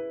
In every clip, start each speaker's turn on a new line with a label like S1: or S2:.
S1: I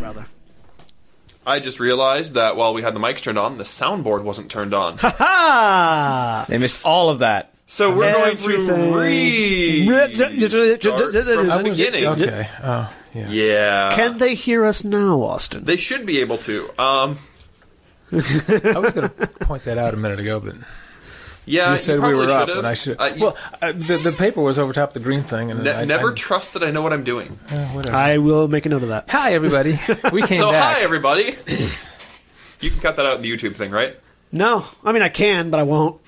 S1: Rather.
S2: I just realized that while we had the mics turned on, the soundboard wasn't turned on.
S1: Ha!
S3: They missed all of that.
S2: so we're
S1: Everything.
S2: going to read from the beginning.
S4: Okay. Oh, yeah.
S2: Yeah,
S1: Can they hear us now, Austin?
S2: they should be able to. Um,
S4: I was going to point that out a minute ago, but
S2: yeah,
S4: you said we
S2: Uh, probably
S4: were up,
S2: should've.
S4: and I should.
S2: Uh, you-
S4: well, I, the, the paper was over top of the green thing, and
S2: ne-
S4: I,
S2: never
S4: I,
S2: trust that I know what I'm doing.
S4: uh, whatever.
S1: I will make a note of that.
S4: hi, everybody. We came
S2: So
S4: back.
S2: hi everybody. you can cut that out in the YouTube thing, right?
S1: No, I mean I can, but I won't.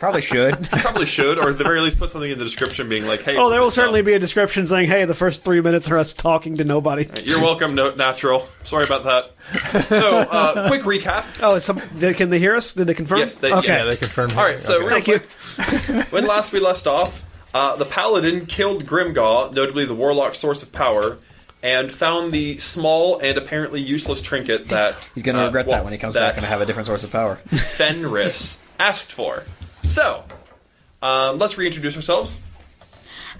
S3: Probably should.
S2: Probably should, or at the very least, put something in the description being like, "Hey."
S1: oh, there will
S2: so-
S1: certainly be a description saying, "Hey, the first three minutes are us talking to nobody."
S2: You're welcome, no, natural. Sorry about that. So, uh, quick recap.
S1: Oh, is some, did, can they hear us? Did they confirm?
S2: Yes, they-
S1: okay.
S2: yes.
S4: Yeah, they confirmed.
S2: All right, so
S4: Okay.
S2: real
S1: Thank you.
S2: When last we left off, uh, the paladin killed Grimgaw, notably the warlock source of power, and found the small and apparently useless trinket that
S3: He's going to
S2: uh,
S3: regret
S2: well,
S3: that when he comes
S2: that
S3: back and have a different source of power.
S2: Fenris asked for. So, um, let's reintroduce ourselves.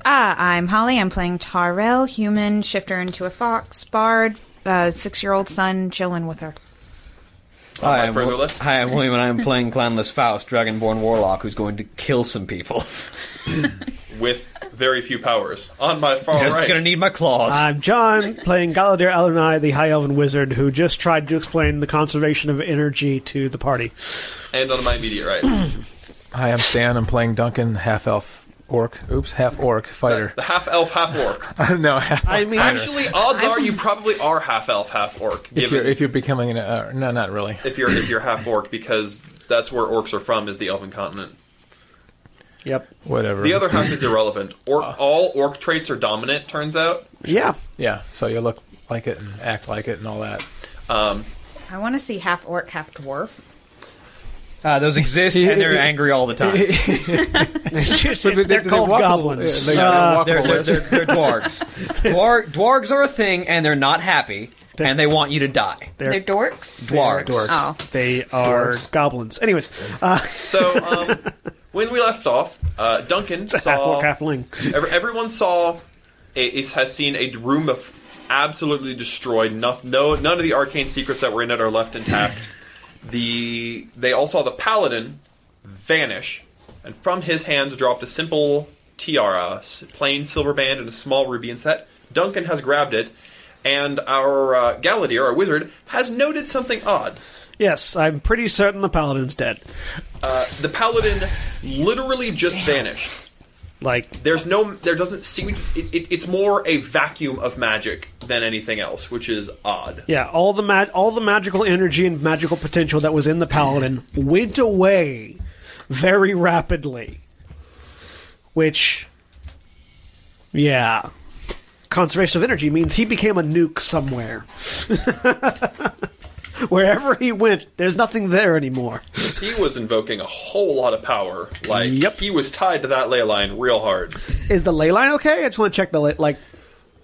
S5: Ah, I'm Holly. I'm playing Tarell, human, shifter into a fox, bard, uh, six year old son, chilling with her.
S2: my
S3: Hi, I'm,
S2: further
S3: Wil-
S2: list.
S3: hi, I'm William, and I'm playing Clanless Faust, Dragonborn Warlock, who's going to kill some people.
S2: With very few powers. On my far
S3: Just
S2: right.
S3: going to need my claws.
S1: I'm John, playing Galadir Alunai, the High Elven Wizard, who just tried to explain the conservation of energy to the party.
S2: and on my immediate right.
S4: Hi, I'm Stan. I'm playing Duncan, half elf orc. Oops, half orc fighter.
S2: The half elf, half orc.
S4: no, half.
S1: I mean,
S2: Actually, odds are you probably are half elf, half orc.
S4: if you're
S2: Given
S4: if you're becoming an uh, no, not really.
S2: if you're if you're half orc, because that's where orcs are from, is the elven continent.
S1: yep,
S4: Whatever.
S2: The other half is irrelevant.
S1: Ah.
S2: Orc, all orc traits are dominant. Turns out,
S1: yeah.
S4: Yeah. So you look like it and act like it and all that.
S5: I want to see half orc, half dwarf.
S3: Uh, those exist, and they're angry all the time.
S1: they're
S4: they- they
S1: called
S4: walk a little-
S1: goblins.
S4: yeah, they- they
S1: Uh,
S4: walk-
S3: They're, they're, they're, they're dwargs. Dwar- dwargs are a thing, and they're not happy, and they want you to die.
S1: They're-
S5: They're, dorks?
S3: Dwargs.
S4: Dorks.
S5: Oh.
S1: they are goblins. Anyways, uh,
S2: so um, when we left off, uh, Duncan
S1: half
S2: saw
S1: orc, halfling.
S2: ev- everyone saw a, is, has seen a room of absolutely destroyed. No, no, none of the arcane secrets that were in it are left intact. The they all saw the paladin vanish, and from his hands dropped a simple tiara, s- plain silver band and a small ruby inset. Duncan has grabbed it, and our uh, Galadir, our wizard, has noted something odd.
S1: Yes, I'm pretty certain the paladin's dead.
S2: The paladin literally just vanished.
S1: Like,
S2: There's no, there doesn't seem. It, it, it's more a vacuum of magic than anything else, which is odd.
S1: Yeah, all the mag- all the magical energy and magical potential that was in the paladin went away very rapidly. Which yeah. Conservation of energy means he became a nuke somewhere. Wherever he went, there's nothing there anymore.
S2: He was invoking a whole lot of power. Like
S1: Yep.
S2: he was tied to that ley line real hard.
S1: Is the ley line okay? I just want to check the ley- like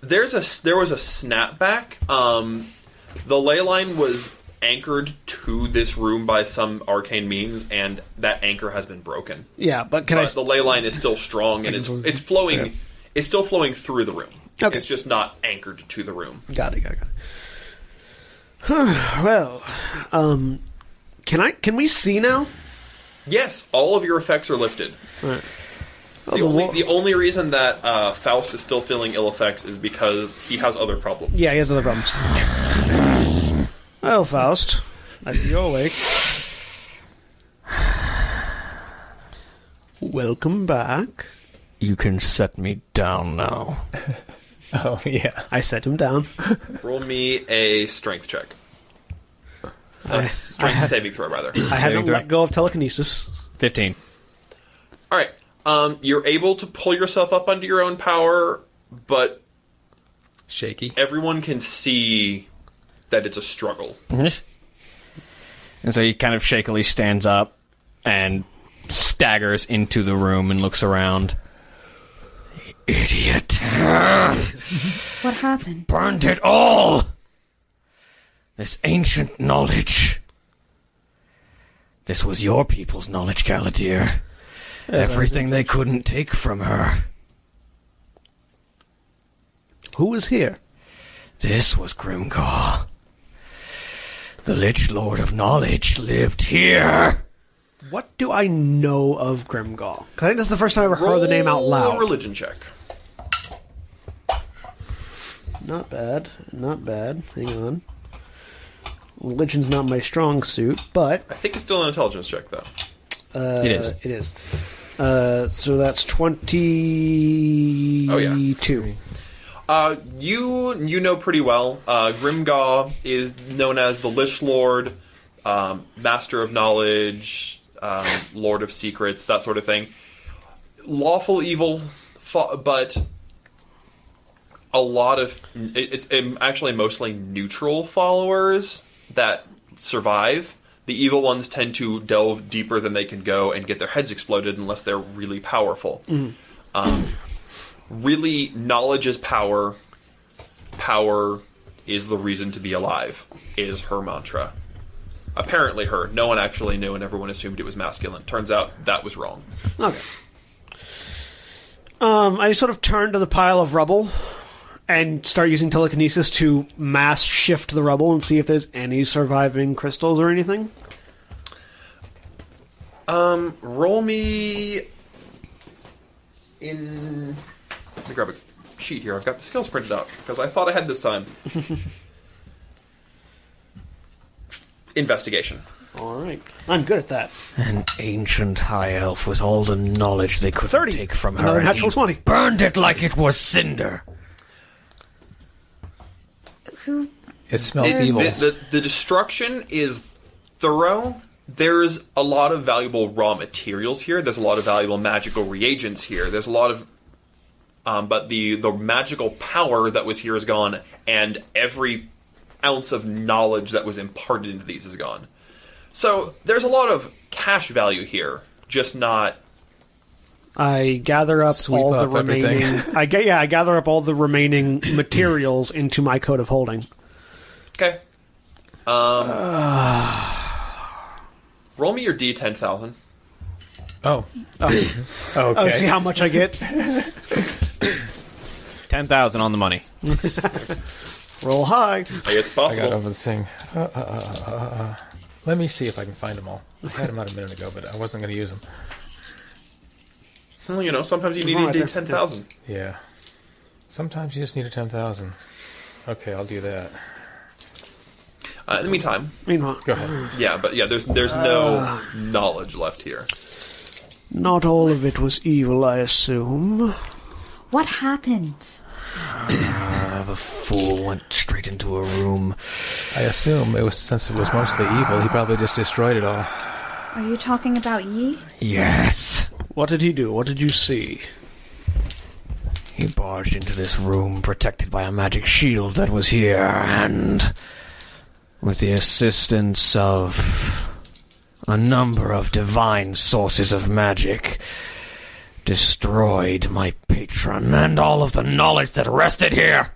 S2: There's a there was a snapback. Um, the ley line was anchored to this room by some arcane means, and that anchor has been broken.
S1: Yeah, but can
S2: But
S1: I?
S2: the ley line is still strong, and it's it's flowing. It's still flowing through the room.
S1: Okay.
S2: It's just not anchored to the room.
S1: Got it. Got it. Got it. well, um, can I? Can we see now?
S2: Yes, all of your effects are lifted.
S1: Oh,
S2: The only,
S1: wall-
S2: the only reason that uh, Faust is still feeling ill effects is because he has other problems.
S1: yeah, he has other problems. Oh, Faust, I see you're awake. Welcome back.
S6: You can set me down now.
S4: Oh yeah.
S1: I set him down.
S2: Roll me a strength check. A strength saving throw, rather.
S1: I haven't
S6: throw.
S1: let go of telekinesis.
S6: 15.
S2: All right. Um, you're able to pull yourself up under your own power, but
S4: Shaky.
S2: everyone can see that it's a struggle.
S6: and so he kind of shakily stands up and staggers into the room and looks around. Idiot.
S5: What happened?
S6: Burned it all! This ancient knowledge. This was your people's knowledge, Galadir. Everything they couldn't take from her.
S1: Who is here?
S6: This was Grimgar. The Lich Lord of Knowledge lived here.
S1: What do I know of Grimgall? 'Cause I think this is the first time I ever heard the name out
S2: Roll A
S1: loud.
S2: religion check.
S1: Not bad. Not bad. Hang on. Religion's not my strong suit, but
S2: I think it's still an intelligence check, though.
S1: uh,
S6: It is.
S1: It is. Uh, so that's twenty-two.
S2: Oh, yeah. Uh, you you know pretty well. Uh, Grimgaw is known as the Lich Lord, um, Master of Knowledge, um, Lord of Secrets, that sort of thing. Lawful evil, fa- but a lot of it, it's um, actually mostly neutral followers that survive. The evil ones tend to delve deeper than they can go and get their heads exploded unless they're really powerful really knowledge is power power is the reason to be alive is her mantra apparently her no one actually knew and everyone assumed it was masculine turns out that was wrong
S1: Okay. Um, I sort of turn to the pile of rubble and start using telekinesis to mass shift the rubble and see if there's any surviving crystals or anything.
S2: roll me in let me grab a sheet here i've got the skills printed out because i thought i had this time investigation
S1: All right. I'm good at that.
S6: An ancient high elf with all the knowledge they couldn't
S1: 30.
S6: take from her.
S1: Another
S6: and
S1: natural
S6: he
S1: 20.
S6: Burned it like it was cinder.
S5: Who?
S4: It smells
S2: the,
S4: evil.
S2: the, the destruction is thorough. There's a lot of valuable raw materials here. There's a lot of valuable magical reagents here. There's a lot of, um, but the the magical power that was here is gone, and every ounce of knowledge that was imparted into these is gone. So there's a lot of cash value here, just not
S1: I gather up
S4: Sweep
S1: all the
S4: up everything.
S1: remaining. I ga- yeah, I gather up all the remaining materials into my coat of holding.
S2: okay. Um, roll me your D ten thousand.
S4: oh. okay.
S1: Oh, see how much I get.
S6: 10,000 on the money.
S1: Roll high.
S2: It's
S4: I
S2: possible.
S4: got over the thing. Uh, uh, uh, uh, uh. Let me see if I can find them all. I had them out a minute ago, but I wasn't going to use them.
S2: Well, you know, sometimes you need
S1: Right
S2: to do
S1: there.
S2: ten thousand.
S4: Yeah. Sometimes you just need a ten thousand. Okay, I'll do that.
S2: Uh, in the meantime,
S1: Meanwhile,
S4: Go ahead.
S2: yeah, but yeah, there's there's no knowledge left here.
S1: not all of it was evil, I assume.
S5: What happened?
S6: the fool went straight into a room.
S4: I assume it was since it was mostly evil, he probably just destroyed it all.
S5: Are you talking about Yi?
S6: Yes.
S1: What did he do? What did you see?
S6: He barged into this room protected by a magic shield that was here, and with the assistance of a number of divine sources of magic, destroyed my patron and all of the knowledge that rested here.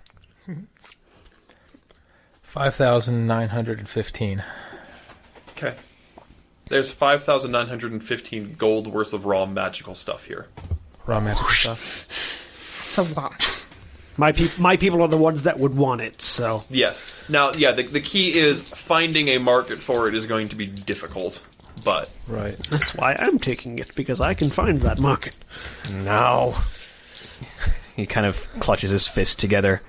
S4: 5,915.
S2: Okay. There's 5,915 gold worth of raw magical stuff here.
S4: Raw magic stuff.
S5: It's a lot.
S1: My peop my people are the ones that would want it. So
S2: Yes. Now, yeah, the, the key is finding a market for it is going to be difficult, but
S4: Right.
S1: that's why I'm taking it because I can find that market.
S6: No. He kind of clutches his fist together.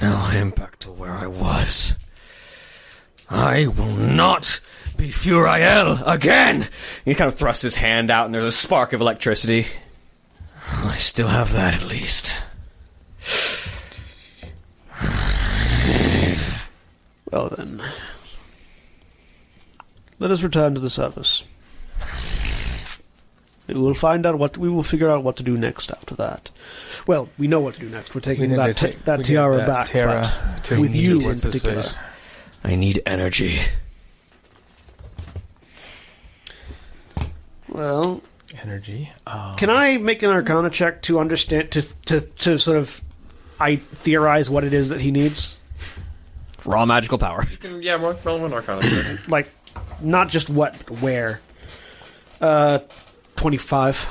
S6: Now I am back to where I was. I will not be Furiel again! He kind of thrusts his hand out, and there's a spark of electricity. I still have that at least.
S1: Well then, let us return to the surface. We will find out what we will figure out what to do next after that. Well, we know what to do next. We're taking
S4: need
S1: that
S4: to
S1: ti-
S4: take- we
S1: that
S4: need
S1: tiara
S4: that
S1: back,
S4: tiara
S1: but
S4: to-
S1: with
S4: we need
S1: you
S4: to
S1: in
S4: get this
S1: particular.
S4: face.
S6: I need energy.
S1: Well,
S4: Energy. Uh,
S1: Can I make an Arcana check to understand to to to sort of I theorize what it is that he needs?
S6: Raw magical power.
S2: yeah, roll, roll an arcana. check.
S1: Like, not just what, but where. Uh, twenty five.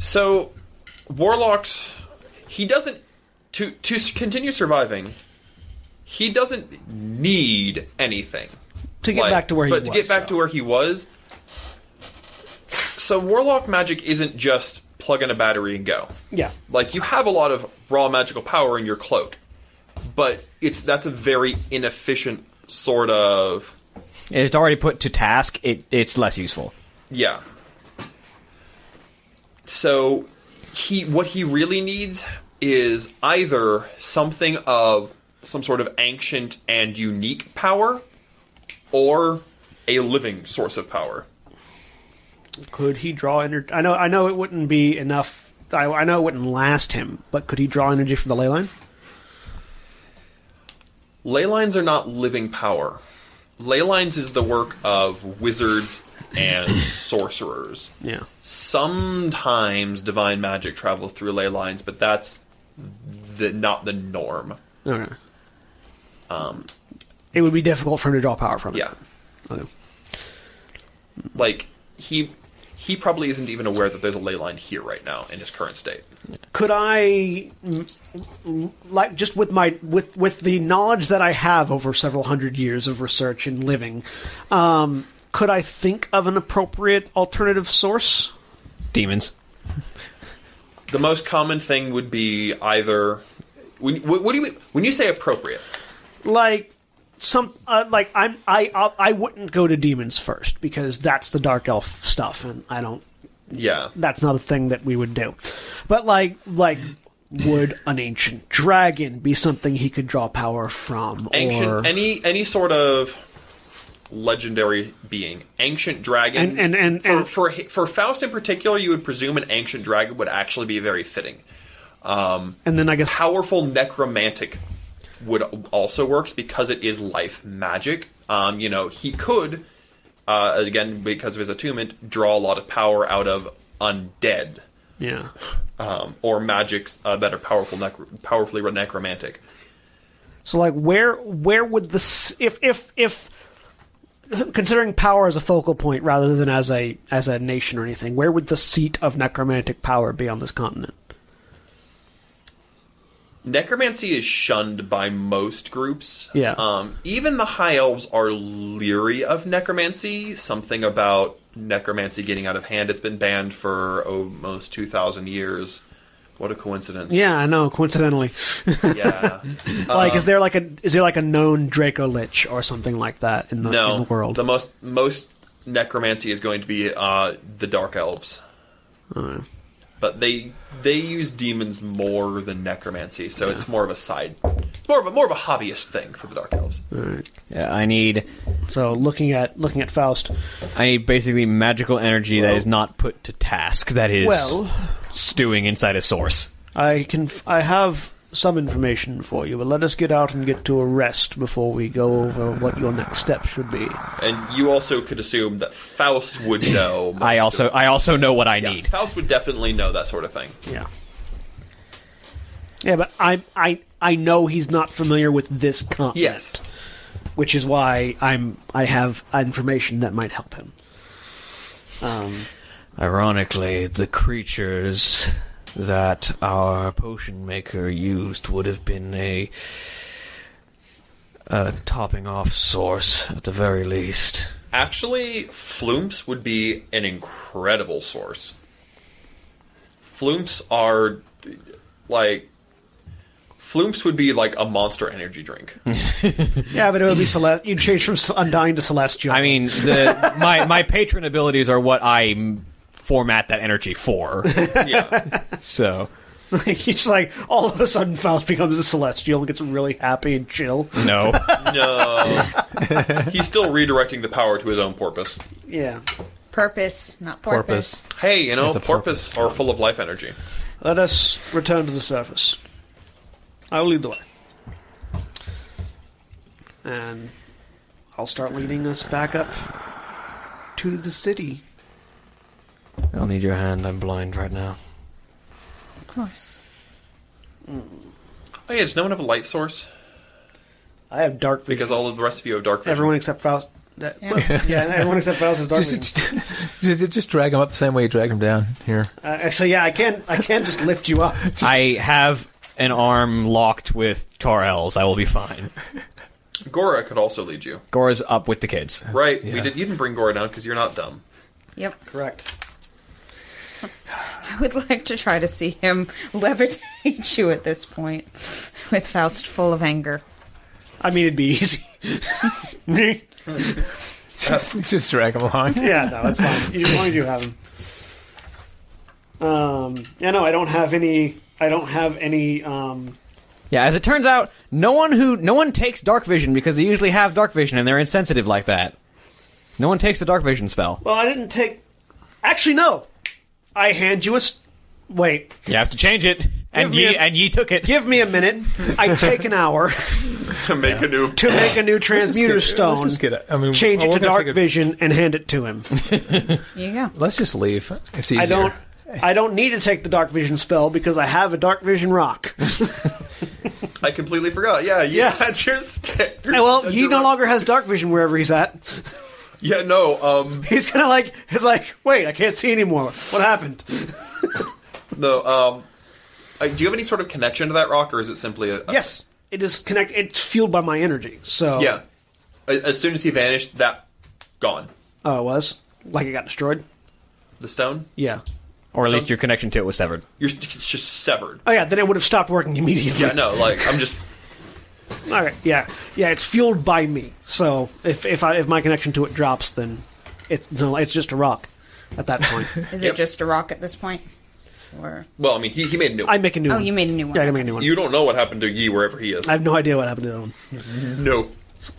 S2: So, Warlocks, he doesn't to to s- continue surviving. He doesn't need anything
S1: To get
S2: Like,
S1: back to where he
S2: but
S1: was.
S2: to get back
S1: so.
S2: to where he was. So Warlock magic isn't just plug in a battery and go.
S1: yeah,
S2: Like you have a lot of raw magical power in your cloak, but it's that's a very inefficient sort of
S6: It's already put to task, it, it's less useful.
S2: Yeah. So he what he really needs is either something of some sort of ancient and unique power or a living source of power.
S1: could he draw energy? I know, I know, it wouldn't be enough. I, I know it wouldn't last him, but could he draw energy from the ley line?
S2: Ley lines are not living power. Ley lines is the work of wizards and sorcerers.
S1: Yeah.
S2: Sometimes divine magic travels through ley lines, but that's the, not the norm.
S1: Okay. Um, it would be difficult for him to draw power from it.
S2: Um, Yeah.
S1: Okay.
S2: like he he probably isn't even aware that there's a ley line here right now in his current state.
S1: could I mm, like just with my with with the knowledge that I have over several hundred years of research and living, um, could I think of an appropriate alternative source?
S6: Demons.
S2: The most common thing would be either when what, what do you when you say appropriate?
S1: Like some uh, like I'm I I I wouldn't go to demons first because that's the dark elf stuff and I don't
S2: Yeah,
S1: that's not a thing that we would do. But like like would an ancient dragon be something he could draw power from
S2: ancient
S1: or
S2: any any sort of legendary being, ancient dragons,
S1: And- and- and-
S2: for,
S1: and-
S2: for hi- for Faust in particular, you would presume an ancient dragon would actually be very fitting.
S1: and then I guess
S2: powerful necromantic would also works because it is life magic. Um, you know, he could uh, again because of his attunement draw a lot of power out of undead
S1: yeah
S2: um, or magics uh, that are powerful, necro- powerfully necromantic.
S1: So like where where would the s- if if if considering power as a focal point rather than as a as a nation or anything, where would the seat of necromantic power be on this continent?
S2: Necromancy is shunned by most groups.
S1: Yeah.
S2: Um, even the high elves are leery of necromancy. Something about necromancy getting out of hand. It's been banned for almost two thousand years. What a coincidence.
S1: Yeah, I know. Coincidentally,
S2: Yeah.
S1: like
S2: Um,
S1: is there like a is there like a known Draco Lich or something like that in the,
S2: no.
S1: in the world?
S2: The most most necromancy is going to be uh, the dark elves. But they they use demons more than necromancy, so it's more of a side, more of a more of a hobbyist thing for the dark elves.
S6: Yeah, I need
S1: so looking at looking at Faust,
S6: I need basically magical energy that is not put to task, that is
S1: Well-
S6: stewing inside a source.
S1: I can f- I have some information for you, but let us get out and get to a rest before we go over what your next step should be.
S2: And you also could assume that Faust would know. most
S6: I also
S2: of-
S6: I also know what I
S2: yeah,
S6: need.
S2: Faust would definitely know that sort of thing.
S1: Yeah. Yeah, but I I I know he's not familiar with this continent.
S2: Yes.
S1: which is why I'm I have information that might help him.
S6: Ironically, the creatures that our potion maker used would have been a, a topping off source at the very least.
S2: Actually, flumps would be an incredible source. Flumps are like flumps would be like a monster energy drink.
S1: Yeah, but it would be Celest. You'd change from Ce- Undying to Celestial.
S7: I mean, the, my my patron abilities are what I m- format that energy for.
S2: yeah.
S7: So
S1: he's like all of a sudden, Faust becomes a Celestial and gets really happy and chill.
S7: no,
S2: No. He's still redirecting the power to his own porpoise.
S1: Yeah,
S5: Purpose, not porpoise.
S4: Porpoise.
S2: Hey, you know,
S4: It's a porpoise.
S2: porpoise are full of life energy.
S1: let us return to the surface. I will lead the way, and I'll start leading us back up to the city.
S6: I'll need your hand, I'm blind right now.
S5: Of course.
S2: Oh yeah, does no one have a light source?
S1: I have dark vision.
S2: Because all of the rest of you have dark vision.
S1: everyone except Faust. that- yeah, everyone except Faust is dark vision.
S4: Just, just, just drag him up the same way you dragged him down here.
S1: Uh, actually, yeah, I can I can just lift you up.
S7: I have an arm locked with Torel's. I will be fine.
S2: Gora could also lead you.
S7: Gora's up with the kids.
S2: Right. We did you didn't bring Gora down because you're not dumb.
S5: Yep.
S1: Correct.
S5: I would like to try to see him levitate you at this point, with Faust full of anger.
S1: I mean, it'd be easy. Me?
S4: Just, just drag him along.
S1: Yeah, no, that's fine. You just wanted to have him. Um, yeah, no, I don't have any. I don't have any. Um,
S7: Yeah, as it turns out, no one who no one takes dark vision because they usually have dark vision and they're insensitive like that. No one takes the dark vision spell.
S1: well, I didn't take. Actually, no. I hand you a. s- Wait,
S7: You have to change it, and
S1: me
S7: ye
S1: a-
S7: and ye took it.
S1: give me a minute. I take an hour
S2: To make a new
S1: to make a new transmuter
S4: Let's just get-
S1: stone.
S4: let's just get it. I mean,
S1: change
S4: well,
S1: it
S4: we're
S1: to
S4: gonna
S1: dark
S4: take a-
S1: vision and hand it to him.
S5: There you go.
S4: Let's just leave. It's easier.
S1: I don't. I don't need to take the dark vision spell because I have a dark vision rock.
S2: I completely forgot. Yeah, yeah,
S1: Yeah.
S2: that's your stick.
S1: Hey, well, he no longer has dark vision wherever he's at.
S2: Yeah, no. Um,
S1: He's kind of like, he's like, wait, I can't see anymore. What happened?
S2: Uh. no. Um, uh, do you have any sort of connection to that rock, or is it simply a? a-
S1: Yes, it is connect. It's fueled by my energy. So
S2: Yeah. A- As soon as he vanished, that gone.
S1: oh, it was like it got destroyed.
S2: The stone.
S1: Yeah.
S7: Or at least your connection to it was severed.
S2: You're st- it's just severed.
S1: Oh yeah, then it would have stopped working immediately.
S2: Yeah, no. Like I'm just.
S1: All right. Yeah. Yeah. It's fueled by me. So if if I if my connection to it drops, then it's no, it's just a rock. At that point,
S5: Is
S2: Yep.
S5: it just a rock at this point? Or
S2: Well, I mean, he, he made a new.
S1: I make a new.
S5: Oh,
S1: one.
S5: you made a new one.
S1: Yeah, I make a new one.
S2: you don't know what happened to Yi wherever he is.
S1: I have no idea what happened to that one.
S2: no.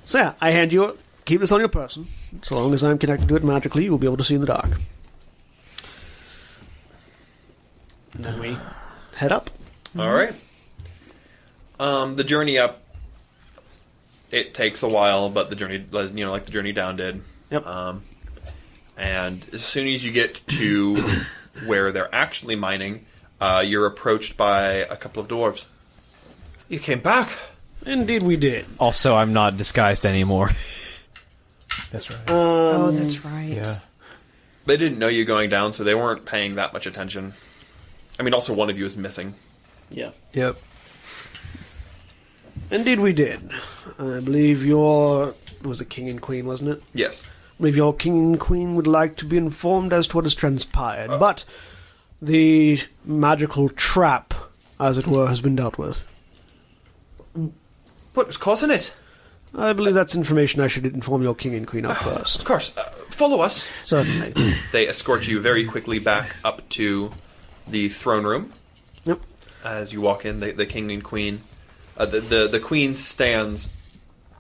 S1: So yeah, I hand you. a- Keep this on your person. So long as I'm connected to it magically, you will be able to see in the dark. And then we head up.
S2: All right. Um, the journey up. It takes a while, but the journey, you know, like the journey down did.
S1: Yep.
S2: Um, and as soon as you get to where they're actually mining, uh, you're approached by a couple of dwarves. You came back.
S1: Indeed, we did.
S7: Also, I'm not disguised anymore.
S4: That's right.
S1: Mm.
S5: oh, that's right.
S4: yeah.
S2: They didn't know you going down, so they weren't paying that much attention. I mean, also one of you is missing.
S1: Yeah.
S4: Yep.
S1: Indeed, we did. I believe your it was a king and queen, wasn't it?
S2: Yes.
S1: I believe your king and queen would like to be informed as to what has transpired, but the magical trap, as it were, has been dealt with.
S2: What was causing it?
S1: I believe that's information I should inform your king and queen of first.
S2: Of course. Uh, follow us.
S1: Certainly.
S2: They escort you very quickly back up to the throne room.
S1: yep.
S2: as you walk in, the, the king and queen, uh, the, the the queen stands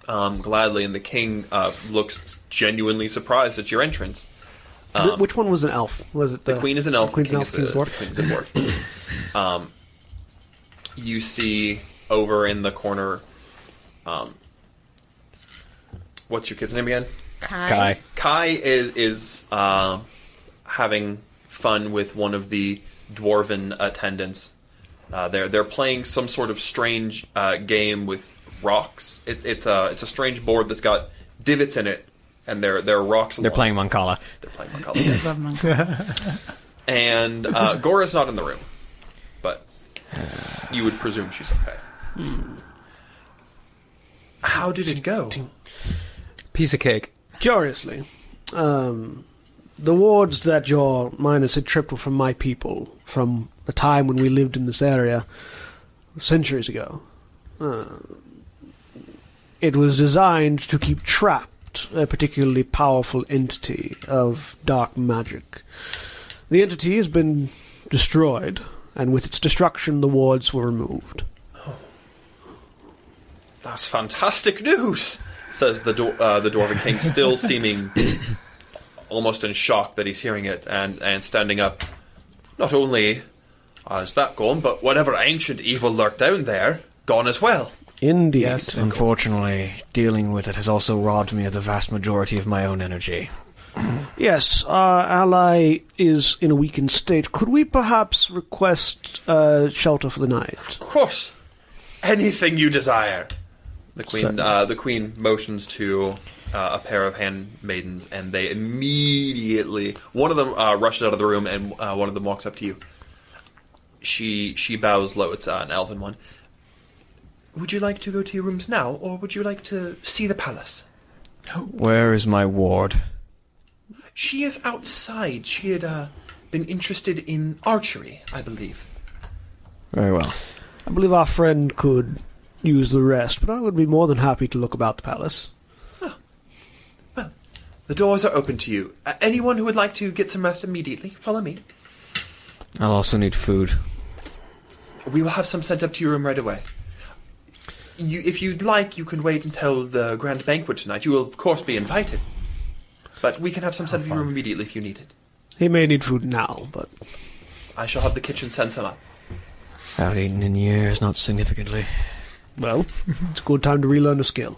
S2: um, gladly, and the king uh, looks genuinely surprised at your entrance.
S1: Th- Which one was an elf? Was it
S2: Um, The queen is an elf.
S1: The Uh, queen's
S2: the
S1: an
S2: king
S1: elf. King's
S2: is a-
S1: dwarf?
S2: the queen's a dwarf. um, you see over in the corner. Um, what's your kid's name again?
S5: Kai.
S7: Kai.
S2: Kai is is uh, having fun with one of the dwarven attendants, Uh, they're they're playing some sort of strange uh, game with rocks. It, it's a it's a strange board that's got divots in it, and there there are rocks.
S7: They're playing Moncala.
S2: They're playing Moncala. yes.
S5: Love Moncala.
S2: And uh, Gora's not in the room, but you would presume she's okay. How did it go?
S4: Piece of cake.
S1: Curiously, um, the wards that your miners had tripped were from my people, from a time when we lived in this area centuries ago. Uh, it was designed to keep trapped a particularly powerful entity of dark magic. The entity has been destroyed, and with its destruction, the wards were removed.
S2: That's fantastic news, says the dwar- uh, the dwarven king, still seeming almost in shock that he's hearing it and, and standing up. Not only uh, is that gone, but whatever ancient evil lurked down there, gone as well.
S1: Indeed.
S4: Yes.
S6: Unfortunately, dealing with it has also robbed me of the vast majority of my own energy.
S1: Yes, our ally is in a weakened state. Could we perhaps request uh, shelter for the night?
S2: Of course, anything you desire. The queen,
S1: Certainly.
S2: uh, the queen motions to uh, a pair of handmaidens, and they immediately one of them uh, rushes out of the room, and uh, one of them walks up to you. She she bows low. It's uh, an elven one. Would you like to go to your rooms now, or would you like to see the palace?
S6: Where is my ward?
S2: She is outside. She had uh, been interested in archery, I believe.
S6: Very well.
S1: I believe our friend could use the rest, but I would be more than happy to look about the palace.
S2: The doors are open to you. Uh, anyone who would like to get some rest immediately, follow me.
S6: I'll also need food.
S2: We will have some sent up to your room right away. You, if you'd like, you can wait until the grand banquet tonight. You will, of course, be invited. But we can have some sent up to your room immediately if you need it.
S1: He may need food now, but
S2: I shall have the kitchen send some up.
S6: I haven't eaten in years, not significantly.
S1: well, it's a good time to relearn a skill.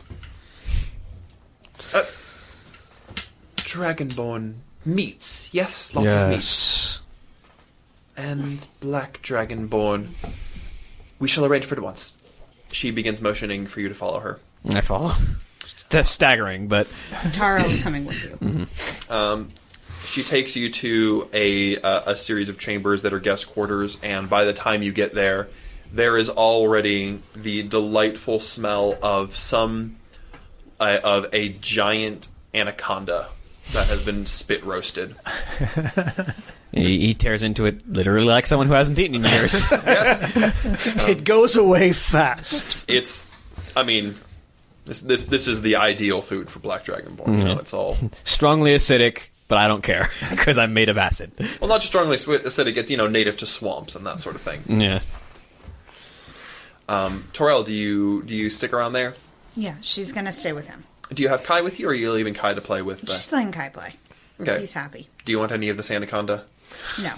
S2: Dragonborn meats, yes? Lots of meats.
S6: yes.
S2: And black dragonborn. We shall arrange for it at once. She begins motioning for you to follow her.
S6: I follow.
S7: That's staggering, but
S5: Taro's coming with you.
S1: Mm-hmm.
S2: She takes you to a uh, a series of chambers that are guest quarters, and by the time you get there, there is already the delightful smell of some uh, of a giant anaconda that has been spit roasted.
S7: he, he tears into it literally like someone who hasn't eaten in years.
S1: it goes away fast.
S2: It's, I mean, this this this is the ideal food for black dragonborn. You know, it's all
S7: Strongly acidic, but I don't care because I'm made of acid.
S2: well, not just strongly swi- acidic. It's you know native to swamps and that sort of
S6: Mm.
S2: thing.
S7: Yeah.
S2: Um, Torel, do you do you stick around there?
S5: Yeah, she's gonna stay with him.
S2: Do you have Kai with you, or are you leaving Kai to play with? Uh,
S5: She's letting Kai play.
S2: okay.
S5: He's happy.
S2: Do you want any of this anaconda?
S5: No.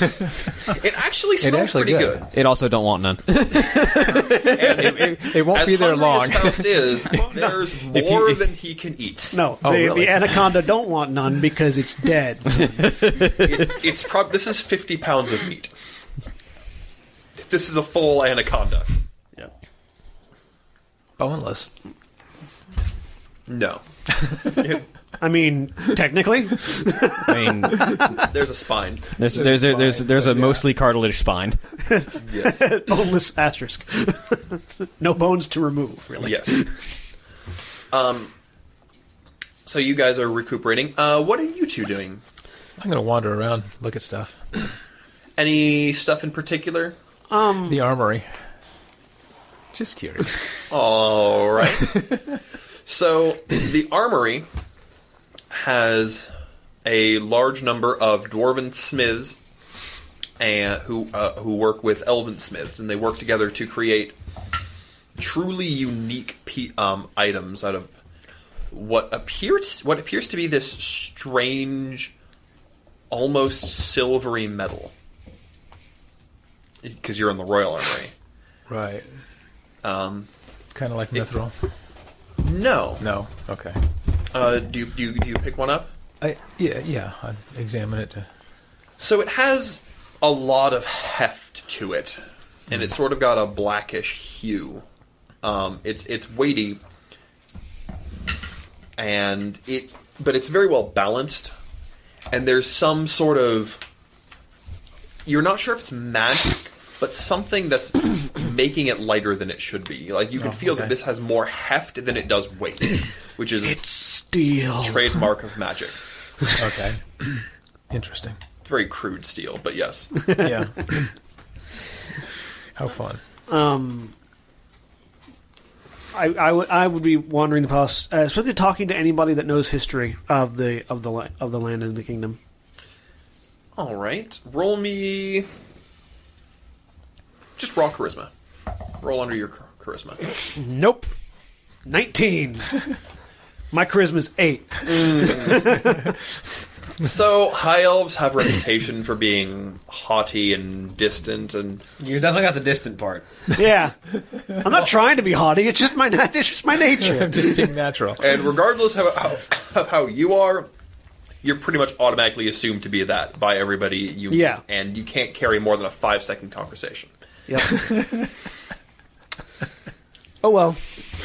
S2: It actually smells
S4: actually
S2: pretty
S4: did.
S2: good.
S7: It also don't want none.
S4: It won't
S2: As
S4: be there
S2: hungry
S4: long.
S2: As Faust is, there's more than he can eat.
S1: No,
S4: Oh,
S1: the,
S4: really?
S1: the anaconda don't want none because it's dead.
S2: It's, it's prob- this is 50 pounds of meat. This is a full anaconda.
S4: Boneless.
S2: No.
S1: I mean, technically,
S7: I mean,
S2: There's a spine.
S7: there's there's there's there's, there's a mostly cartilage spine.
S2: Yes.
S1: boneless asterisk. no bones to remove, really.
S2: Yes. Um, so you guys are recuperating. Uh, what are you two doing?
S4: I'm gonna wander around, look at stuff.
S2: Any stuff in particular?
S4: The armory. Just curious.
S2: All right. so the armory has a large number of dwarven smiths and who uh, who work with elven smiths, and they work together to create truly unique pe- um, items out of what appears what appears to be this strange, almost silvery metal. Because you're in the royal armory.
S4: right. Um, kind of like mithril.
S2: No.
S4: No. Okay.
S2: Uh, do, you, do, you, do you pick one up?
S4: I, yeah, yeah. I'd examine it. To,
S2: So it has a lot of heft to it. and it's sort of got a blackish hue. Um, it's it's weighty, and it but it's very well balanced, and there's some sort of you're not sure if it's magic, but something that's making it lighter than it should be. Like you can feel that
S4: okay.
S2: this has more heft than it does weight, which is
S1: Steel.
S2: a trademark of magic.
S4: Okay. Interesting.
S2: It's very crude steel, but yes.
S4: Yeah. How fun.
S1: I, I, would- I would be wandering the palace, uh, especially talking to anybody that knows history of the of the la- of the land and the kingdom.
S2: All right, roll me. Just raw charisma. Roll under your char- charisma.
S1: Nope, nineteen. My charisma's eight.
S2: so high elves have a reputation for being haughty and distant, and
S3: You definitely got the distant part.
S1: Yeah, I'm not trying to be haughty. It's just my na- it's just my nature.
S4: I'm just being natural.
S2: and regardless how, how, of how you are, you're pretty much automatically assumed to be that by everybody. You
S1: Yeah.
S2: and you can't carry more than a five second conversation.
S1: Yep. oh well,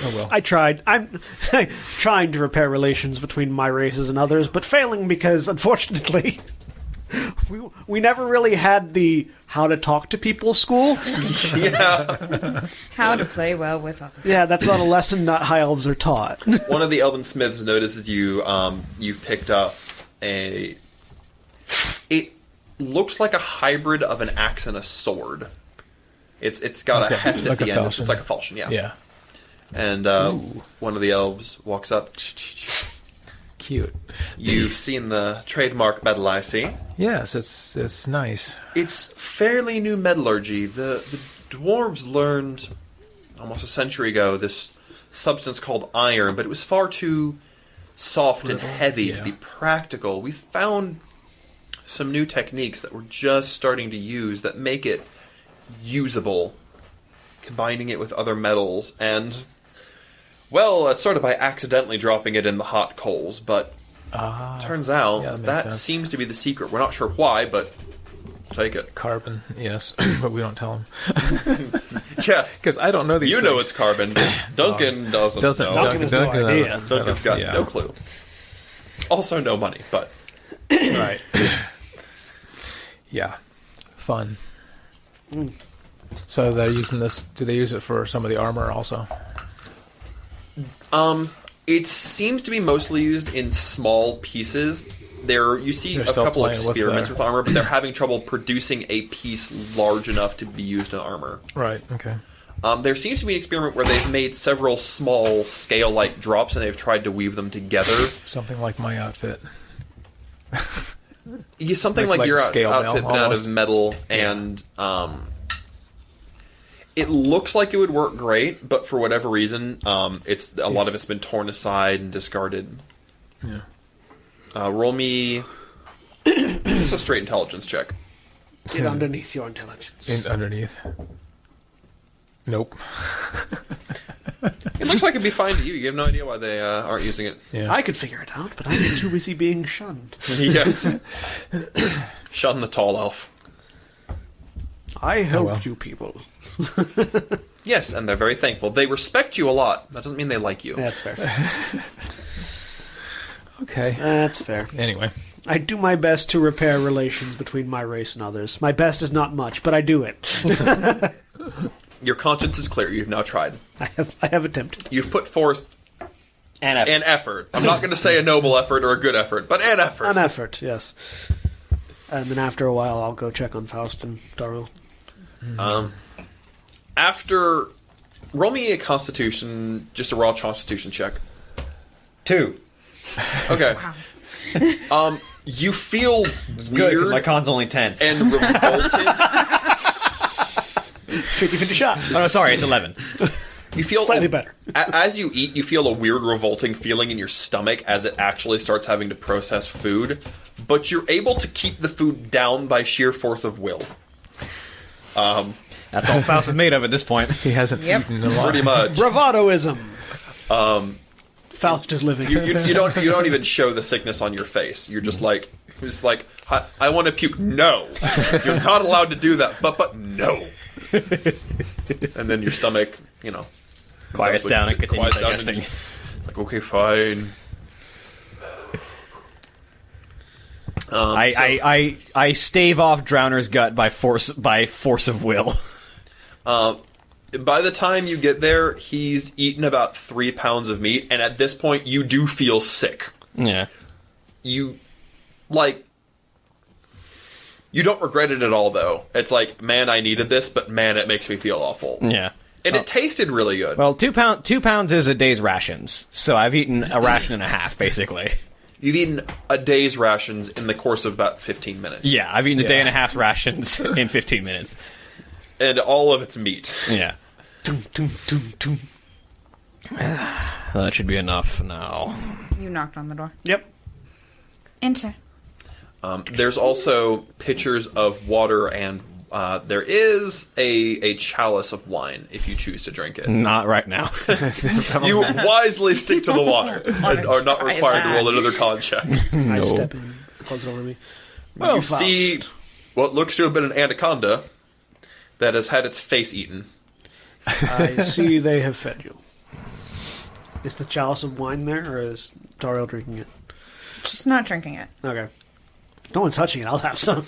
S4: Oh well.
S1: I tried. I'm trying to repair relations between my races and others, but failing because, unfortunately, we we never really had the how to talk to people school.
S2: yeah,
S5: How to play well with others.
S1: Yeah, that's not a lesson that high elves are taught.
S2: one of the elven smiths notices you. Um, you've picked up a. It looks like a hybrid of an axe and a sword. It's it's got
S4: Okay,
S2: a heft at
S4: like
S2: the
S4: a
S2: end. It's-
S4: falchion.
S2: It's like a falchion, yeah.
S4: yeah.
S2: And uh, one of the elves walks up.
S4: Cute.
S2: You've seen the trademark metal I see.
S4: Yes, it's it's nice.
S2: It's fairly new metallurgy. The, the dwarves learned almost a century ago this substance called iron, but it was far too soft and heavy to
S4: yeah.
S2: be practical. We found some new techniques that we're just starting to use that make it usable, combining it with other metals, and, well, uh, sort of by accidentally dropping it in the hot coals, but. Turns out
S4: Ah. yeah, that makes
S2: that
S4: sense.
S2: seems to be the secret. We're not sure why, but Take it.
S4: Carbon. Yes, but we don't tell him
S2: Yes.
S4: because I don't know these.
S2: you know
S4: things.
S2: it's carbon. Duncan doesn't,
S4: doesn't
S2: know.
S1: Duncan
S4: Duncan,
S1: has no
S4: Duncan, uh,
S1: idea.
S2: Duncan's got
S4: yeah.
S2: no clue. Also, no money, but
S4: right. yeah, fun. So they're using this. Do they use it for some of the armor also?
S2: it seems to be mostly used in small pieces. There, you see
S4: They're
S2: a
S4: still
S2: couple
S4: playing with
S2: experiments
S4: their-
S2: with armor, but they're having trouble producing a piece large enough to be used in armor.
S4: Right. Okay.
S2: Um, there seems to be an experiment where they've made several small scale-like drops, and they've tried to weave them together.
S4: Something like my outfit.
S2: Yeah, something
S4: Like-
S2: like,
S4: like
S2: your out-
S4: scale mail,
S2: outfit, but out
S4: almost.
S2: of metal, and um, it looks like it would work great, but for whatever reason, um, it's a lot of
S4: It's-
S2: it's been torn aside and discarded.
S4: Yeah.
S2: Uh, roll me just a straight intelligence check.
S1: Get underneath your intelligence.
S4: In, underneath. Nope.
S2: It looks like it'd be fine to you. You have no idea why they uh, aren't using it.
S4: Yeah.
S1: I could figure it out, but I'm too busy being shunned.
S2: yes, shun the tall elf.
S1: I helped
S4: well.
S1: you people.
S2: Yes, and they're very thankful. They respect you a lot. That doesn't mean they like you.
S1: That's fair.
S4: okay.
S1: That's fair.
S4: Anyway.
S1: I do my best to repair relations between my race and others. My best is not much, but I do it.
S2: Your conscience is clear. You've now tried.
S1: I have, I have attempted.
S2: You've put forth
S3: And after
S2: an effort. I'm not going to say a noble effort or a good effort, but an effort.
S1: An effort, yes. And then after a while, I'll go check on Faust and Darrell.
S2: After, roll me a Constitution, just a raw Constitution check.
S3: two,
S2: Okay.
S5: Oh,
S2: um, you feel
S3: good because
S2: weird
S3: my con's only ten.
S2: and revolted.
S1: 50 50 shot. Oh.
S3: Oh no, sorry, it's eleven.
S2: You feel
S1: Slightly better.
S2: A- as you eat, you feel a weird, revolting feeling in your stomach as it actually starts having to process food, but you're able to keep the food down by sheer force of will.
S3: That's all Faust is made of at this point.
S4: He hasn't
S5: Yep.
S4: eaten a lot.
S2: Pretty much.
S1: Bravadoism. Um, Faust is living.
S2: Um, you, you, you don't you don't even show the sickness on your face. You're just like you're just like I, I want to puke. No, you're not allowed to do that. But but no, and then your stomach, you know,
S7: Quiets
S2: Like,
S7: down and
S2: it
S7: continues
S2: quiets down and
S7: digesting.
S2: just- like okay, fine. Um,
S7: I,
S2: so-
S7: I, I, I stave off Drowner's gut by force by force of will.
S2: by the time you get there, he's eaten about three pounds of meat, and at this point, you do feel sick.
S7: yeah.
S2: You, like, you don't regret it at all, though. It's like, man, I needed this, but man, it makes me feel awful.
S7: Yeah.
S2: And it tasted really good.
S7: Well, two pound two pounds is a day's rations, so I've eaten a ration and a half basically.
S2: You've eaten a day's rations in the course of about 15 minutes.
S7: Yeah, I've eaten a day and a half rations in fifteen minutes.
S2: And all of it's meat.
S7: Yeah. Well, that should be enough now.
S5: You knocked on the door.
S1: Yep.
S5: Enter.
S2: Um, there's also pictures of water, and uh, there is a, a chalice of wine if you choose to drink it.
S7: Not right now.
S2: You wisely stick to the water and are not
S5: Try
S2: required to
S5: that.
S2: roll another con check.
S1: I step in, close it over me.
S2: you see what looks to have been an anaconda that has had its face eaten.
S1: I see they have fed you. Is the chalice of wine there, or is Darrell drinking it?
S5: She's not drinking it.
S1: Okay. No one's touching it. I'll have some.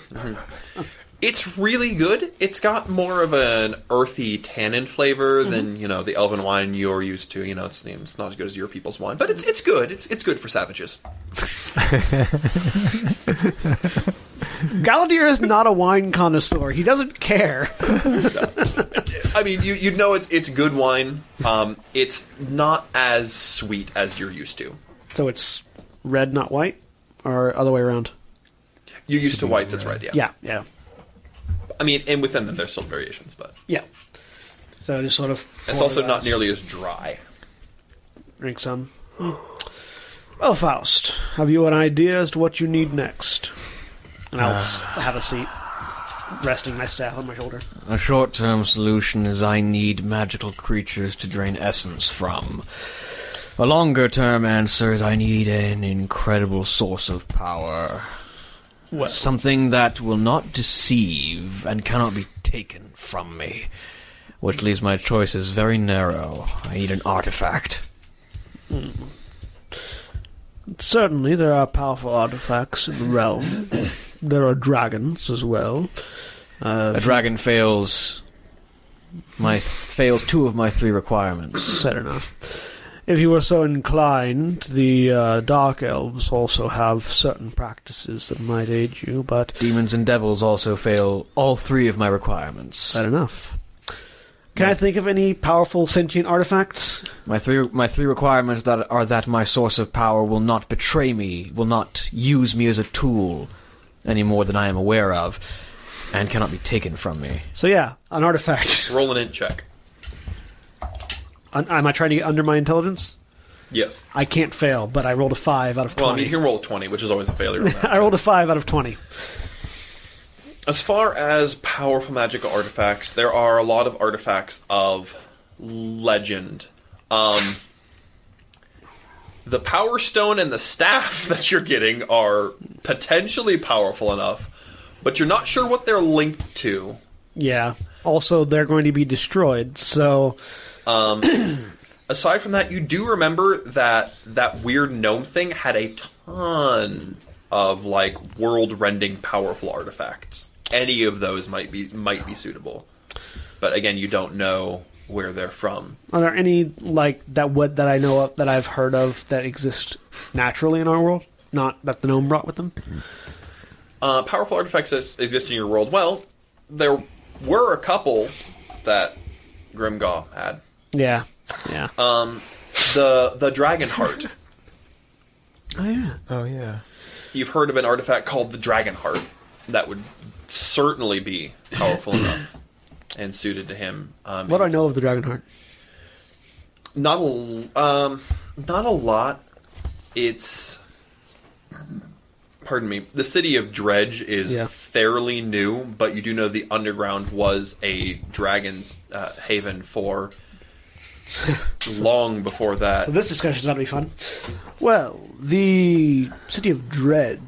S2: It's really good. It's got more of an earthy tannin flavor than you know the elven wine you're used to. You know, it's, it's not as good as your people's wine, but it's it's good. It's it's good for savages.
S1: Galladier is not a wine connoisseur. He doesn't care.
S2: I mean, you you know it, it's good wine. Um, it's not as sweet as you're used to.
S1: So it's red, not white, or other way around.
S2: You're used to whites. That's right. Yeah.
S1: Yeah, yeah,
S2: I mean, and within them, there's still variations, but
S1: yeah. So just sort of.
S2: it's also not nearly as dry.
S1: Drink some. Well, Faust, have you an idea as to what you need next? And I'll s have a seat, resting my staff on my shoulder.
S6: A short term solution is I need magical creatures to drain essence from. A longer term answer is I need an incredible source of power. Something that will not deceive and cannot be taken from me. Which leaves my choices very narrow. I need an artifact.
S1: Certainly, there are powerful artifacts in the realm. there are dragons as well. Uh,
S6: A dragon fails my fails two of my three requirements.
S1: Fair enough. If you were so inclined, the uh, Dark Elves also have certain practices that might aid you, but
S6: Demons and devils also fail all three of my requirements.
S1: fair enough. Can I think of any powerful sentient artifacts?
S6: My three my three requirements that are that my source of power will not betray me, will not use me as a tool any more than I am aware of, and cannot be taken from me.
S1: So yeah, an artifact.
S2: Roll an int check.
S1: Un- Am I trying to get under my intelligence?
S2: Yes.
S1: I can't fail, but I rolled a five out of
S2: Well, I
S1: twenty.
S2: mean, you can roll a twenty, which is always a failure.
S1: I rolled a five out of twenty.
S2: As far as powerful magical artifacts, there are a lot of artifacts of legend. Um, the power stone and the staff that you're getting are potentially powerful enough, but you're not sure what they're linked to.
S1: Yeah. Also, they're going to be destroyed. So
S2: Aside from that, you do remember that that weird gnome thing had a ton of like world-rending powerful artifacts. Any of those might be might be suitable, but again, you don't know where they're from.
S1: Are there any like that would that I know of that I've heard of that exist naturally in our world? Not that the gnome brought with them.
S2: Uh, powerful artifacts that exist in your world. Well, there were a couple that Grimgaw had.
S1: Yeah, yeah.
S2: Uh, The the dragon heart.
S1: oh yeah.
S4: Oh yeah.
S2: You've heard of an artifact called the dragon heart that would certainly be powerful enough and suited to him. Um,
S1: What do I know of the dragon heart?
S2: Not a l- um, not a lot. It's pardon me. The city of Dredge is
S1: Yeah.
S2: fairly new, but you do know the underground was a dragon's uh, haven for long before that.
S1: So this discussion's about to be fun. Well, the city of Dredge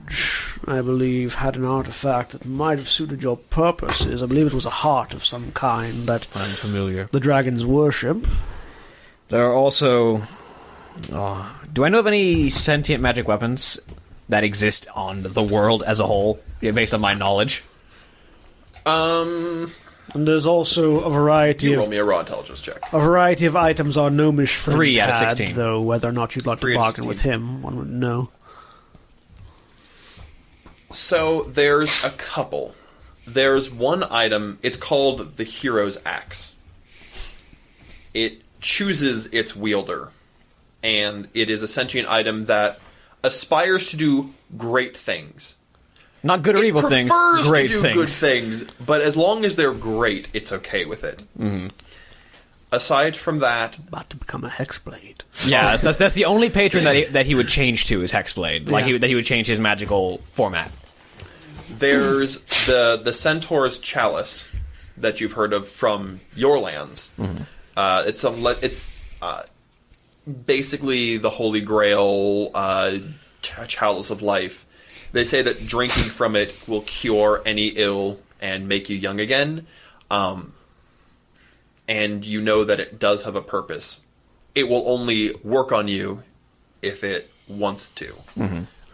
S1: I believe, had an artifact that might have suited your purposes. I believe it was a heart of some kind that
S6: Unfamiliar.
S1: the dragons worship.
S7: There are also. Oh, do I know of any sentient magic weapons that exist on the world as a whole, yeah, based on my knowledge?
S2: Um,
S1: And there's also a variety
S2: you
S1: of
S2: roll me a raw intelligence check.
S1: A variety of items our gnomish friend
S7: Three out of
S1: had,
S7: 16.
S1: though whether or not you'd like
S2: Three
S1: to
S2: out of
S1: bargain with
S2: 16.
S1: him, one would know.
S2: So there's a couple. There's one item. It's called the Hero's Axe. It chooses its wielder, and it is a sentient item that aspires to do great things.
S7: Not good or evil
S2: it
S7: things,
S2: prefers
S7: great
S2: to do
S7: things.
S2: good things, but as long as they're great, it's okay with it.
S7: Mm-hmm.
S2: Aside from that,
S1: About to become a hexblade.
S7: Yeah, that's, that's, that's the only patron that he, that he would change to is Hexblade. Like
S1: Yeah.
S7: he, would- that he would change his magical format.
S2: there's the the centaur's chalice that you've heard of from your lands.
S7: Mm-hmm.
S2: Uh, it's some le- it's uh, basically the holy grail uh, ch- chalice of life. They say that drinking from it will cure any ill and make you young again. Um, and you know that it does have a purpose. It will only work on you if it wants to.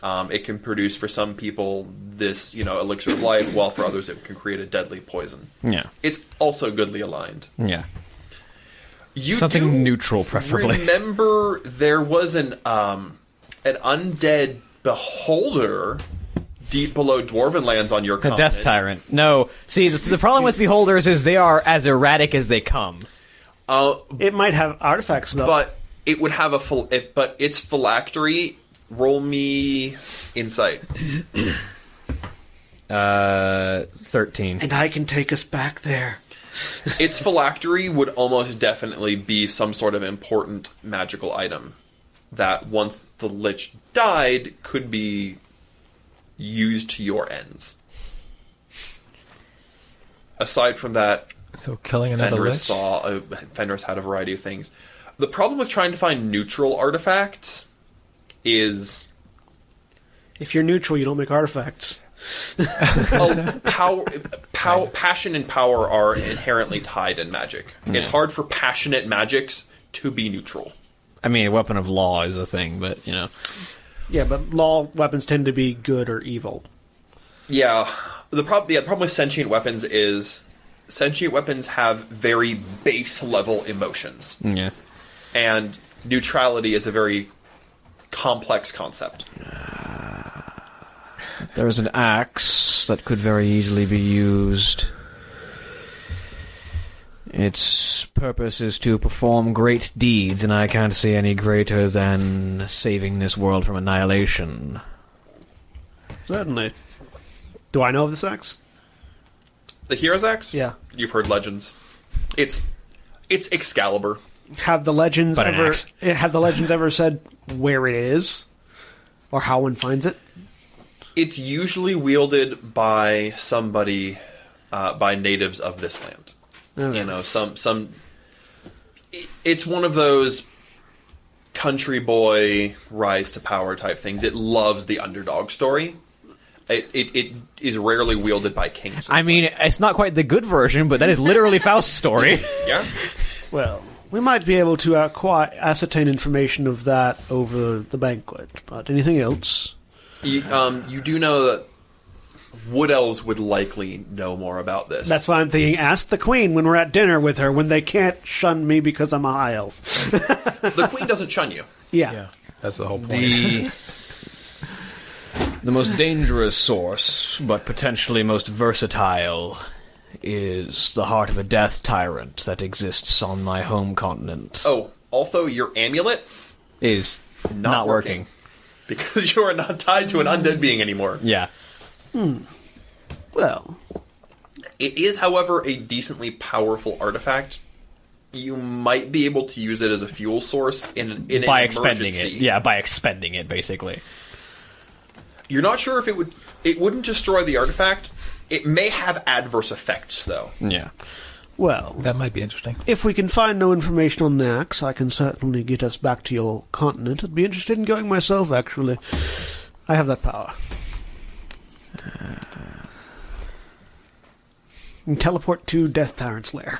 S2: Um, it can produce for some people this, you know, elixir of life, while for others it can create a deadly poison.
S7: Yeah.
S2: It's also goodly aligned.
S7: Yeah.
S2: You
S7: Something
S2: do
S7: neutral, preferably.
S2: Remember, there was an um, an undead beholder deep below Dwarven lands on your
S7: The
S2: continent.
S7: Death Tyrant. No. See, the, the problem with Beholders is they are as erratic as they come.
S2: Uh,
S1: It might have artifacts, though.
S2: but it would have a phil- it, but its phylactery. Roll me insight.
S7: Uh, 13.
S1: and I can take us back there.
S2: its phylactery would almost definitely be some sort of important magical item that once the lich died could be used to your ends. Aside from that,
S4: So killing another
S2: Fenris
S4: lich.
S2: saw uh, Fenris had a variety of things. The problem with trying to find neutral artifacts is
S1: If you're neutral, you don't make artifacts.
S2: oh, power, pow, passion and power are inherently tied in magic. It's hard for passionate magics to be neutral.
S7: I mean, a weapon of law is a thing, but, you know.
S1: Yeah, but law weapons tend to be good or evil.
S2: Yeah, the problem. Yeah, the problem with sentient weapons is sentient weapons have very base level emotions,
S7: Yeah.
S2: and neutrality is a very complex concept.
S6: There is an axe that could very easily be used. Its purpose is to perform great deeds, and I can't see any greater than saving this world from annihilation.
S1: Certainly. Do I know of this axe?
S2: The hero's axe.
S1: Yeah.
S2: you've heard legends. It's it's Excalibur.
S1: Have the legends
S7: But an
S1: ever
S7: axe.
S1: have the legends ever said where it is, or how one finds it?
S2: It's usually wielded by somebody uh, by natives of this land. You know, some some. i- It's one of those country boy rise to power type things. It loves the underdog story. It it, it is rarely wielded by kings.
S7: I mean, it's not quite the good version, but that is literally Faust's story.
S2: yeah.
S1: Well, we might be able to acquire, ascertain information of that over the banquet, but anything else?
S2: You, um, you do know that wood elves would likely know more about this.
S1: That's why I'm thinking ask the queen when we're at dinner with her when they can't shun me because I'm a high elf.
S2: the queen doesn't shun you.
S1: Yeah.
S4: Yeah, that's the whole point.
S6: The the most dangerous source, but potentially most versatile, is the heart of a death tyrant that exists on my home continent.
S2: Oh, also your amulet
S7: is not, working.
S2: because you are not tied to an undead being anymore.
S7: Yeah.
S1: Well,
S2: It is, however, a decently powerful artifact. You might be able to use it as a fuel source in, in
S7: by
S2: an
S7: expending
S2: emergency.
S7: it. Yeah, by expending it, basically.
S2: You're not sure if it would. It wouldn't destroy the artifact. It may have adverse effects, though.
S7: Yeah.
S1: well.
S4: That might be interesting.
S1: If we can find no information on the axe, I can certainly get us back to your continent. I'd be interested in going myself, actually. I have that power. You can teleport to Death Tyrant's lair.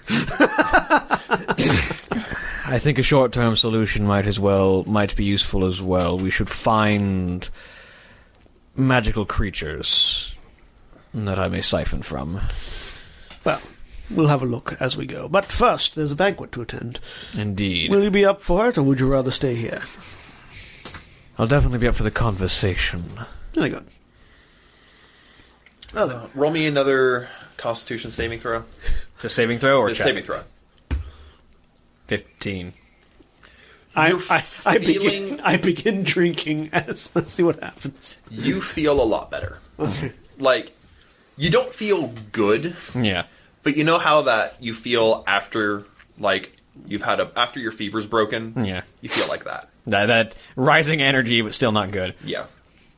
S6: I think a short-term solution might as well might be useful as well. We should find magical creatures that I may siphon from.
S1: Well, we'll have a look as we go. But first, there's a banquet to attend.
S6: Indeed,
S1: Will you be up for it, or would you rather stay here?
S6: I'll definitely be up for the conversation.
S1: Very good. Well, then.
S2: Roll me another Constitution saving throw.
S7: Just saving throw or
S2: It's
S7: check?
S2: saving throw.
S7: Fifteen.
S1: I,
S2: You're
S1: I, I, begin,
S2: feeling-
S1: I begin drinking as let's see what happens.
S2: You feel a lot better. like you don't feel good,
S7: Yeah.
S2: but you know how that you feel after like you've had a after your fever's broken.
S7: Yeah.
S2: you feel like that.
S7: That, that rising energy, but still not good.
S2: Yeah,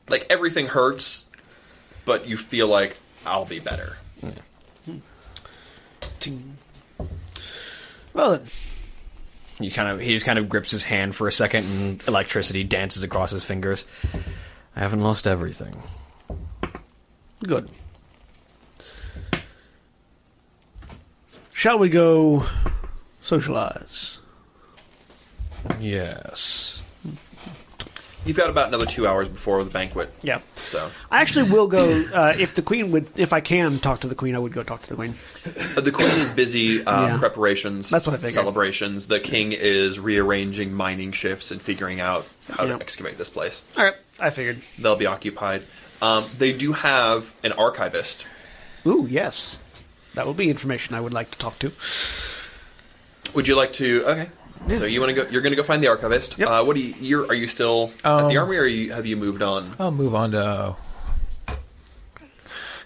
S2: like everything hurts, but you feel like I'll be better.
S1: Ting. Well, then.
S7: He kind of he just kind of grips his hand for a second, and electricity dances across his fingers.
S6: I haven't lost everything.
S1: Good. Shall we go socialize?
S6: Yes.
S2: You've got about another two hours before the banquet.
S1: Yeah.
S2: So
S1: I actually will go uh, if the queen would. If I can talk to the queen, I would go talk to the queen.
S2: Uh, the queen is busy uh,
S1: Yeah.
S2: preparations.
S1: That's what I figured.
S2: Celebrations. The king is rearranging mining shifts and figuring out how
S1: Yeah.
S2: to excavate this place.
S1: All right, I figured.
S2: They'll be occupied. Um, they do have an archivist.
S1: Ooh, yes, that will be information I would like to talk to.
S2: Would you like to? Okay. So you want to go? You're going to go find the archivist.
S1: Yep.
S2: Uh, what do you? You're, are you still at the army, or are you, have you moved on?
S4: I'll move on to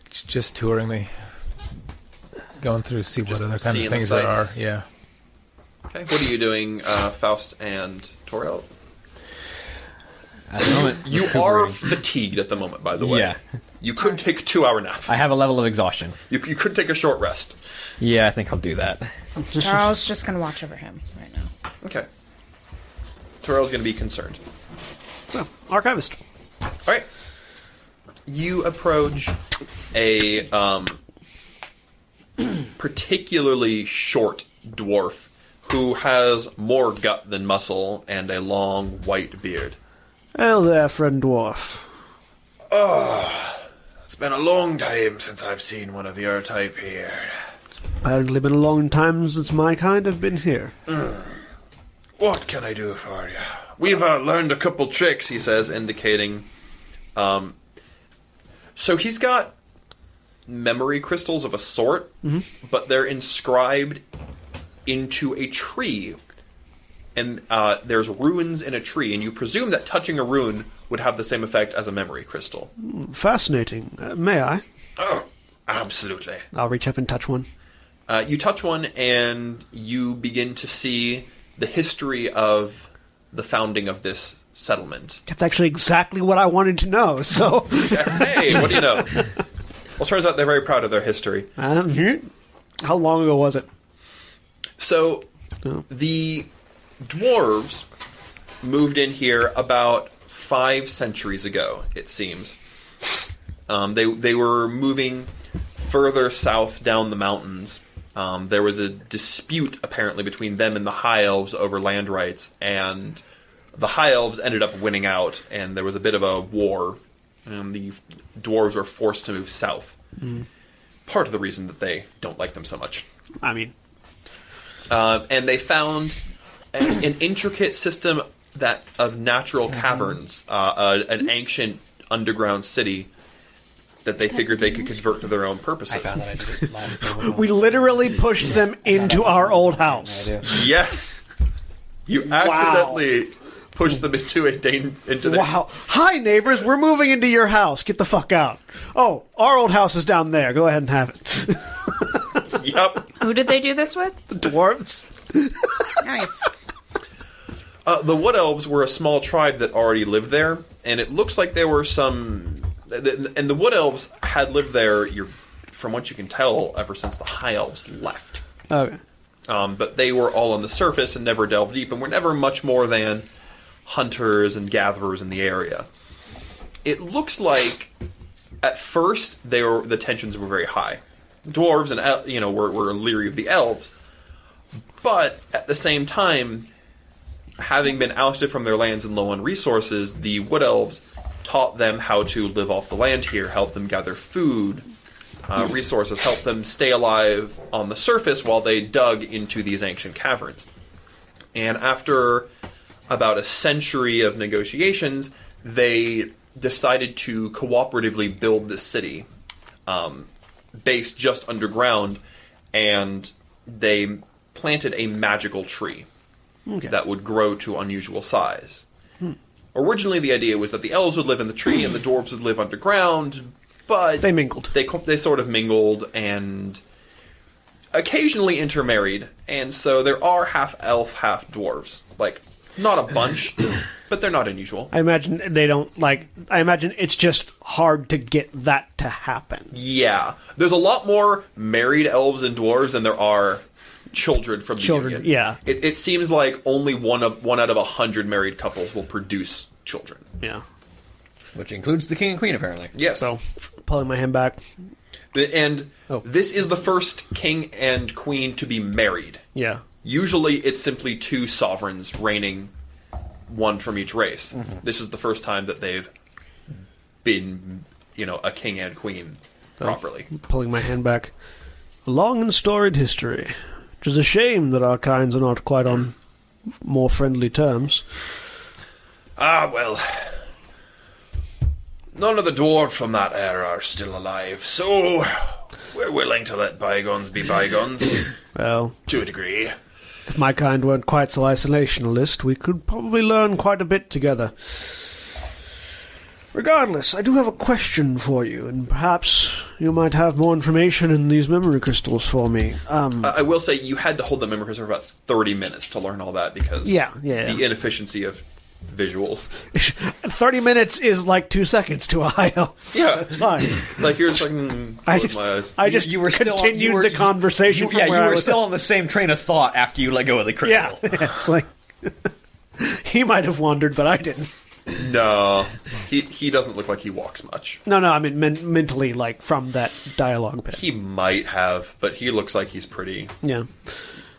S4: it's just touring the going through see what
S2: Just
S4: other kind
S2: seeing
S4: of
S2: the
S4: things there are.
S2: sights.
S4: Yeah.
S2: Okay. What are you doing, uh, Faust and Torel?
S7: At the moment,
S2: You are fatigued at the moment, by the way.
S7: Yeah.
S2: You could take a two-hour nap.
S7: I have a level of exhaustion.
S2: You, you could take a short rest.
S7: Yeah, I think I'll do that.
S5: Charles just gonna watch over him right now.
S2: Okay. Torel's going to be concerned.
S1: So, archivist.
S2: All right. You approach a um, particularly short dwarf who has more gut than muscle and a long white beard.
S1: Hello there, friend dwarf.
S2: It's been a long time since I've seen one of your type here.
S1: Apparently, been a long time since my kind have been here.
S2: What can I do for you? We've uh, learned a couple tricks, he says, indicating. Um, so he's got memory crystals of a sort, but they're inscribed into a tree. And uh, there's ruins in a tree, and you presume that touching a ruin would have the same effect as a memory crystal.
S1: Fascinating. Uh, may I?
S2: Oh, absolutely.
S1: I'll reach up and touch one.
S2: Uh, you touch one, and you begin to see the history of the founding of this settlement.
S1: That's actually exactly what I wanted to know. So,
S2: hey, what do you know? Well, turns out they're very proud of their history.
S1: um, how long ago was it?
S2: So, the dwarves moved in here about five centuries ago, it seems. Um, they they were moving further south down the mountains. Um, there was a dispute apparently between them and the High Elves over land rights, and the High Elves ended up winning out, and there was a bit of a war, and the dwarves were forced to move south. Part of the reason that they don't like them so much.
S1: I mean,
S2: Um, and they found a- an intricate system that of natural caverns, uh, a, an ancient underground city that they figured they could convert to their own purposes.
S4: I did it last
S1: we literally pushed them into our old house.
S2: Yes, you accidentally pushed them into a dan- into the
S1: Wow. Hi, neighbors. We're moving into your house. Get the fuck out. Oh, our old house is down there. Go ahead and have it.
S2: Yep.
S5: Who did they do this with?
S1: Dwarves.
S5: Nice.
S2: Uh, the Wood Elves were a small tribe that already lived there, and it looks like there were some. th- th- And the Wood Elves had lived there, you're, from what you can tell, ever since the High Elves left.
S1: Okay.
S2: um, but they were all on the surface and never delved deep and were never much more than hunters and gatherers in the area. It looks like At first, they were the tensions were very high. Dwarves and el- you know were, were leery of the elves, but at the same time, having been ousted from their lands and low on resources, the wood elves taught them how to live off the land here, help them gather food, uh, resources, help them stay alive on the surface while they dug into these ancient caverns. And after about a century of negotiations, they decided to cooperatively build this city um, base just underground, and they planted a magical tree
S1: Okay. Hmm.
S2: that would grow to unusual size. Originally, the idea was that the elves would live in the tree and the dwarves would live underground, but
S1: They mingled.
S2: They co- they sort of mingled and occasionally intermarried, and so there are half elf, half dwarves. Like not a bunch, but they're not unusual.
S1: I imagine they don't like. I imagine it's just hard to get that to happen.
S2: Yeah, there's a lot more married elves and dwarves than there are children from the
S1: Children,
S2: Union.
S1: yeah.
S2: It, it seems like only one of one out of a hundred married couples will produce children.
S1: Yeah.
S3: which includes the king and queen apparently.
S2: Yes.
S1: So, pulling my hand back.
S2: And
S1: Oh.
S2: this is the first king and queen to be married.
S1: Yeah.
S2: Usually it's simply two sovereigns reigning one from each race.
S1: Mm-hmm.
S2: This is the first time that they've been, you know, a king and queen
S1: Oh.
S2: properly.
S1: Pulling my hand back. A long and storied history. It is a shame that our kinds are not quite on more friendly terms.
S2: Ah, well. None of the dwarves from that era are still alive, so we're willing to let bygones be bygones
S1: Well,
S2: to a degree.
S1: if my kind weren't quite so isolationalist, we could probably learn quite a bit together. Regardless, I do have a question for you, and perhaps you might have more information in these memory crystals for me. Um,
S2: I I will say you had to hold that memory crystal for about 30 minutes to learn all that because
S1: Yeah, yeah,
S2: the
S1: yeah.
S2: inefficiency of visuals.
S1: 30 minutes is like two seconds to a high elf.
S2: Yeah.
S1: It's fine.
S2: It's like you're just like, mm,
S1: I
S2: close
S1: just,
S2: my eyes.
S1: I just
S3: you were still on-
S1: continued
S3: you were-
S1: the conversation
S3: You,
S1: from
S3: yeah, you
S1: where I
S3: were
S1: was
S3: still on the same train of thought after you let go of the
S1: Yeah,
S3: crystal.
S1: it's like he might have wandered, but I didn't.
S2: No, he he doesn't look like he walks much.
S1: No, no, I mean men- mentally, like from that dialogue bit.
S2: He might have, but he looks like he's pretty.
S1: yeah,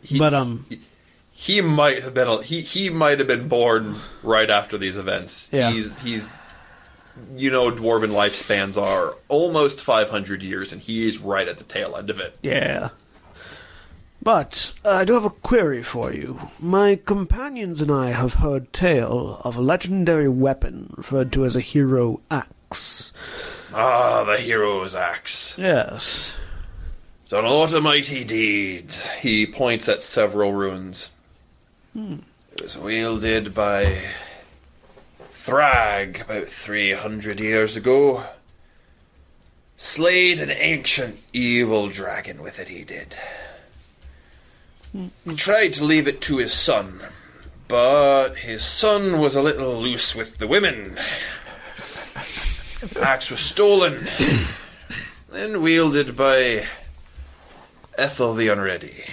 S2: He,
S1: but um,
S2: he might have been he he might have been born right after these events.
S1: Yeah.
S2: He's he's you know dwarven lifespans are almost 500 years and he's right at the tail end of it.
S1: yeah. But uh, I do have a query for you. My companions and I have heard tale of a legendary weapon referred to as a hero axe.
S2: Ah, the hero's axe.
S1: Yes.
S2: It's an lot of mighty deeds. He points at several runes. It was wielded by Thrag about 300 years ago. Slayed an ancient evil dragon with it, he did. He tried to leave it to his son, but his son was a little loose with the women. Axe was stolen, then wielded by Ethel the Unready.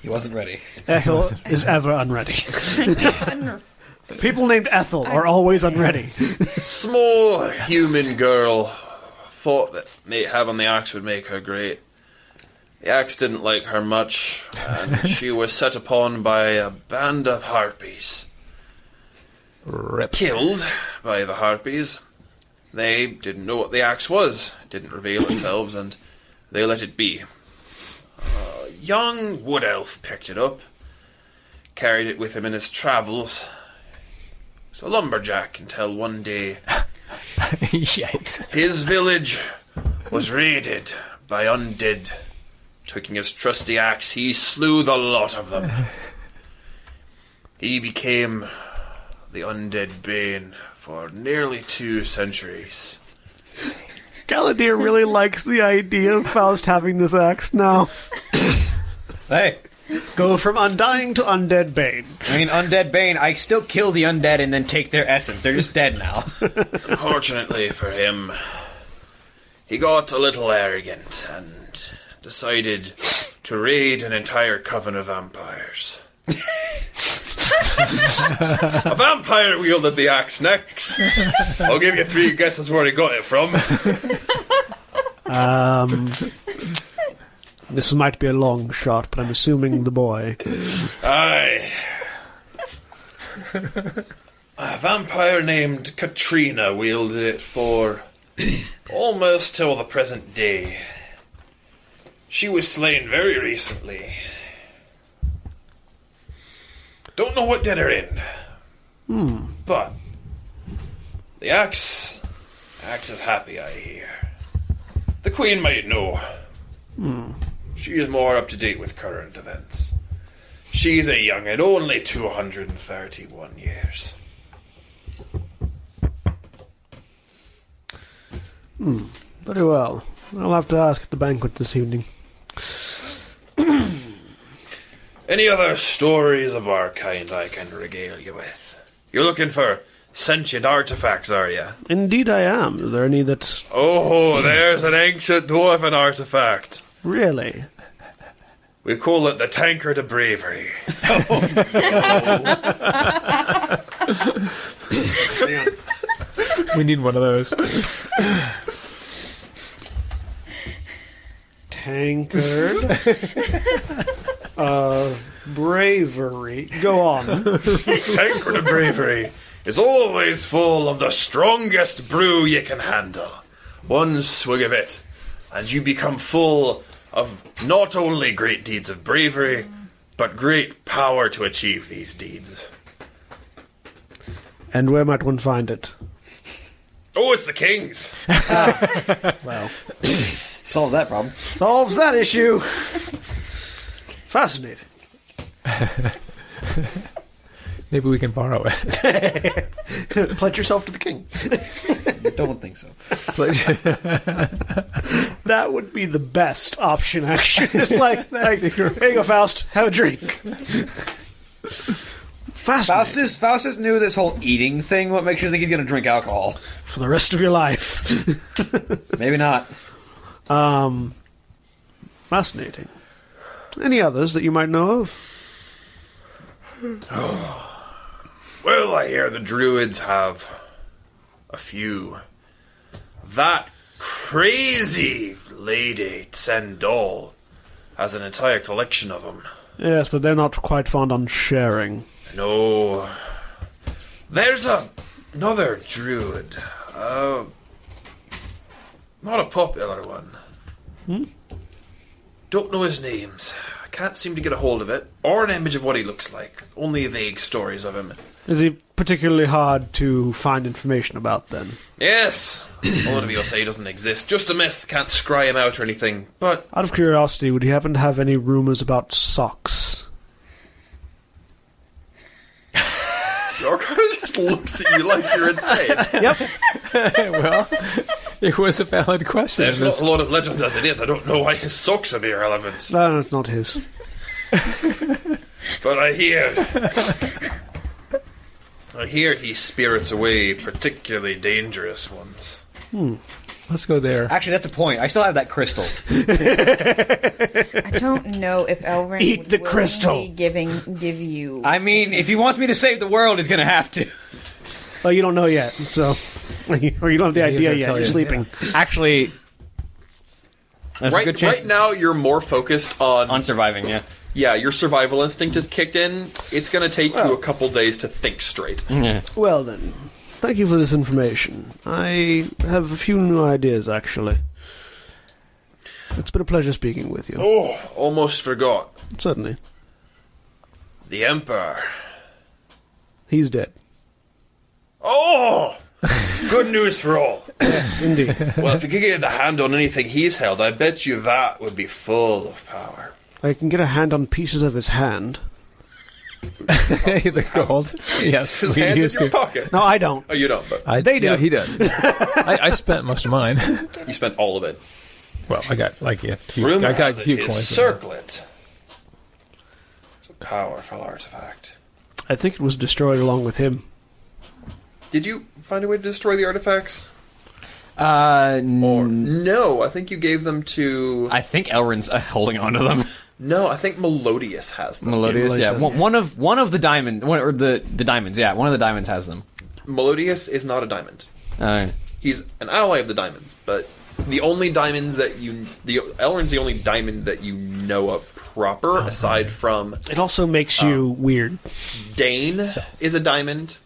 S3: He wasn't ready.
S1: Ethel is ever unready. People named Ethel are always unready.
S2: Small human girl thought that may- having the axe would make her great. The axe didn't like her much, and she was set upon by a band of harpies.
S4: Rip.
S2: Killed by the harpies. They didn't know what the axe was, it didn't reveal themselves, and they let it be. A young wood elf picked it up, carried it with him in his travels. He was a lumberjack until one day
S4: Yikes.
S2: His village was raided by undead. Taking his trusty axe, he slew the lot of them. He became the undead Bane for nearly two centuries.
S1: Galadir really likes the idea of Faust having this axe now.
S3: Hey,
S1: Go from undying to undead bane.
S3: I mean, undead Bane, I still kill the undead and then take their essence. They're just dead now.
S2: Fortunately for him, he got a little arrogant and decided to raid an entire coven of vampires. A vampire wielded the axe next. I'll give you three guesses where he got it from.
S1: This might be a long shot, but I'm assuming the boy.
S2: Aye. A vampire named Katrina wielded it for almost till the present day. She was slain very recently. Don't know what did her in. Hmm. But the axe axe is happy, I hear. The Queen might know. Hmm. She is more up to date with current events. She's a young and only 231 years.
S1: Very well. I'll have to ask at the banquet this evening.
S2: Any other stories of our kind I can regale you with? You're looking for sentient artifacts, are you?
S1: Indeed, I am. Is there any that
S2: Oh, there's an ancient dwarven artifact.
S1: really?
S2: We call it the Tankard of Bravery.
S4: We need one of those.
S1: Tankard of Uh, bravery. Go on.
S2: Tankard of Bravery is always full of the strongest brew you can handle. One swig of it, and you become full of not only great deeds of bravery, but great power to achieve these deeds.
S1: And where might one find it?
S2: Oh, it's the king's!
S7: Solves that problem.
S1: Solves that issue. Fascinating.
S4: Maybe we can borrow it.
S1: Pledge yourself to the king.
S7: Don't think so.
S1: That would be the best option, actually. It's like, like here you go, Faust. Have a drink. Fascinating.
S7: Faustus, Faustus knew this whole eating thing. What makes you think he's going to drink alcohol?
S1: For the rest of your life.
S7: Maybe not.
S1: Fascinating. Any others that you might know of?
S2: Well, I hear the druids have a few. That crazy lady Sendol has an entire collection of them.
S1: Yes, but they're not quite fond on sharing.
S2: No, there's a, another druid. Uh, not a popular one. Hmm? Don't know his names. I can't seem to get a hold of it or an image of what he looks like. Only vague stories of him.
S1: Is he particularly hard to find information about then?
S2: Yes. Olivio say he doesn't exist. Just a myth. Can't scry him out or anything. But
S1: Out of curiosity, would you happen to have any rumors about socks?
S2: Yorkos just looks at you like you're insane.
S4: well, it was a valid question.
S2: There's not a lot of legends as it is. I don't know why his socks would be relevant.
S1: No, no, it's not his.
S2: But I hear. I hear he spirits away particularly dangerous ones.
S4: Let's go there.
S7: Actually, that's a point. I still have that crystal.
S5: I don't know if Elrin
S1: Eat
S5: would
S1: the
S5: willingly
S1: crystal.
S5: giving give you.
S7: I mean, if he wants me to save the world, he's going to have to.
S1: Well, you don't know yet, so. Or you don't have the
S4: he
S1: idea
S4: doesn't
S1: yet.
S4: tell
S1: You're
S4: you.
S1: sleeping.
S7: Actually, there's a good
S2: Right,
S7: chance
S2: right now, you're more focused on,
S7: on surviving. Yeah.
S2: yeah. Your survival instinct is kicked in. It's going to take you a couple days to think straight.
S1: Well, then. Thank you for this information. I have a few new ideas, actually. It's been a pleasure speaking with you.
S2: Oh, almost forgot
S1: Certainly.
S2: the emperor.
S1: He's dead.
S2: Oh, good news for all.
S1: Yes, indeed.
S2: Well, if you could get a hand on anything he's held, I bet you that would be full of power.
S1: I can get a hand on pieces of his hand.
S4: the gold. Yes,
S2: His
S4: we
S2: hand in
S4: used
S2: your
S4: to.
S2: pocket.
S1: No, I don't.
S2: Oh, you don't, but
S4: I,
S1: They do.
S4: Yeah, he did. I, I spent most of mine.
S2: you spent all of it.
S4: Well, I got like a few.
S2: Rumor
S4: I got
S2: has
S4: a
S2: it
S4: few
S2: his
S4: coins.
S2: circlet. It's a powerful artifact.
S1: I think it was destroyed along with him.
S2: Did you find a way to destroy the artifacts?
S7: Uh, n-
S2: No, I think you gave them to.
S7: I think Elrin's uh, holding on to them.
S2: No, I think Melodius has them.
S7: Melodious, yeah.
S4: Melodious,
S7: One,
S4: yeah.
S7: one of one of the diamond, one or the the diamonds, yeah. One of the diamonds has them.
S2: Melodius is not a diamond.
S7: Uh,
S2: He's an ally of the diamonds, but the only diamonds that you the Elrond's the only diamond that you know of proper, aside from
S1: It also makes you weird.
S2: Dane is a diamond.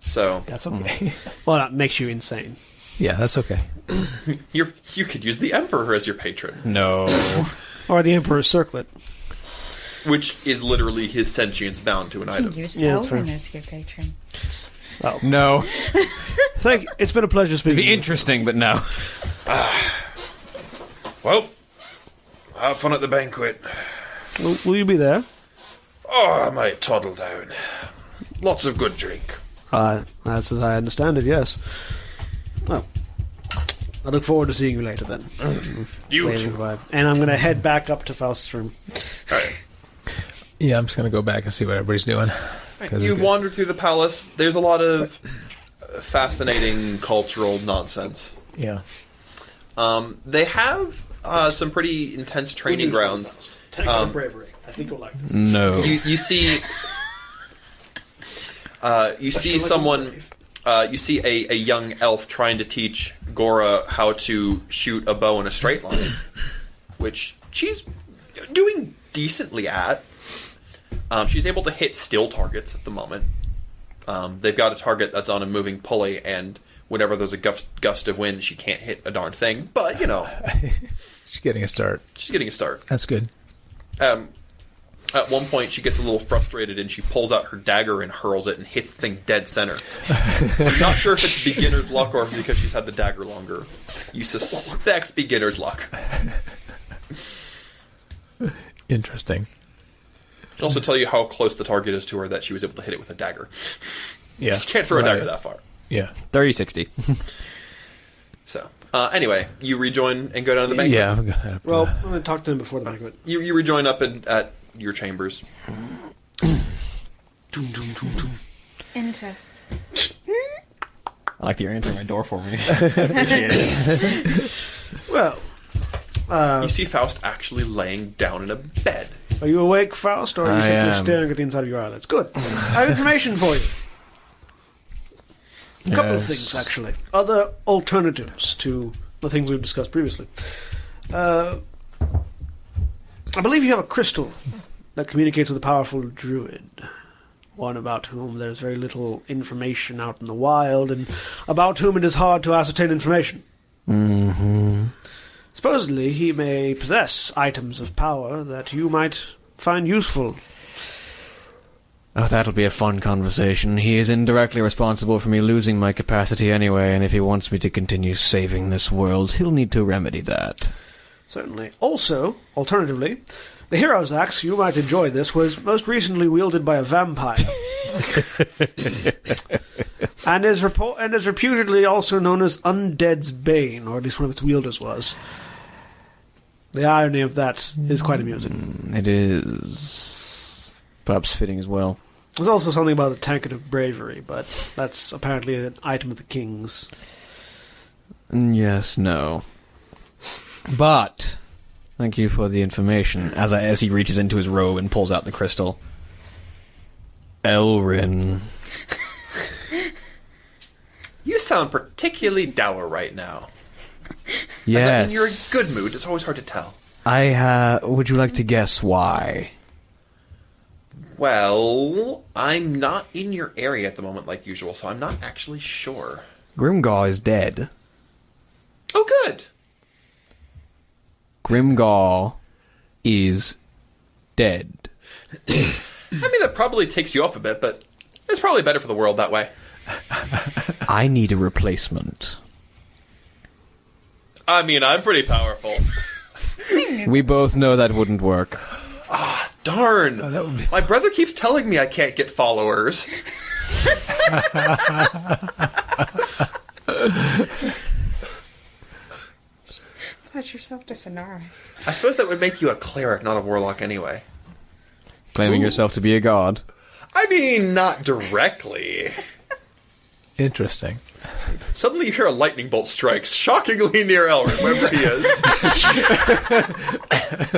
S2: So
S4: That's okay.
S1: Well, that makes you insane.
S4: yeah, that's okay.
S2: you you could use the Emperor as your patron,
S7: no,
S1: Or the Emperor's Circlet.
S2: which is literally his sentience bound to an
S8: You
S2: item.
S8: used
S1: Yeah,
S8: yeah,
S1: that's fair.
S8: Elwin as your patron.
S7: no.
S1: Thank you. It's been a pleasure speaking.
S7: Be
S1: to you.
S7: interesting, but no.
S2: Well, have fun at the banquet.
S1: Will, will you be there?
S2: Oh, I might toddle down. Lots of good drink.
S1: Uh, that's as I understand it, yes. Well, I look forward to seeing you later then.
S2: You
S1: Waving goodbye. And I'm going to head back up to Faust's room.
S4: Yeah, I'm just gonna go back and see what everybody's doing. 'Cause
S2: You
S4: it's
S2: wander through the palace. There's a lot of fascinating cultural nonsense.
S4: good. Yeah.
S2: Um, they have uh, some pretty intense training grounds.
S1: Take
S2: Um,
S1: bravery. I think you'll like this.
S7: No.
S2: You, you see, uh, you see someone. Uh, you see a, a young elf trying to teach Gora how to shoot a bow in a straight line, which she's doing decently at. Um, she's able to hit still targets at the moment. Um, they've got a target that's on a moving pulley, and whenever there's a gust, gust of wind, she can't hit a darn thing. But you know,
S4: She's getting a start.
S2: she's getting a start.
S4: That's good.
S2: Um, at one point, she gets a little frustrated and she pulls out her dagger and hurls it and hits the thing dead center. I'm not sure if it's beginner's luck or because she's had the dagger longer. You suspect beginner's luck.
S4: Interesting.
S2: She'll also tell you how close the target is to her that she was able to hit it with a dagger.
S4: Yeah.
S2: She can't throw a
S4: Right.
S2: dagger that far.
S4: Yeah.
S7: 30 60.
S2: So, uh, anyway, you rejoin and go down to the bank.
S4: Yeah. I'm gonna-
S1: Well, I'm going to talk to him before the banquet.
S2: You, you rejoin up in, at your chambers.
S8: Enter.
S7: I like that you're answering my door for me.
S1: Well,
S2: you see Faust actually laying down in a bed.
S1: are you awake, Faust, or are you
S6: I
S1: simply
S6: am.
S1: staring at the inside of your eyelids? Good. I have information for you. A couple of
S6: Yes.
S1: things, actually. Other alternatives to the things we've discussed previously. Uh, I believe you have a crystal that communicates with a powerful druid, one about whom there's very little information out in the wild, and about whom it is hard to ascertain information. Supposedly, he may possess items of power that you might find useful.
S6: Oh, that'll be a fun conversation. He is indirectly responsible for me losing my capacity anyway, and if he wants me to continue saving this world, he'll need to remedy that.
S1: Certainly. Also, alternatively, the Hero's Axe, you might enjoy this, was most recently wielded by a vampire. and is report and is reputedly also known as Undead's Bane, or at least one of its wielders was. The irony of that is quite amusing.
S6: It is perhaps fitting as well.
S1: There's also something about a tankard of bravery, but that's apparently an item of the king's.
S6: Mm, Yes, no. But thank you for the information.
S7: as, I, as he reaches into his robe and pulls out the crystal.
S6: Elrin.
S2: You sound particularly dour right now. Does that
S6: Yes.
S2: mean you're in good mood? It's always hard to tell.
S6: I uh, would you like to guess why?
S2: Well, I'm not in your area at the moment like usual, so I'm not actually sure.
S6: Grimgar is dead.
S2: Oh, good.
S6: Grimgar is dead.
S2: I mean, that probably takes you off a bit, but it's probably better for the world that way.
S6: I need a replacement.
S2: I mean, I'm pretty powerful.
S6: We both know that wouldn't work.
S2: Ah, Darn. My brother keeps telling me I can't get followers.
S8: Pledge yourself to Sonaris.
S2: I suppose that would make you a cleric, not a warlock, anyway.
S6: Claiming yourself to be a god.
S2: I mean, not directly.
S4: Interesting.
S2: Suddenly you hear a lightning bolt strike shockingly near Elrin, wherever he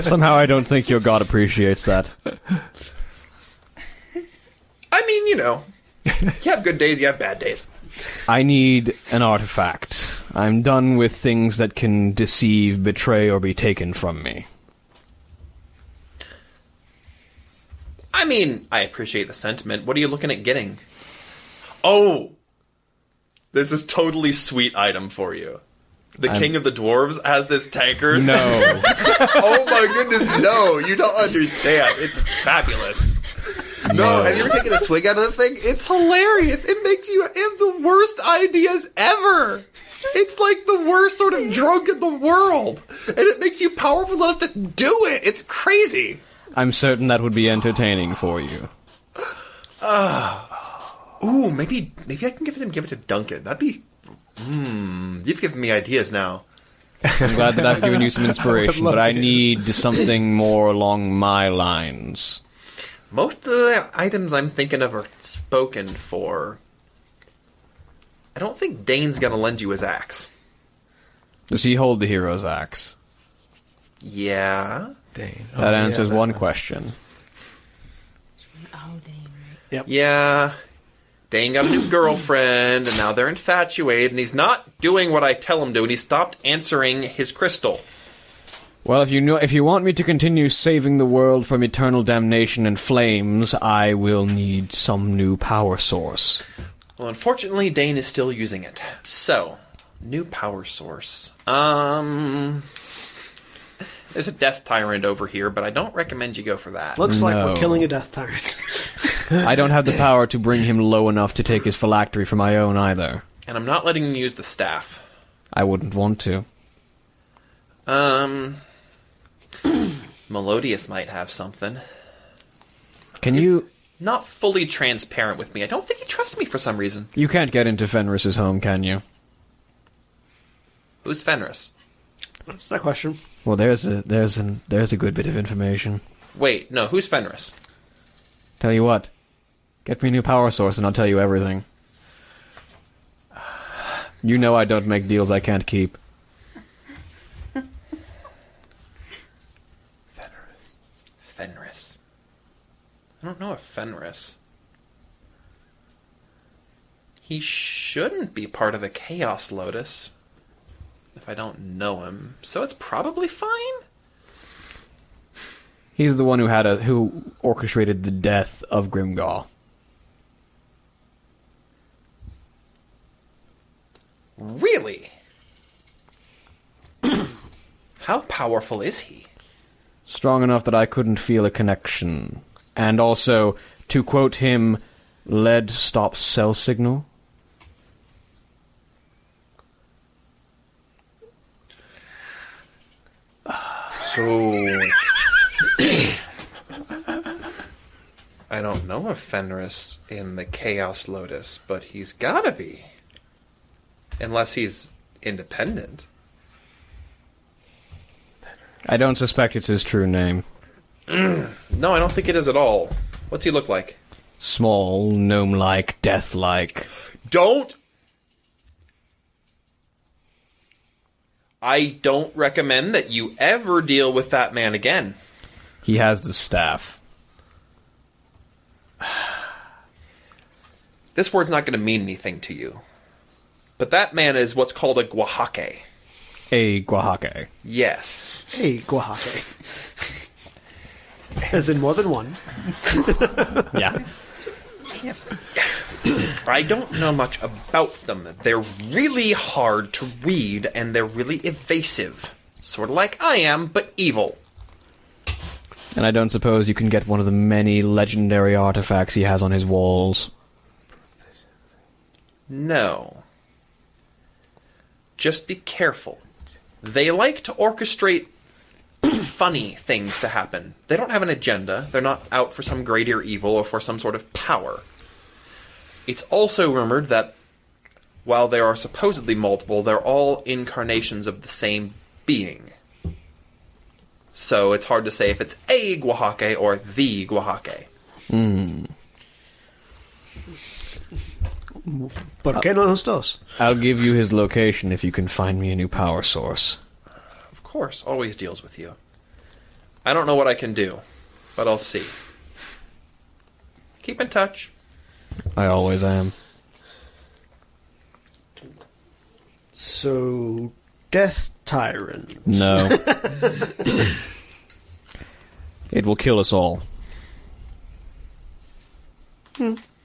S2: is.
S3: Somehow I don't think your god appreciates that.
S2: I mean, you know, you have good days, you have bad days.
S3: I need an artifact. I'm done with things that can deceive, betray, or be taken from me.
S2: I mean, I appreciate the sentiment. What are you looking at getting? Oh, there's this totally sweet item for you. The king of the dwarves has this tankard.
S3: No.
S2: oh my goodness, no! You don't understand. It's fabulous. No, have you ever taken a swig out of the thing? It's hilarious. It makes you have the worst ideas ever. It's like the worst sort of drug in the world, and it makes you powerful enough to do it. It's crazy.
S3: I'm certain that would be entertaining for you.
S2: Ooh, maybe maybe I can give it and give it to Duncan. That'd be. Mmm. You've given me ideas now.
S3: I'm glad that I've given you some inspiration,
S4: love
S3: but I
S4: to do
S3: need something more along my lines.
S2: Most of the items I'm thinking of are spoken for. I don't think Dane's gonna lend you his axe.
S3: Does he hold the hero's axe?
S2: Yeah.
S4: Dane. Oh,
S3: That
S4: yeah,
S3: answers
S4: that
S3: one question.
S9: Oh, dang.
S2: Yeah. Dane got a new girlfriend, and now they're infatuated, and he's not doing what I tell him to, and he stopped answering his crystal.
S3: Well, if you know, if you want me to continue saving the world from eternal damnation and flames, I will need some new power source.
S2: Well, unfortunately, Dane is still using it. So, new power source. Um. There's a death tyrant over here, but I don't recommend you go for that.
S1: Looks like we're
S3: No.
S1: killing a death tyrant.
S3: I don't have the power to bring him low enough to take his phylactery for my own either.
S2: And I'm not letting you use the staff.
S3: I wouldn't want to.
S2: Um. Melodius might have something.
S3: Can you?
S2: Not fully transparent with me. I don't think he trusts me for some reason.
S3: You can't get into Fenris's home, can you?
S2: Who's Fenris?
S1: That's that question.
S3: Well, there's a there's an there's a good bit of information.
S2: Wait, no, who's Fenris?
S3: Tell you what, get me a new power source, and I'll tell you everything. You know I don't make deals I can't keep.
S2: Fenris. I don't know if Fenris. He shouldn't be part of the Chaos Lotus. If I don't know him. So it's probably fine?
S3: He's the one who had a who orchestrated the death of Grimgall.
S2: Really? How powerful is he?
S3: Strong enough that I couldn't feel a connection. And also, to quote him, lead stops cell signal.
S2: So. I don't know if Fenris in the Chaos Lotus, but he's gotta be. Unless he's independent.
S3: I don't suspect it's his true name.
S2: No, I don't think it is at all. What's he look like?
S3: Small, gnome like, death like.
S2: Don't. I don't recommend that you ever deal with that man again.
S3: He has the staff.
S2: This word's not going to mean anything to you. But that man is what's called a Guahake.
S3: A Guahake.
S2: Yes.
S1: Hey, Guahake. As in more than one.
S3: Yeah.
S2: I don't know much about them. They're really hard to read and they're really evasive. Sort of like I am, but evil.
S3: and I don't suppose you can get one of the many legendary artifacts he has on his walls.
S2: No. Just be careful. They like to orchestrate funny things to happen. They don't have an agenda. They're not out for some greater evil or for some sort of power. It's also rumored that while there are supposedly multiple, they're all incarnations of the same being. So it's hard to say if it's a Guahake or the Guahake. Ah.
S1: But qué no nos dos?
S6: I'll give you his location if you can find me a new power source.
S2: Of course, always deals with you. I don't know what I can do, but I'll see. Keep in touch.
S6: I always am.
S1: So, Death Tyrant.
S6: No. it will kill us all.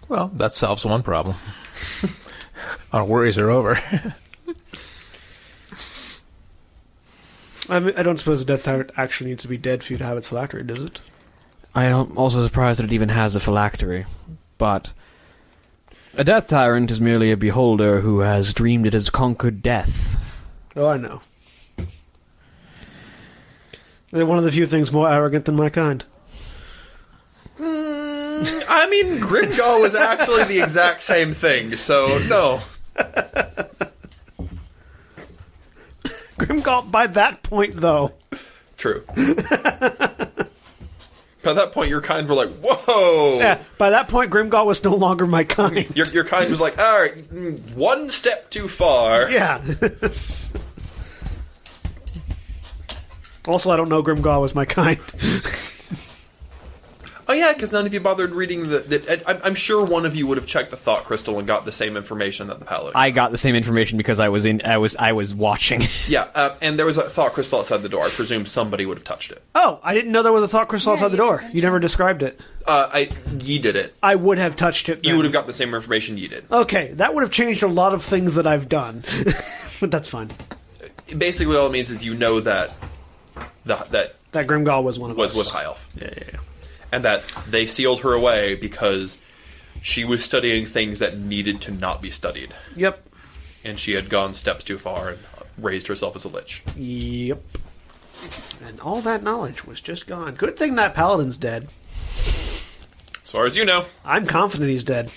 S4: Well, that solves one problem. Our worries are over.
S1: I, mean, I don't suppose a Death Tyrant actually needs to be dead for you to have its phylactery, does it?
S6: I am also surprised that it even has a phylactery, but a death tyrant is merely a beholder who has dreamed it has conquered death.
S1: Oh, I know. They're one of the few things more arrogant than my kind.
S2: I mean, Grimgo is actually the exact same thing, so no.
S1: Grimgalt, by that point, though,
S2: True. By that point, your kind were like, whoa!
S1: yeah, by that point, Grimgalt was no longer my kind.
S2: Your, your kind was like, all right, mm, one step too far.
S1: Yeah. also, I don't know Grimgalt was my kind.
S2: Oh, yeah, because none of you bothered reading the. the I, I'm- I'm sure one of you would have checked the Thought Crystal and got the same information that the Paladin.
S7: I got the same information because I was in. I was. I was watching.
S2: yeah, uh, and there was a Thought Crystal outside the door. I presume somebody would have touched it.
S1: Oh, I didn't know there was a thought crystal
S8: Yeah,
S1: outside the
S8: you
S1: door.
S8: didn't
S1: You never described it.
S2: Uh, I, ye did it.
S1: I would have touched it.
S2: You
S1: then.
S2: would have got the same information ye did.
S1: Okay, that would have changed a lot of things that I've done. but that's fine.
S2: Basically, all it means is you know that the, that
S1: That Grimgall was one of
S2: was
S1: us.
S2: was high elf,
S1: Yeah, yeah, yeah.
S2: and that they sealed her away because she was studying things that needed to not be studied,
S1: Yep.
S2: and she had gone steps too far and raised herself as a lich.
S1: Yep. And all that knowledge was just gone. Good thing that paladin's dead.
S2: As far as you know,
S1: I'm confident he's dead.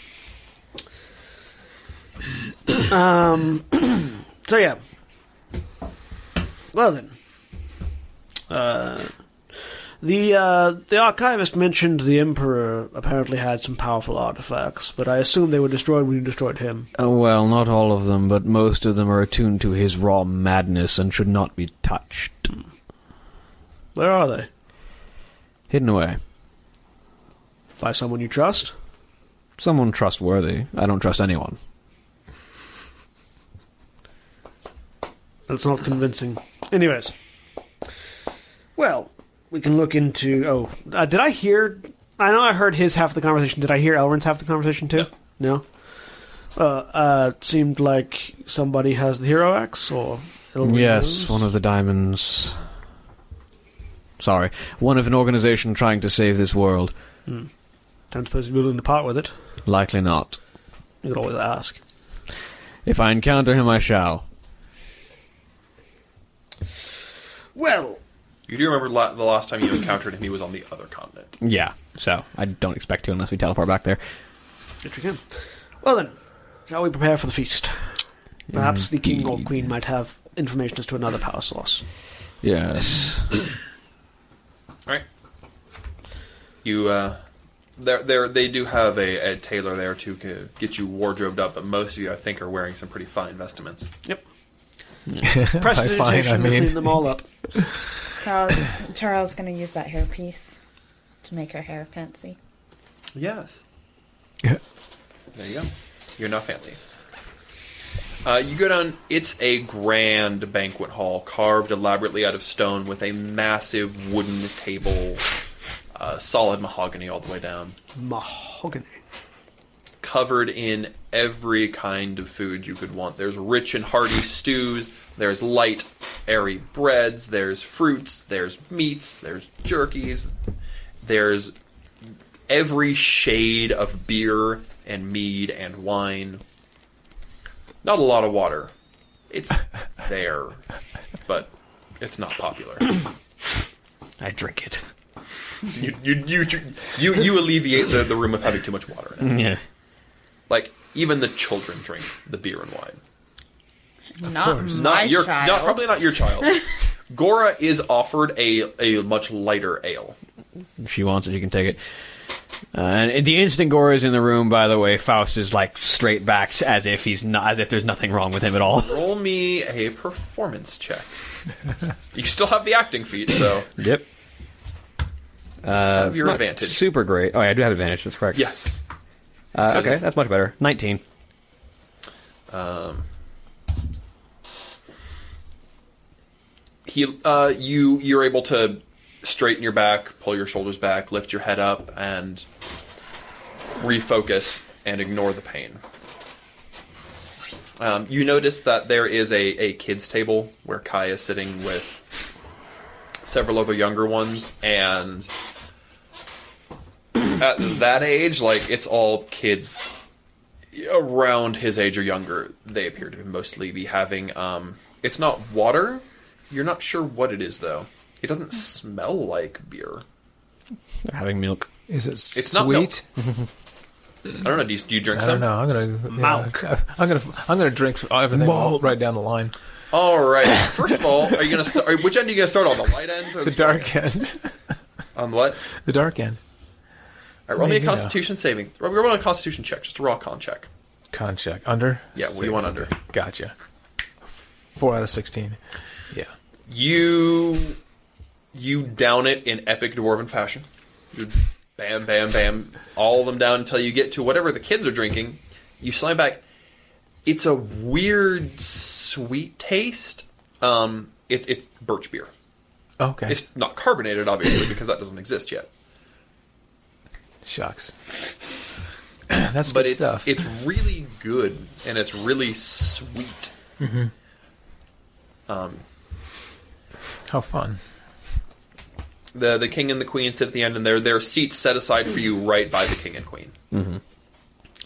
S1: Um. Um, so yeah. Well then, uh, the uh, the archivist mentioned the emperor apparently had some powerful artifacts, but I assume they were destroyed when you destroyed him.
S6: Oh, well, not all of them, but most of them are attuned to his raw madness and should not be touched.
S1: Where are they?
S6: Hidden away.
S1: By someone you trust?
S6: Someone trustworthy. I don't trust anyone.
S1: That's not convincing. Anyways, well, we can look into. Oh, uh, did I hear? I know I heard his half the conversation. Did I hear Elrin's half the conversation too? No. Uh, uh, it seemed like somebody has the hero axe, or Elrin
S6: Yes,
S1: knows.
S6: one of the diamonds. Sorry, one of an organization trying to save this world.
S1: Don't suppose you're willing to part with it.
S6: Likely not.
S1: You could always ask.
S6: If I encounter him, I shall.
S1: Well,
S2: you do remember la- the last time you encountered him, he was on the other continent.
S7: yeah. So I don't expect to unless we teleport back there.
S1: if we can. Well then, shall we prepare for the feast? Perhaps the king or queen might have information as to another power source.
S6: Yes.
S2: All right. You, uh, there, there, they do have a, a tailor there to g- get you wardrobed up, but most of you, I think, are wearing some pretty fine vestiments.
S1: Yep.
S4: By
S1: Prestidigitation
S4: fine, I
S1: will clean
S4: mean.
S1: them all up.
S8: Tarl, Tarl's gonna use that hairpiece to make her hair fancy.
S2: Yes. There you go. You're not fancy. Uh, you go down. It's a grand banquet hall, carved elaborately out of stone, with a massive wooden table, uh, solid mahogany all the way down.
S1: Mahogany.
S2: covered in every kind of food you could want. There's rich and hearty stews, there's light, airy breads, there's fruits, there's meats, there's jerkies, there's every shade of beer and mead and wine. Not a lot of water. It's there, but it's not popular.
S7: I drink it.
S2: You you you you, you alleviate the, the room of having too much water in it.
S7: Yeah.
S2: Like even the children drink the beer and wine.
S8: Not my
S2: Not your
S8: child.
S2: not probably not your child. Gora is offered a a much lighter ale.
S7: If she wants it, she can take it. Uh, and the instant Gore is in the room, by the way, Faust is like straight back as if he's not, as if there's nothing wrong with him at all.
S2: Roll me a performance check. you still have the acting feat, so
S7: Yep.
S2: have
S7: Uh, It's
S2: your
S7: not
S2: advantage.
S7: Super great. Oh, yeah, I do have advantage. That's correct.
S2: yes.
S7: Uh, okay, that's much better. 19.
S2: he uh, you you're able to straighten your back, pull your shoulders back, lift your head up, and refocus and ignore the pain. Um, you notice that there is a, a kids table where Kai is sitting with several other younger ones, and at that age, like it's all kids around his age or younger. They appear to be mostly be having. Um, it's not water. You're not sure what it is though. It doesn't smell like beer.
S7: They're having milk.
S4: Is it
S2: It's not
S4: sweet?
S2: I don't know. Do you, do you drink
S4: I
S2: some?
S4: don't know. I'm gonna yeah, I'm gonna I'm gonna drink everything right down the line.
S2: All right. First of all, are you gonna start? Which end are you gonna start on? The light end? Or
S4: The dark end.
S2: On what?
S4: the dark end.
S2: All right. Roll me a
S4: Maybe not.
S2: Constitution saving. Roll, roll me a Constitution check. Just a raw con check.
S4: Con check under.
S2: Yeah, what do you want under?
S4: Gotcha. Four out of sixteen. Yeah.
S2: You you down it in epic dwarven fashion. You bam, bam, bam, all of them down until you get to whatever the kids are drinking. You slide back. It's a weird sweet taste. Um, it's it's birch beer.
S4: Okay.
S2: It's not carbonated, obviously, because that doesn't exist yet.
S4: Shucks. That's
S2: but
S4: good
S2: it's
S4: stuff.
S2: it's really good and it's really sweet.
S4: How fun.
S2: The the king and the queen sit at the end, and there there are seats set aside for you right by the king and queen.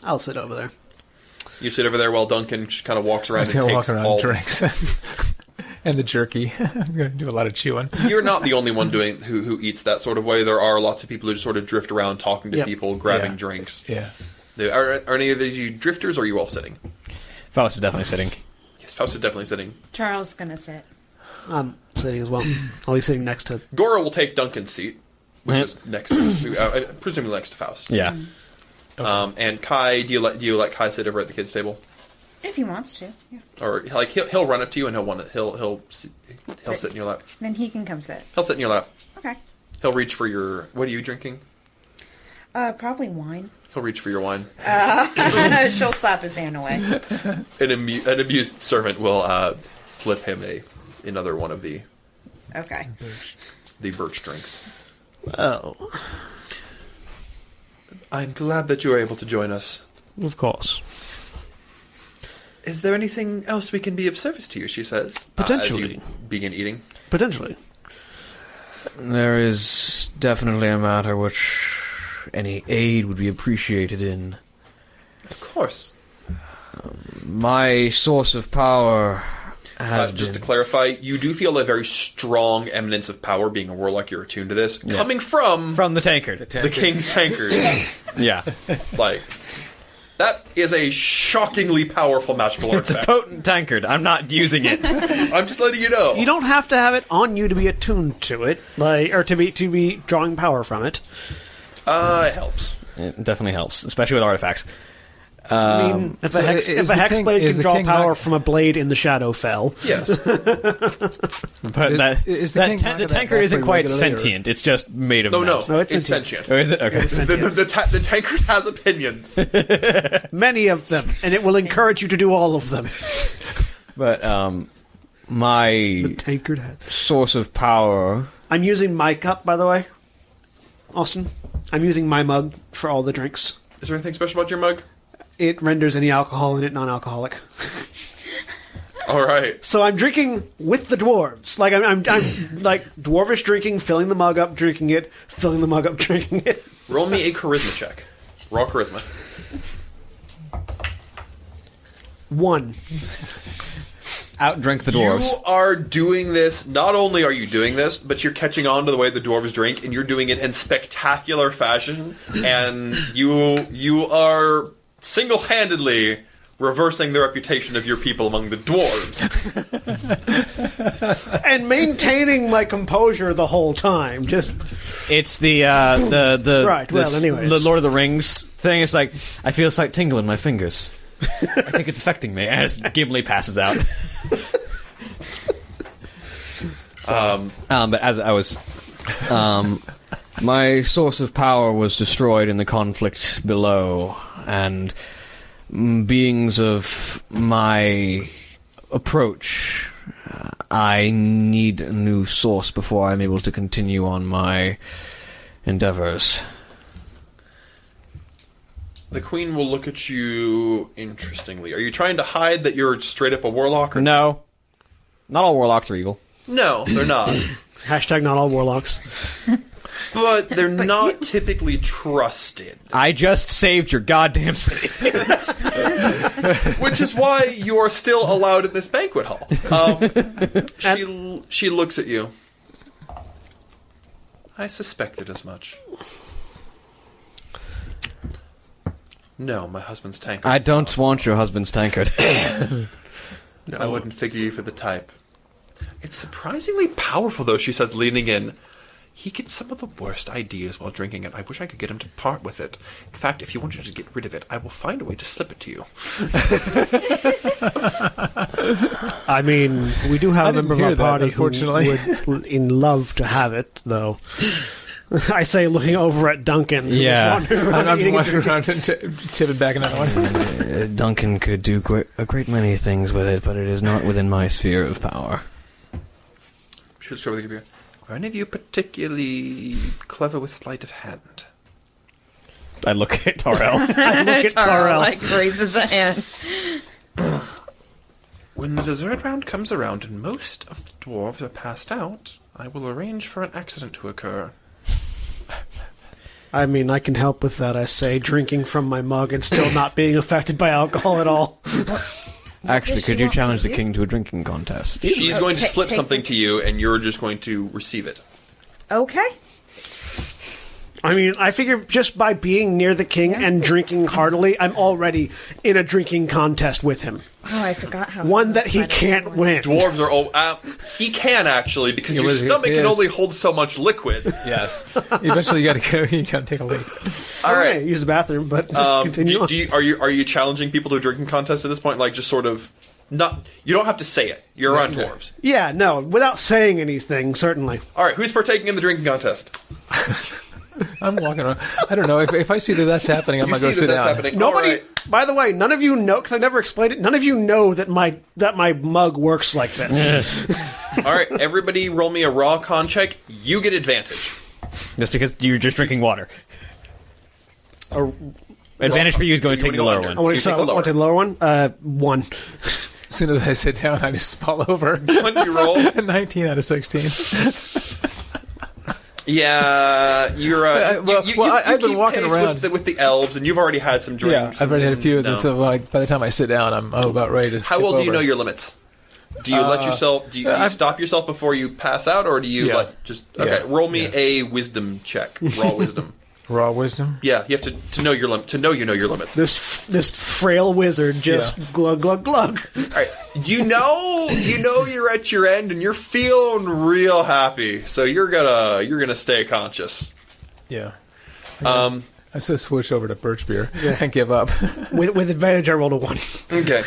S1: I'll sit over there.
S2: You sit over there while Duncan just kind of walks
S4: I'm
S2: around
S4: just
S2: and
S4: gonna
S2: takes
S4: walk around
S2: all.
S4: and drinks. and the jerky. I'm gonna do a lot of chewing.
S2: You're not the only one doing who who eats that sort of way. There are lots of people who just sort of drift around, talking to
S1: Yep.
S2: people, grabbing
S4: Yeah.
S2: drinks.
S4: Yeah.
S2: There- Are, are any of these you drifters? Or are you all sitting?
S7: Faust is definitely sitting.
S2: Yes, Faust is definitely sitting.
S8: Charles gonna sit.
S1: I'm sitting as well. I'll be sitting next to.
S2: Gora will take Duncan's seat, which
S7: Yeah.
S2: is next, to, uh, presumably next to Faust.
S7: Mm-hmm. Yeah.
S2: Um, and Kai, do you let do you let Kai sit over at the kids' table?
S8: If he wants to, yeah.
S2: or like he'll he'll run up to you and he'll want to he'll he'll s- he'll sit in your lap.
S8: Then he can come sit.
S2: He'll sit in your lap.
S8: Okay.
S2: He'll reach for your what are you drinking?
S8: Uh, probably wine.
S2: He'll reach for your wine.
S8: She'll slap his hand away.
S2: An, amu- an amused servant will uh, slip him a another one of the
S8: Okay.
S2: the birch drinks.
S1: Oh,
S2: I'm glad that you were able to join us.
S1: of course.
S2: Is there anything else we can be of service to you? She says. uh, as you
S1: Potentially.
S2: begin eating.
S1: Potentially.
S6: There is definitely a matter which any aid would be appreciated in.
S2: Of course.
S6: My source of power has
S2: Uh, just to
S6: been-
S2: clarify, you do feel a very strong eminence of power. Being a warlock, you're attuned to this. Coming from,
S7: From the tankard.
S2: the king's tankard.
S7: Yeah.
S2: Like that is a shockingly powerful magical
S7: It's a
S2: artifact.
S7: potent tankard. I'm not using it.
S2: I'm just letting you know.
S1: You don't have to have it on you to be attuned to it, like or to be to be drawing power from it.
S2: uh, it helps.
S7: It definitely helps, especially with artifacts.
S1: I mean, if
S4: so
S1: a hex,
S4: i-
S1: if
S4: is
S1: a
S4: the
S1: hex
S4: king-
S1: blade can
S4: is the
S1: draw
S4: king
S1: power
S4: not-
S1: from a blade in the shadow fell,
S2: Yes.
S7: But that,
S4: is the
S7: that,
S4: king
S7: ta-
S4: not
S7: the
S4: gonna
S7: tankard
S4: have
S7: isn't
S4: pretty
S7: quite
S4: regular layer?
S7: sentient. It's just made of
S2: No, no,
S7: metal.
S1: it's
S2: it's,
S1: sentient.
S2: sentient.
S7: Oh, is it? Okay.
S2: The, the, the, ta- the tankard has opinions.
S1: many of them, and it will encourage you to do all of them.
S7: But um, my
S1: Tankard head.
S7: source of power.
S1: I'm using my cup, by the way, Austin. I'm using my mug for all the drinks.
S2: Is there anything special about your mug?
S1: It renders any alcohol in it non-alcoholic.
S2: All right.
S1: So I'm drinking with the dwarves. Like I'm, I'm, I'm like dwarvish drinking, filling the mug up, drinking it, filling the mug up, drinking it.
S2: Roll me a charisma check. Raw charisma.
S1: One.
S7: Outdrink the dwarves.
S2: You are doing this. Not only are you doing this, but you're catching on to the way the dwarves drink, and you're doing it in spectacular fashion. And you you are single handedly reversing the reputation of your people among the dwarves.
S1: and maintaining my composure the whole time. Just
S7: It's the uh, the the
S1: Right,
S7: the,
S1: well,
S7: s-
S1: anyways.
S7: the Lord of the Rings thing. It's like I feel a slight tingle in my fingers. I think it's affecting me as Gimli passes out. um, um, but as I was, um, my source of power was destroyed in the conflict below, and mm, beings of my approach. uh, I need a new source before I'm able to continue on my endeavors.
S2: The queen will look at you interestingly. Are you trying to hide that you're straight up a warlock? Or
S7: No, not all warlocks are evil.
S2: no, they're not.
S1: hashtag not all warlocks.
S2: But they're not typically trusted.
S7: I just saved your goddamn city.
S2: Which is why you are still allowed in this banquet hall. Um, she she looks at you. I suspected as much. No, my husband's tank.
S7: I don't want your husband's tankard.
S2: I wouldn't figure you for the type. It's surprisingly powerful, though, she says, leaning in. He gets some of the worst ideas while drinking it. I wish I could get him to part with it. In fact, if you want you to get rid of it, I will find a way to slip it to you.
S1: I mean, we do have
S4: I
S1: a member of
S4: didn't
S1: our
S4: hear that,
S1: party
S4: unfortunately.
S1: who would l- in love to have it, though. I say, looking over at Duncan. who was
S7: Yeah.
S1: wandering around
S4: I'm, I'm
S1: eating a
S4: walking around and t- tipping back another one.
S6: Uh, Duncan could do gre- a great many things with it, but it is not within my sphere of power.
S2: She looks over the computer. Are any of you particularly clever with sleight of hand?
S7: I look at Tarel.
S1: drink at Tarell.
S8: like raises a hand.
S2: When the dessert round comes around and most of the dwarves are passed out, I will arrange for an accident to occur.
S1: I mean, I can help with that. I say, drinking from my mug and still not being affected by alcohol at all.
S6: Actually,
S8: Does
S6: could
S8: she
S6: you
S8: want
S6: challenge the
S8: you?
S6: king to a drinking contest?
S2: She's going to
S8: Ta-
S2: slip
S8: take
S2: something
S8: the-
S2: to you, and you're just going to receive it.
S8: Okay.
S1: I mean, I figure just by being near the king and drinking heartily, I'm already in a drinking contest with him.
S8: Oh, I forgot how.
S1: One that he
S8: sleight of
S1: can't
S8: hand
S1: win.
S8: works.
S2: Dwarves are all. Uh, he can actually because
S4: It
S2: your
S4: was-
S2: stomach
S4: it
S2: can
S4: is.
S2: only hold so much liquid.
S4: Yes. Eventually, you got to go. You got to take a leak.
S2: All
S1: Okay,
S2: right.
S1: use the bathroom, but just
S2: Um,
S1: continue
S2: do,
S1: on.
S2: do you, are you are you challenging people to a drinking contest at this point? Like just sort of not. You don't have to say it. You're on
S4: no.
S2: dwarves.
S1: Yeah, no, without saying anything, certainly.
S2: All right. Who's partaking in the drinking contest?
S4: I'm walking around. I don't know if, if I see that that's happening. I'm
S2: You
S4: gonna
S2: see
S4: go
S2: that
S4: sit
S2: that's
S4: down.
S2: happening.
S1: Nobody.
S2: All right.
S1: By the way, none of you know because I never explained it. None of you know that my that my mug works like this.
S2: All right. Everybody, roll me a raw con check. You get advantage.
S7: just because you're just drinking water. Advantage for you is going to
S2: You
S7: take the
S2: wanna go under.
S7: lower one.
S1: I want to
S2: So you
S1: so,
S2: take the
S1: I want to
S2: lower.
S1: take the lower one. Uh, one.
S4: As soon as I sit down, I just fall over.
S2: When do you roll?
S4: 19 out of 16.
S2: Yeah, you're. Uh,
S4: Uh, well-
S2: you, you,
S4: well,
S2: you,
S4: I-
S2: you
S4: I've been
S2: keep
S4: walking
S2: pace
S4: around.
S2: with the, with the elves, and you've already had some
S4: Yeah,
S2: drinks.
S4: I've already had a
S2: and-
S4: few of
S2: no.
S4: them, so like by the time I sit down, I'm, I'm about ready to.
S2: How
S4: tip
S2: well do you
S4: over. Uh,
S2: know your limits? Do you let yourself? Do you, do you
S4: I've-
S2: stop yourself before you pass out, or do you
S4: Yeah.
S2: like just? Okay,
S4: Yeah.
S2: roll me a wisdom check. Raw wisdom.
S4: raw wisdom?
S2: Yeah, you have to to know your lim- to know you know your limits. All
S1: This f- this frail wizard just
S4: Yeah.
S1: glug glug glug.
S2: right, you know you know you're at your end, and you're feeling real happy. So you're gonna you're gonna stay conscious.
S4: Yeah.
S2: Um,
S4: I so switch over to birch beer and give up
S1: With, with advantage, I rolled a one.
S2: okay.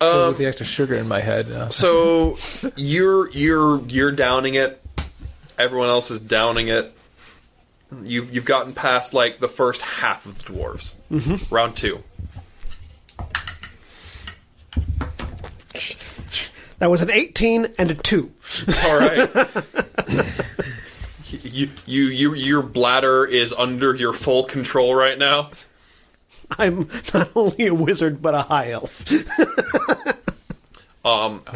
S4: with the extra sugar in my head. Uh,
S2: Um, So you're you're you're downing it. Everyone else is downing it. You've you've gotten past like the first half of the dwarves. Mm-hmm. Round two.
S1: That was an eighteen and a two.
S2: All right. you, you you your bladder is under your full control right now.
S1: I'm not only a wizard but a high elf.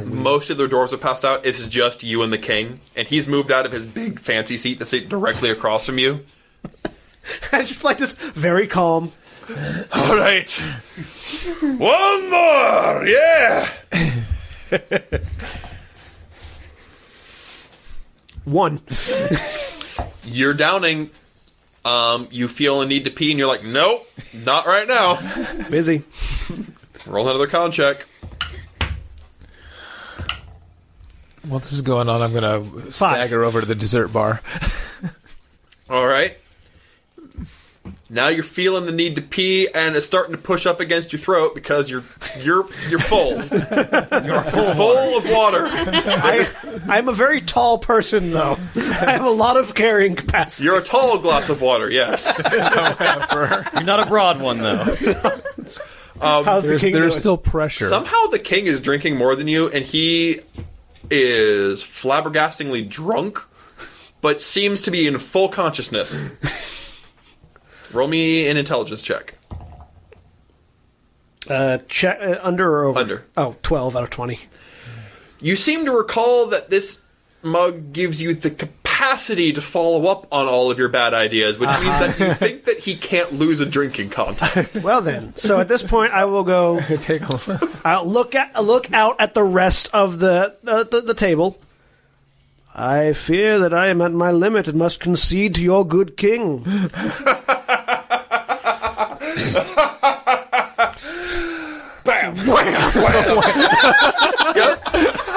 S2: Most of the dwarves have passed out. It's just you and the king, and he's moved out of his big fancy seat to sit directly across from you.
S1: I just like this very calm.
S2: All right. One more. Yeah.
S1: One.
S2: you're downing. Um, you feel a need to pee, and you're like, nope, not right now.
S1: Busy.
S2: Roll another con check.
S4: While this is going on, I'm going to stagger over to the dessert bar.
S2: All right. Now you're feeling the need to pee, and it's starting to push up against your throat because you're you're you're full.
S3: You're
S2: You're full of water.
S1: I, I'm a very tall person, though. I have a lot of carrying capacity.
S2: You're a tall glass of water. Yes.
S3: You're not a broad one though.
S1: How's the
S4: There's,
S1: king doing?
S4: there's still pressure.
S2: Somehow the king is drinking more than you, and he is flabbergastingly drunk, but seems to be in full consciousness. Roll me an intelligence check.
S1: uh, check, uh, under or over?
S2: Under.
S1: Oh, 12 out of 20.
S2: You seem to recall that this mug gives you the capacity to follow up on all of your bad ideas, which means that you think that he can't lose a drinking contest.
S1: Well then, so at this point, I will go.
S4: Take a-
S1: I'll look at look out at the rest of the uh, the, the table. I fear that I am at my limit and must concede to your good king.
S2: yep.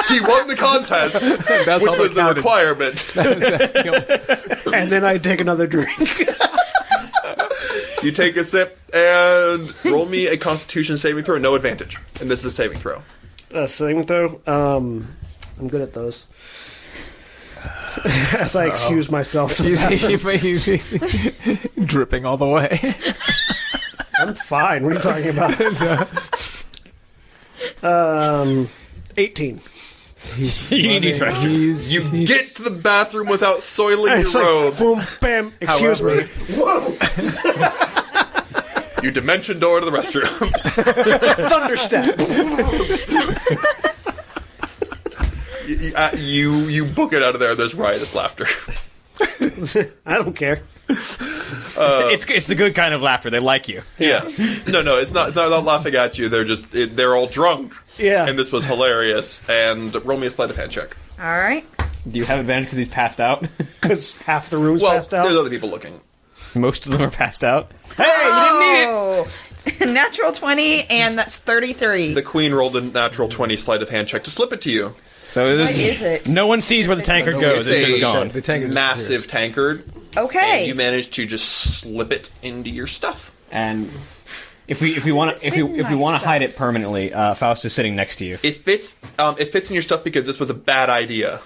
S2: He won the contest,
S4: That's all
S2: which was
S4: that
S2: the
S4: counted.
S2: requirement.
S1: And then I take another drink.
S2: You take a sip and roll me a constitution saving throw, no advantage. And this is a saving throw.
S1: Uh, same though. Um, I'm good at those. As I excuse myself, to the
S4: You see,
S1: bathroom.
S4: you see- dripping all the way.
S1: I'm fine. What are you talking about? um, 18.
S3: you need these extra.
S4: He's,
S2: You
S4: he's-
S2: get to the bathroom without soiling
S1: It's
S2: your robe.
S1: like, boom, bam. Excuse me.
S2: You dimension door to the restroom.
S1: Thunderstep.
S2: you, you- uh, you you book it out of there. There's riotous laughter.
S1: I don't care.
S3: it's it's the good kind of laughter. They like you.
S2: Yes. No, no, it's not. They're not laughing at you. They're just it, they're all drunk.
S1: Yeah.
S2: And this was hilarious. And roll me a sleight of hand check.
S5: All right.
S3: Do you have advantage because he's passed out?
S1: Because half the room's
S2: Well,
S1: passed out.
S2: there's other people looking.
S3: Most of them are passed out.
S5: Oh, natural twenty, and that's thirty-three.
S2: The queen rolled a natural twenty sleight of hand check to slip it to you.
S3: So
S8: What is it?
S3: No one sees where the tankard goes. It's
S2: It's
S3: just
S2: a
S3: gone.
S4: The tank is
S2: Massive tankard. And
S8: Okay.
S2: you managed to just slip it into your stuff.
S3: And if we if we want to if we
S8: fit in
S3: if we
S8: my
S3: want to
S8: stuff?
S3: hide it permanently, uh, Faust is sitting next to you.
S2: It fits. Um, it fits in your stuff because this was a bad idea,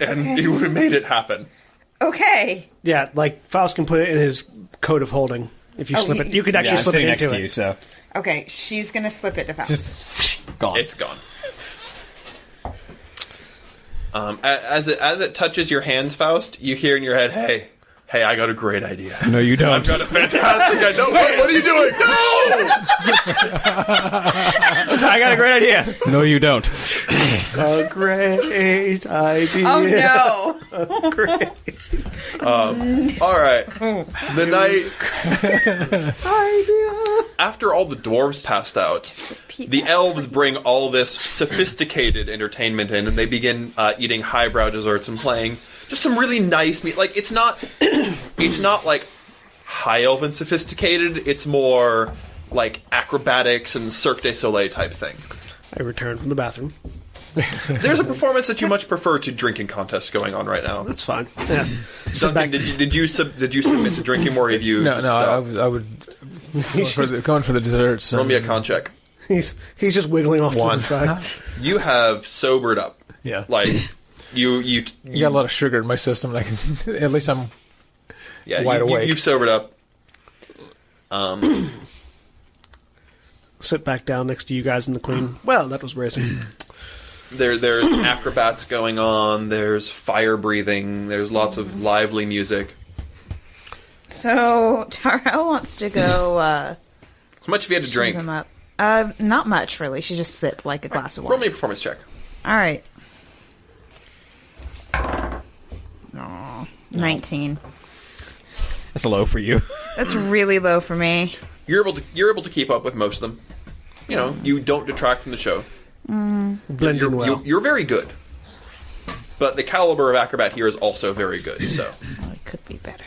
S2: and you would have made it happen.
S8: okay.
S1: yeah, like Faust can put it in his coat of holding. If you
S8: Oh,
S1: slip
S8: he-
S1: it, you could actually
S3: I'm
S1: slip it
S3: sitting
S1: into
S3: next
S1: it.
S3: to you, so
S8: Okay. She's gonna slip it to Faust.
S3: gone.
S2: It's gone. Um, a- as it as it touches your hands, Faust, you hear in your head, "Hey, hey, I got a great idea.
S7: No, you don't.
S2: I've got a fantastic idea. No, wait, what are you doing? No!
S3: I got a great idea.
S7: No, you don't.
S1: A great idea.
S8: Oh no.
S1: Great.
S2: All right. The night after all the dwarves passed out, the elves bring all this sophisticated entertainment in, and they begin uh, eating highbrow desserts and playing just some really nice meat. Like it's not, it's not like high elf and sophisticated. It's more like acrobatics and Cirque du Soleil type thing.
S1: I return from the bathroom.
S2: There's a performance that you much prefer to drinking contests going on right now.
S1: That's fine. Yeah. Sit
S2: Duncan,
S1: back.
S2: did you did you, sub, did you submit to drinking more? Or have you
S4: No,
S2: just,
S4: no,
S2: uh,
S4: I, I would. I would going, for the, going for the desserts.
S2: roll me a
S4: and-
S2: con check.
S1: He's he's just wiggling off
S4: One.
S1: to the side.
S2: you have sobered up.
S4: Yeah.
S2: Like you you,
S4: You got a lot of sugar in my system, and I can. At least I'm.
S2: yeah,
S4: wide
S2: you, you-
S4: awake.
S2: You've sobered up.
S1: Sit back down next to you guys and the queen. Well, that was racing.
S2: There there's acrobats going on, there's fire breathing, there's lots of lively music.
S5: So Tara wants to go. Uh,
S2: How much have you had to drink?
S5: shoot him up. Uh, not much really. She just sipped like a glass of
S2: Roll
S5: wine.
S2: me a performance check.
S5: All right. Aw, Nineteen.
S3: That's low for you.
S5: That's really low for me.
S2: You're able to you're able to keep up with most of them. You know, you don't detract from the show.
S1: Blending
S2: You're,
S1: well.
S2: you, you're very good. But the caliber of acrobat here is also very good, so
S5: Oh, it could be better.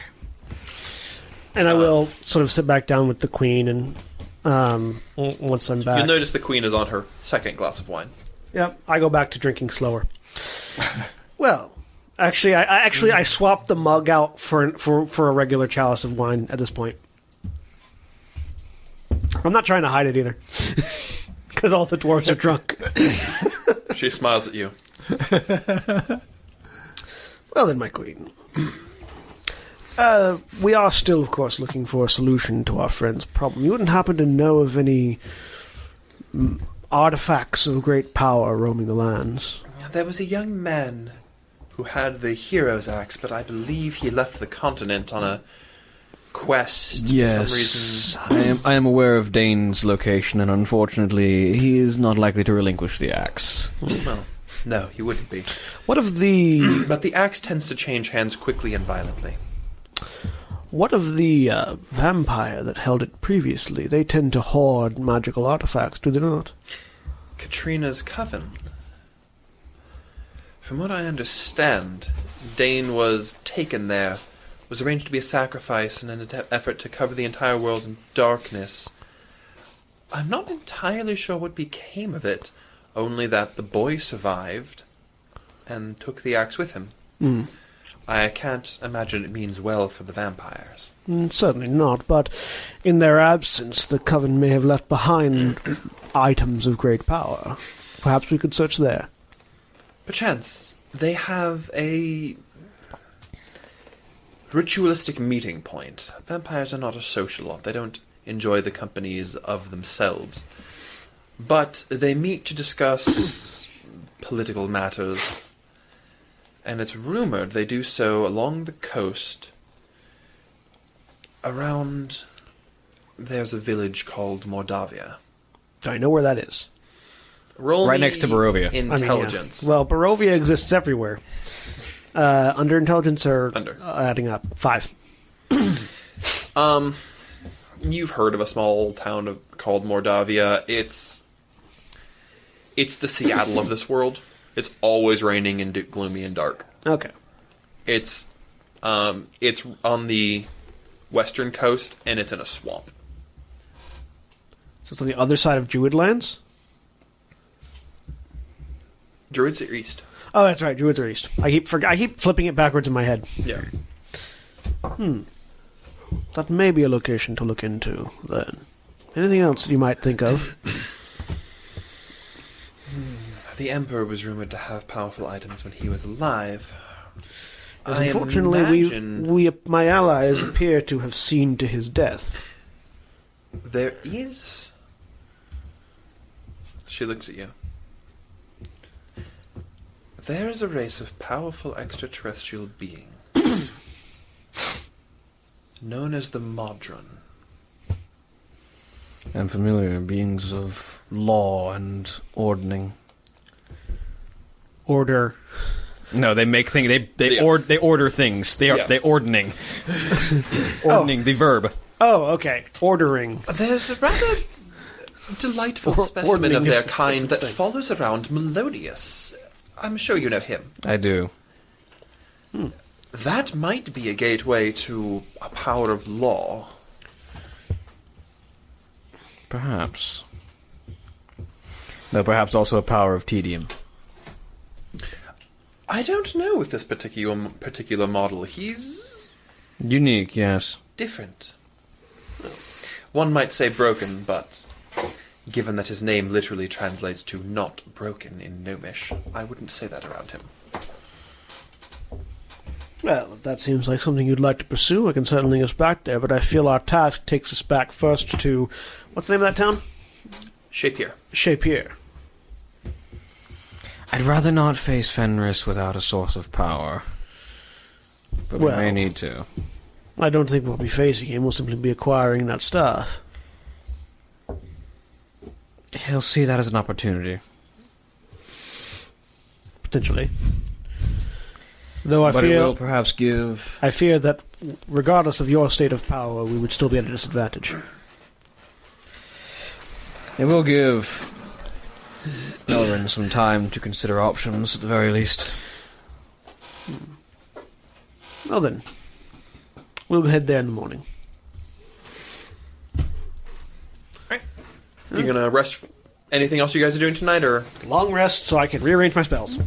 S1: and I will sort of sit back down with the queen and um, w- once I'm back.
S2: You'll notice the queen is on her second glass of wine.
S1: Yep, I go back to drinking slower. well, actually, I, I actually I swapped the mug out for for for a regular chalice of wine at this point. I'm not trying to hide it either, because all the dwarves are drunk.
S2: She smiles at you.
S1: Well then, my queen. Uh, we are still, of course, looking for a solution to our friend's problem. You wouldn't happen to know of any mm, artifacts of great power roaming the lands.
S2: There was a young man who had the hero's axe, but I believe he left the continent on a quest for some
S6: Yes,
S2: reason.
S6: I am, I am aware of Dane's location, and unfortunately, he is not likely to relinquish the axe.
S2: Well, no, he wouldn't be.
S1: What of the
S2: But the axe tends to change hands quickly and violently.
S1: What of the uh, vampire that held it previously? They tend to hoard magical artifacts, do they not?
S2: Katrina's coven. From what I understand, Dane was taken there, was arranged to be a sacrifice in an att- effort to cover the entire world in darkness. I'm not entirely sure what became of it, only that the boy survived and took the axe with him. I can't imagine it means well for the vampires.
S1: Mm, certainly not, but in their absence, the coven may have left behind items of great power. Perhaps we could search there.
S2: Perchance they have a ritualistic meeting point. Vampires are not a social lot. They don't enjoy the companies of themselves. But they meet to discuss political matters. And it's rumored they do so along the coast around there's a village called Mordavia.
S1: I know where that is.
S2: Roll
S3: Right
S2: me
S3: next to Barovia. I mean,
S1: I mean, yeah.
S2: Intelligence.
S1: Well, Barovia exists everywhere. Uh, under intelligence or
S2: Under.
S1: uh, adding up five.
S2: Um, you've heard of a small town of, called Mordavia. It's it's the Seattle of this world. It's always raining and d- gloomy and dark.
S1: Okay.
S2: It's um, it's on the western coast and it's in a swamp.
S1: So it's on the other side of Druid lands.
S2: Druids are east.
S1: Oh, that's right. Druids are east. I keep forg I keep flipping it backwards in my head.
S2: Yeah.
S1: That may be a location to look into, then. Anything else that you might think of?
S2: The Emperor was rumored to have powerful items when he was alive. I
S1: Unfortunately,
S2: imagine
S1: we, we, my allies appear to have seen to his death.
S2: there is. She looks at you. There is a race of powerful extraterrestrial beings known as the Modron.
S6: And familiar beings of law and ordning.
S1: Order.
S7: No, they make things. They they
S2: Yeah.
S7: ord they order things. They are
S2: Yeah.
S7: they ordning, ordning the verb.
S1: Oh, okay. Ordering.
S2: There's a rather delightful
S1: Or-
S2: specimen of
S1: ordning
S2: their
S1: is a
S2: kind that
S1: different thing.
S2: follows around Melodius. I'm sure you know him.
S7: I do.
S2: That might be a gateway to a power of law.
S7: Perhaps. No, perhaps also a power of tedium.
S2: I don't know with this particular particular model. He's
S7: Unique, yes.
S2: different. One might say broken, but given that his name literally translates to not broken in Gnomish, I wouldn't say that around him.
S1: Well, if that seems like something you'd like to pursue, I can certainly get us back there, but I feel our task takes us back first to. What's the name of that town?
S2: Shapier.
S1: Shapier.
S6: I'd rather not face Fenris without a source of power. But
S1: Well.
S6: we may need to.
S1: I don't think we'll be facing him, we'll simply be acquiring that staff.
S6: He'll see that as an opportunity.
S1: Potentially. Though I
S6: but it will
S1: feel.
S6: perhaps give.
S1: I fear that, regardless of your state of power, we would still be at a disadvantage.
S6: It will give. Elrin some time to consider options at the very least.
S1: Well then, we'll head there in the morning.
S2: Right. You gonna rest? Anything else you guys are doing tonight, or
S1: Long rest so I can rearrange my spells.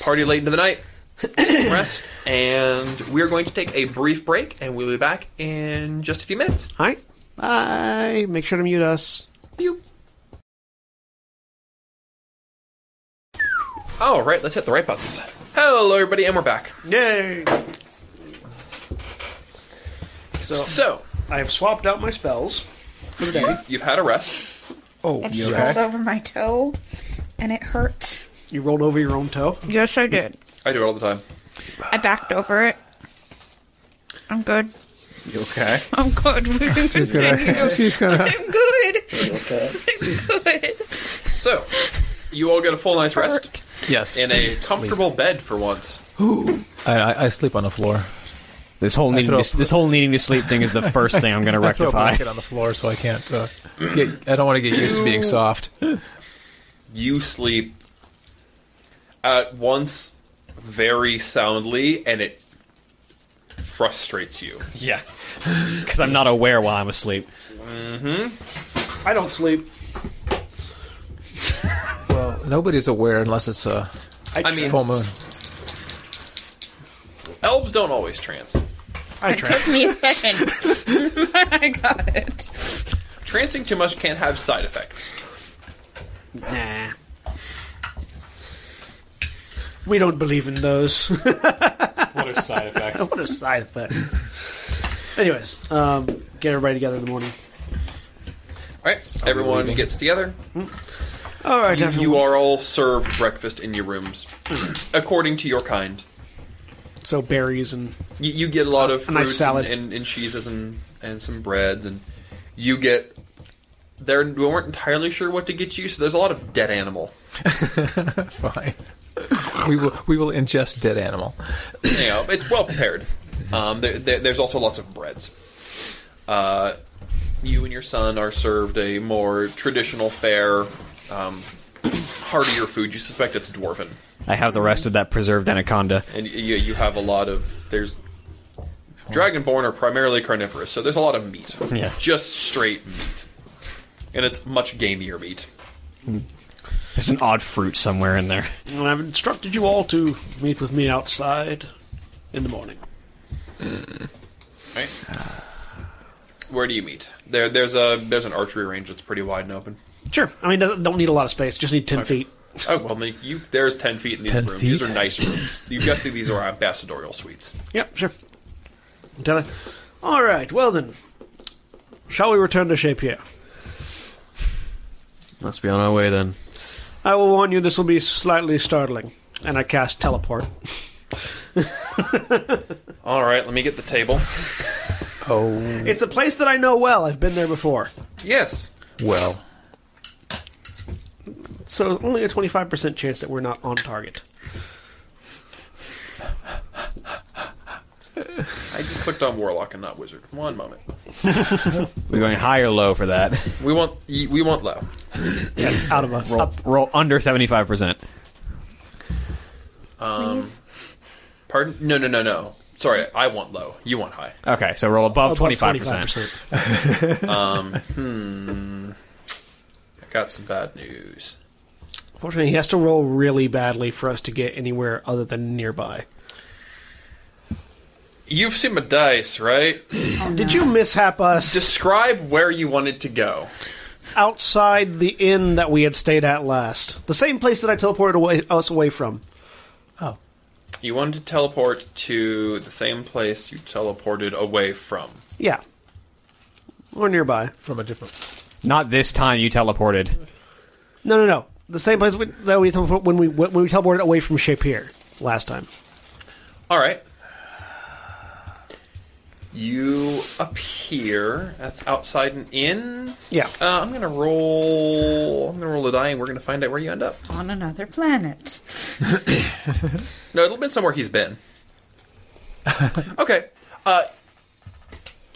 S2: party late into the night? rest, and we are going to take a brief break, and we'll be back in just a few minutes.
S1: All right. Bye. Make sure to mute us.
S2: All right, let's hit the right buttons. Hello, everybody, and we're back.
S1: Yay. So
S2: So
S1: I have swapped out my spells for the day.
S2: you've had a rest.
S4: Oh,
S8: I
S4: you
S8: just rolled over my toe, and it hurt.
S1: You rolled over your own toe.
S5: Yes, I did.
S2: I do it all the time.
S5: I backed over it. I'm good.
S4: You okay?
S5: I'm good.
S4: She's gonna. She's gonna.
S5: I'm good. I'm good.
S2: So you all get a full night's rest
S5: Hurt.
S4: Yes.
S2: in a comfortable bed for once.
S4: I, I, I sleep on the floor.
S7: This whole needing
S4: throw
S7: to, this whole needing to sleep thing is the first thing I'm going to
S4: I throw a
S7: rectify.
S4: blanket on the floor so I can't. Uh, get, I don't want to get used to being soft.
S2: you sleep at once very soundly and it frustrates you.
S7: Yeah, because I'm not aware while I'm asleep.
S1: I don't sleep.
S4: Well, nobody's aware unless it's a
S2: I mean,
S4: full moon.
S2: elves don't always trance.
S1: I try.
S8: Took me a second. I got it.
S2: Trancing too much can have side effects.
S1: Nah. We don't believe in those.
S7: What are side effects?
S1: what a side effects. Anyways, um, get everybody together in the morning.
S2: All right, everyone gets together.
S1: All right,
S2: You,
S1: everyone.
S2: you are all served breakfast in your rooms, according to your kind.
S1: So berries and
S2: You, you get a lot of
S1: Uh, A nice
S2: fruits
S1: salad.
S2: And, and, and cheeses and, and some breads, and you get. They're, we weren't entirely sure what to get you, so there's a lot of dead animal.
S4: Fine. We will. We will ingest dead animal.
S2: you know, it's well prepared. Um, there, there, there's also lots of breads. Uh, you and your son are served a more traditional fare, um, heartier food. You suspect it's dwarven,
S7: I have the rest of that preserved anaconda.
S2: and you, you have a lot of there's. Dragonborn are primarily carnivorous, so there's a lot of meat.
S7: Yeah.
S2: Just straight meat. And it's much gamier meat.
S7: There's an odd fruit somewhere in there.
S1: And I've instructed you all to meet with me outside in the morning.
S2: Right? Where do you meet? There, there's a there's an archery range that's pretty wide and open.
S1: Sure. I mean, doesn't- don't need a lot of space. Just need ten feet.
S2: Oh well, then you there's ten feet in these
S4: 10
S2: rooms. These
S4: feet?
S2: are nice rooms. You guess that these are ambassadorial suites.
S1: Yep. Sure. Tell her- All right. Well then, shall we return to Shapier?
S7: Let's be on our way then.
S1: I will warn you, this will be slightly startling. And I cast teleport.
S2: All right, let me get the table.
S4: Oh
S1: It's a place that I know well. I've been there before.
S2: Yes,
S4: well.
S1: So it's only a twenty-five percent chance that we're not on target.
S2: I just clicked on warlock and not wizard. One moment.
S7: We're going high or low for that.
S2: We want y- we want low.
S1: That's out of us.
S7: Roll, roll under seventy five percent.
S5: Please.
S2: Pardon? No, no, no, no. Sorry, I want low. You want high.
S7: Okay, so roll above twenty five percent.
S2: I got some bad news.
S1: Unfortunately, he has to roll really badly for us to get anywhere other than nearby.
S2: You've seen my dice, right?
S1: Did you mishap us?
S2: Describe where you wanted to go.
S1: outside the inn that we had stayed at last. The same place that I teleported away, us away from.
S2: You wanted to teleport to the same place you teleported away from.
S1: Yeah. Or nearby.
S4: From a different.
S7: Not this time you teleported.
S1: No, no, no. The same place we, that we teleport, when we when we teleported away from Shapier last time.
S2: All right. You appear that's outside an inn.
S1: Yeah.
S2: Uh, I'm gonna roll. I'm gonna roll a die, and we're gonna find out where you end up.
S8: On another planet.
S2: No, it'll be somewhere he's been. okay. Uh,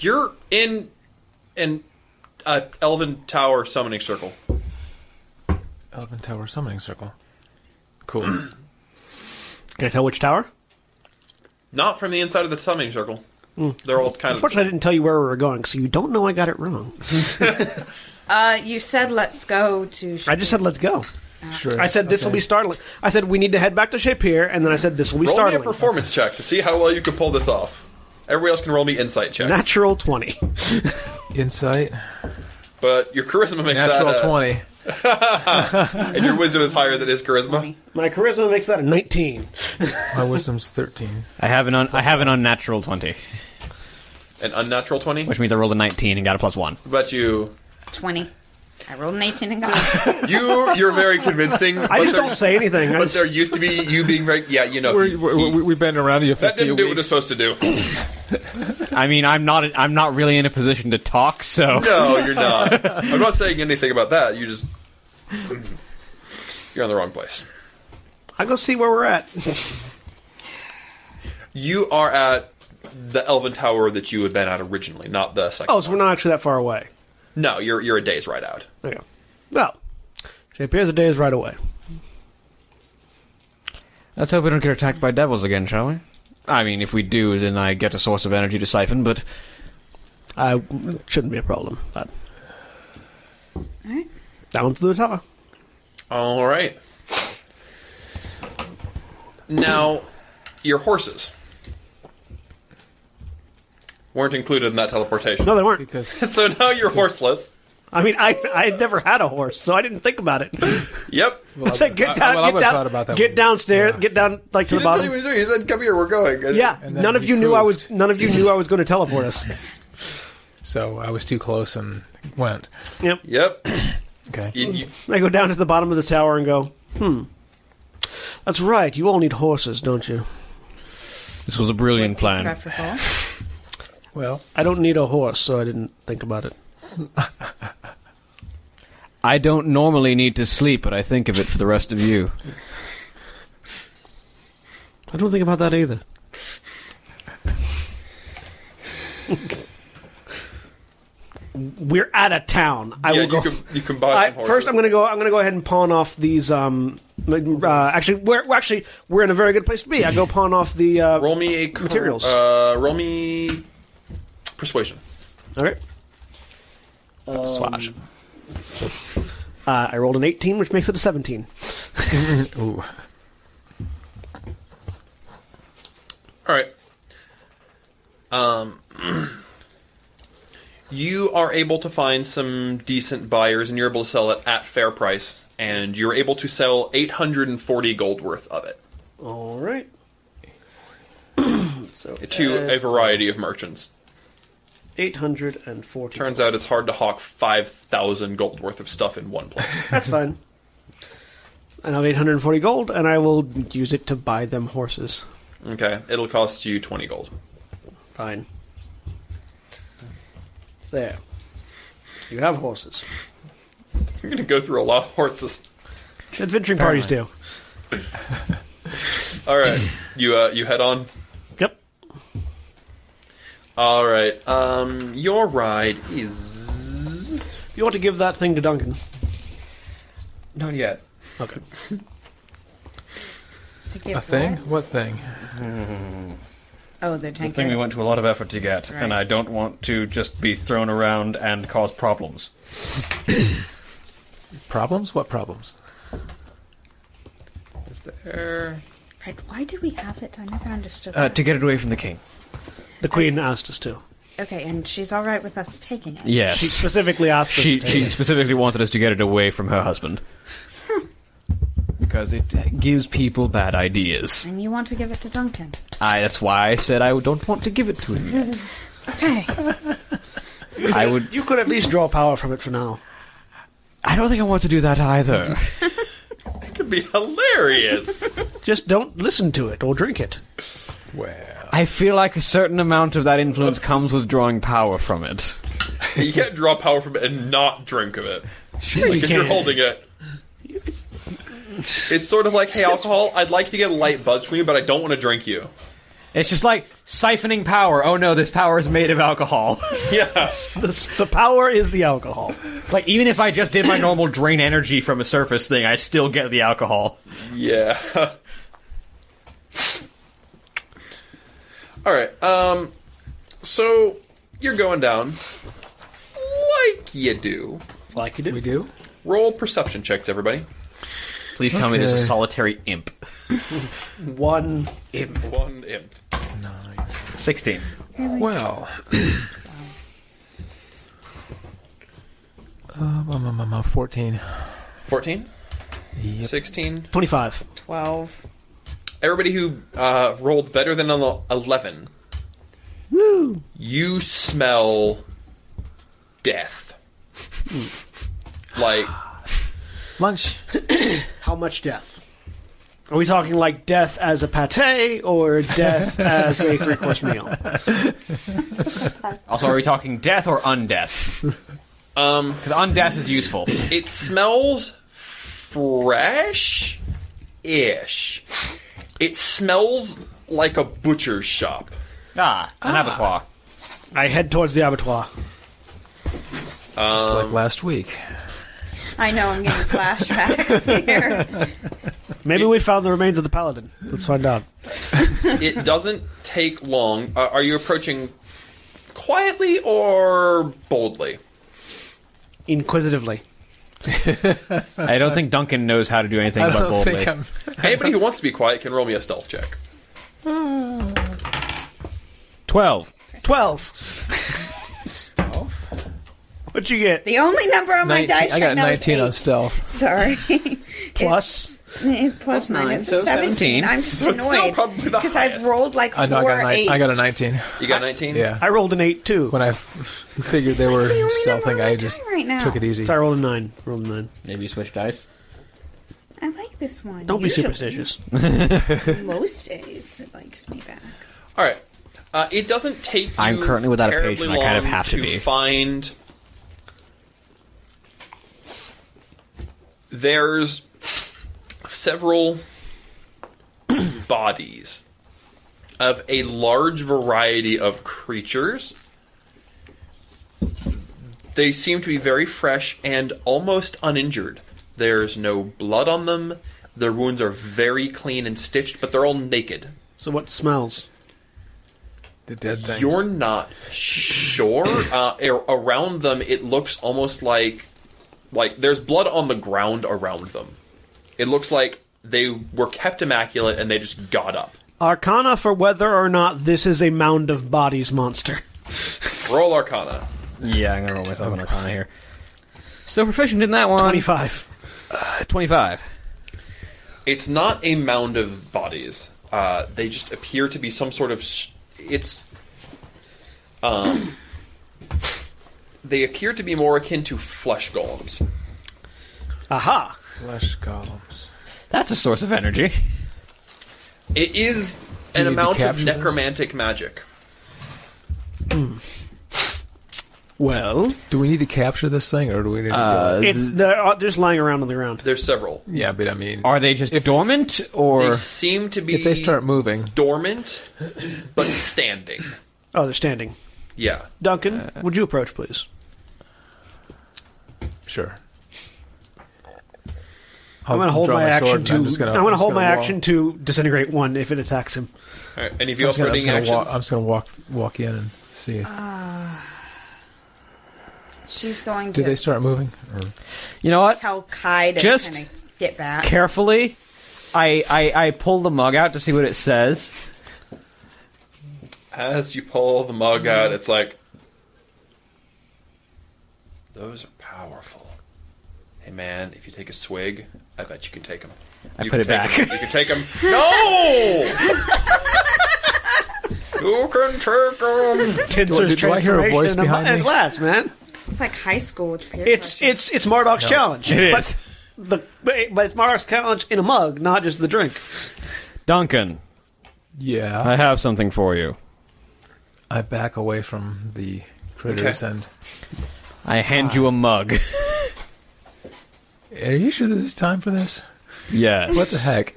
S2: you're in an uh, Elven Tower summoning circle.
S4: Elephant Tower Summoning Circle. Cool.
S1: Can I tell which tower?
S2: Not from the inside of the summoning circle. They're all kind of
S1: Unfortunately, I didn't tell you where we were going, so you don't know I got it wrong.
S8: Uh, you said let's go to.
S1: I just said, let's go.
S4: Sure.
S1: I said, this will be startling. I said, we need to head back to Shapir, and then I said, this will be
S2: roll me a
S1: startling.
S2: performance check to see how well you can pull this off. Everybody else can roll me insight checks,
S1: Natural 20.
S4: Insight.
S2: but your charisma makes
S4: Natural
S2: that a-
S4: twenty.
S2: and your wisdom is higher than his charisma.
S1: My charisma makes that a 19.
S4: My wisdom's thirteen.
S7: I have an un- I have an unnatural twenty,
S2: An unnatural twenty.
S7: which means I rolled a nineteen and got a plus one.
S2: What about you?
S5: 20. I rolled an 18 and got it.
S2: You you're very convincing.
S1: I just don't say anything. I
S2: But
S1: just-
S2: there used to be you being very yeah you know he-
S4: We're,
S2: he-
S4: we're, we- we've been around you. 50
S2: that didn't do what it's
S4: weeks.
S2: supposed to do.
S7: I mean, I'm not I'm not really in a position to talk, so
S2: No, you're not. I'm not saying anything about that. You just you're in the wrong place.
S1: I'll go see where we're at.
S2: You are at the Elven Tower that you had been at originally, not the second.
S1: Oh, so we're not actually that far away.
S2: No, you're you're a day's ride out.
S1: There you go. Well, Shapir's a day is right away.
S7: Let's hope we don't get attacked by devils again, shall we? I mean, if we do, then I get a source of energy to siphon, but
S1: I shouldn't be a problem. But down to the tower.
S2: All right. Now, your horses weren't included in that teleportation.
S1: No, they weren't.
S4: Because
S2: So now you're horseless.
S1: I mean, I I never had a horse, so I didn't think about it.
S2: Yep.
S1: I said, get
S4: I-
S1: down,
S4: well, I
S1: get
S4: would've thought
S1: down,
S4: about that
S1: get
S4: one.
S1: downstairs,
S4: Yeah.
S1: get down like to the
S2: He didn't tell you
S1: bottom.
S2: what he was doing. He said, "Come here, we're going." And-
S1: Yeah,
S4: And then
S1: none of
S4: he
S1: you knew I was.
S4: proved.
S1: None of you knew I was going to teleport us.
S4: so I was too close and went.
S1: Yep.
S2: Yep.
S4: Okay.
S2: You- you-
S1: I go down to the bottom of the tower and go, hmm. That's right. You all need horses, don't you?
S7: this was a brilliant plan.
S5: Preferable.
S4: Well,
S1: I don't need a horse, so I didn't think about it.
S7: I don't normally need to sleep, but I think of it for the rest of you.
S1: I don't think about that either. We're out of town. I
S2: yeah,
S1: will go.
S2: you can, you can buy
S1: I,
S2: some horses.
S1: first, I'm gonna go. I'm gonna go ahead and pawn off these. Um, uh, actually, we're we're actually we're in a very good place to be. I go pawn off the. Uh,
S2: roll me a cur-
S1: Materials.
S2: Uh, roll me persuasion.
S1: All right. Swash.
S2: Um,
S1: Uh, I rolled an 18, which makes it a 17.
S4: ooh,
S2: All right. Um, you are able to find some decent buyers, and you're able to sell it at fair price. And you're able to sell 840 gold worth of it
S1: All right. so
S2: to a variety of merchants.
S1: 840.
S2: Turns out it's hard to hawk 5,000 gold worth of stuff in one place.
S1: That's fine. And I have 840 gold, and I will use it to buy them horses.
S2: okay, it'll cost you 20 gold.
S1: Fine. There. You have horses.
S2: You're going to go through a lot of horses.
S1: Adventuring parties do.
S2: All right, you uh, you head on.
S1: Yep.
S2: All right, um, your ride is
S1: You ought to give that thing to Duncan.
S3: Not yet.
S1: Okay.
S5: To give
S4: a thing?
S5: what?
S4: What thing?
S5: Oh, the tank.
S7: thing we went to a lot of effort to get,
S5: Right.
S7: and I don't want to just be thrown around and cause problems.
S4: Problems? What problems?
S2: is there.
S5: Right, why do we have it? I never understood
S7: Uh,
S5: that.
S7: to get it away from the king.
S1: The queen asked us to.
S5: okay, and she's all right with us taking it.
S1: She
S7: Yes.
S1: specifically asked us
S7: She,
S1: to.
S7: she
S1: Take it.
S7: specifically wanted us to get it away from her husband. Because it uh, gives people bad ideas.
S5: And you want to give it to Duncan.
S7: I, that's why I said I don't want to give it to him yet.
S5: Okay.
S7: I would.
S1: You could at least draw power from it for now.
S7: I don't think I want to do that either.
S2: It could be hilarious.
S1: Just don't listen to it or drink it.
S4: Well,
S7: I feel like a certain amount of that influence comes with drawing power from it.
S2: you can't draw power from it and not drink of it.
S1: Sure,
S2: Like
S1: you
S2: if you're
S1: can.
S2: holding it. It's sort of like, hey, alcohol, I'd like to get a light buzz from you, but I don't want to drink you.
S7: It's just like siphoning power. Oh no, this power is made of alcohol.
S2: Yeah.
S1: The, the power is the alcohol.
S7: it's like even if I just did my normal drain energy from a surface thing, I still get the alcohol.
S2: Yeah. All right. Um So you're going down, like you do.
S1: Like you do.
S4: We do?
S2: Roll perception checks, everybody.
S10: Please tell me there's a
S4: Okay.
S10: solitary imp.
S1: One.
S2: One imp.
S10: 16.
S4: Well. um, um, um, um, um, 14.
S2: 14? 16?
S1: 25.
S8: 12.
S2: Everybody who uh, rolled better than an el- 11. You smell death. like,
S4: Lunch.
S1: How much death? Are we talking like death as a pate or death as a three course meal?
S10: Also, are we talking death or undeath?
S2: um,
S10: Because undeath is useful.
S2: it smells fresh ish. It smells like a butcher's shop.
S10: Ah, an abattoir.
S1: I head towards the abattoir.
S4: It's like last week.
S8: I know I'm getting flashbacks here.
S1: Maybe we found the remains of the paladin. Let's find out.
S2: it doesn't take long. Uh, are you approaching quietly or boldly?
S1: Inquisitively.
S10: I don't think Duncan knows how to do anything
S4: I
S10: about
S4: don't
S10: boldly.
S4: think I'm.
S2: Anybody who wants to be quiet can roll me a stealth check.
S10: 12.
S1: 12.
S4: Stealth?
S1: What'd you get?
S8: The only number on my
S4: 19,
S8: dice
S4: I got
S8: right now
S4: 19 on
S8: is eight.
S4: stealth.
S8: Sorry.
S1: Plus.
S8: It's plus
S10: nine,
S8: minus
S10: so
S8: is 17.
S10: 17.
S8: I'm just
S2: it's still
S8: annoyed
S2: probably the
S8: because I've
S2: highest.
S8: rolled like four
S4: I know I got, a nine,
S8: eights.
S4: I got a 19.
S2: You got 19?
S4: Yeah.
S1: I rolled an 8 too.
S4: When I f- figured they
S8: like
S4: were
S8: the only number
S4: stealthing,
S8: on my
S4: I just
S8: die right now.
S4: took it easy.
S1: So I rolled a 9. Rolled a 9.
S10: Maybe you switch dice.
S8: I like this one.
S1: Don't be
S8: Usually,
S1: superstitious.
S8: Most days it likes me back.
S2: All right. Uh, it doesn't take. You
S10: I'm currently without a page,
S2: terribly
S10: and I kind of
S2: long
S10: have to be.
S2: find. There's several bodies of a large variety of creatures. They seem to be very fresh and almost uninjured. There's no blood on them. Their wounds are very clean and stitched, but they're all naked.
S1: So what smells?
S4: The dead thing.
S2: You're not sure. Uh, ar- around them, it looks almost like like there's blood on the ground around them. It looks like they were kept immaculate and they just got up.
S1: Arcana for whether or not this is a mound of bodies monster.
S2: Roll Arcana.
S10: Yeah, I'm going to roll myself an arcana here. So proficient in that one.
S1: 25.
S10: 25.
S2: It's not a mound of bodies. Uh, they just appear to be some sort of. s it's. Um, they appear to be more akin to flesh golems.
S1: Aha!
S4: Flesh golems.
S10: That's a source of energy.
S2: It is
S4: you
S2: an
S4: need to
S2: amount of
S4: capture those?
S2: necromantic magic.
S1: Well,
S4: Do we need to capture this thing, or do we need to? go?
S1: it's they're uh, just lying around on the ground.
S2: There's several.
S4: Yeah, but I mean,
S10: Are they just dormant, or
S2: They seem to be
S4: if they start moving,
S2: dormant, but standing.
S1: Oh, they're standing.
S2: Yeah.
S1: Duncan, would you approach, please?
S4: sure.
S1: I'm going to hold my action to.
S4: I'm,
S1: I'm,
S4: just gonna,
S1: going to
S4: I'm just
S1: hold
S4: gonna
S1: my
S4: walk-
S1: action to disintegrate one if it attacks him.
S2: All right. Any of
S4: I'm
S2: you else
S4: just gonna, I'm
S2: reading
S4: just gonna
S2: actions?
S4: walk. I'm just gonna walk walk in and see. If,
S8: She's going
S4: do
S8: to
S4: they start moving? Or,
S10: you know what?
S8: tell Kai to
S10: Just-
S8: kind of get back.
S10: Carefully, I, I I pull the mug out to see what it says.
S2: As you pull the mug out, it's like those are powerful. Hey man, if you take a swig, I bet you can take them.
S10: I put it back.
S2: You can take them. No. you can take them.
S1: Tinser's
S4: do I hear a voice
S1: transformation
S4: behind
S1: and
S4: me?
S1: glass, man.
S8: It's like high school with peer
S1: It's
S8: pressure.
S1: it's it's Marduk's challenge.
S10: It
S1: but
S10: is.
S1: The, but it- but it's Marduk's challenge in a mug, not just the drink.
S10: Duncan,
S4: yeah,
S10: I have something for you.
S4: I, back away from the critters and.
S10: I hand you a mug.
S4: Are you sure this is time for this?
S10: yes.
S4: What the heck?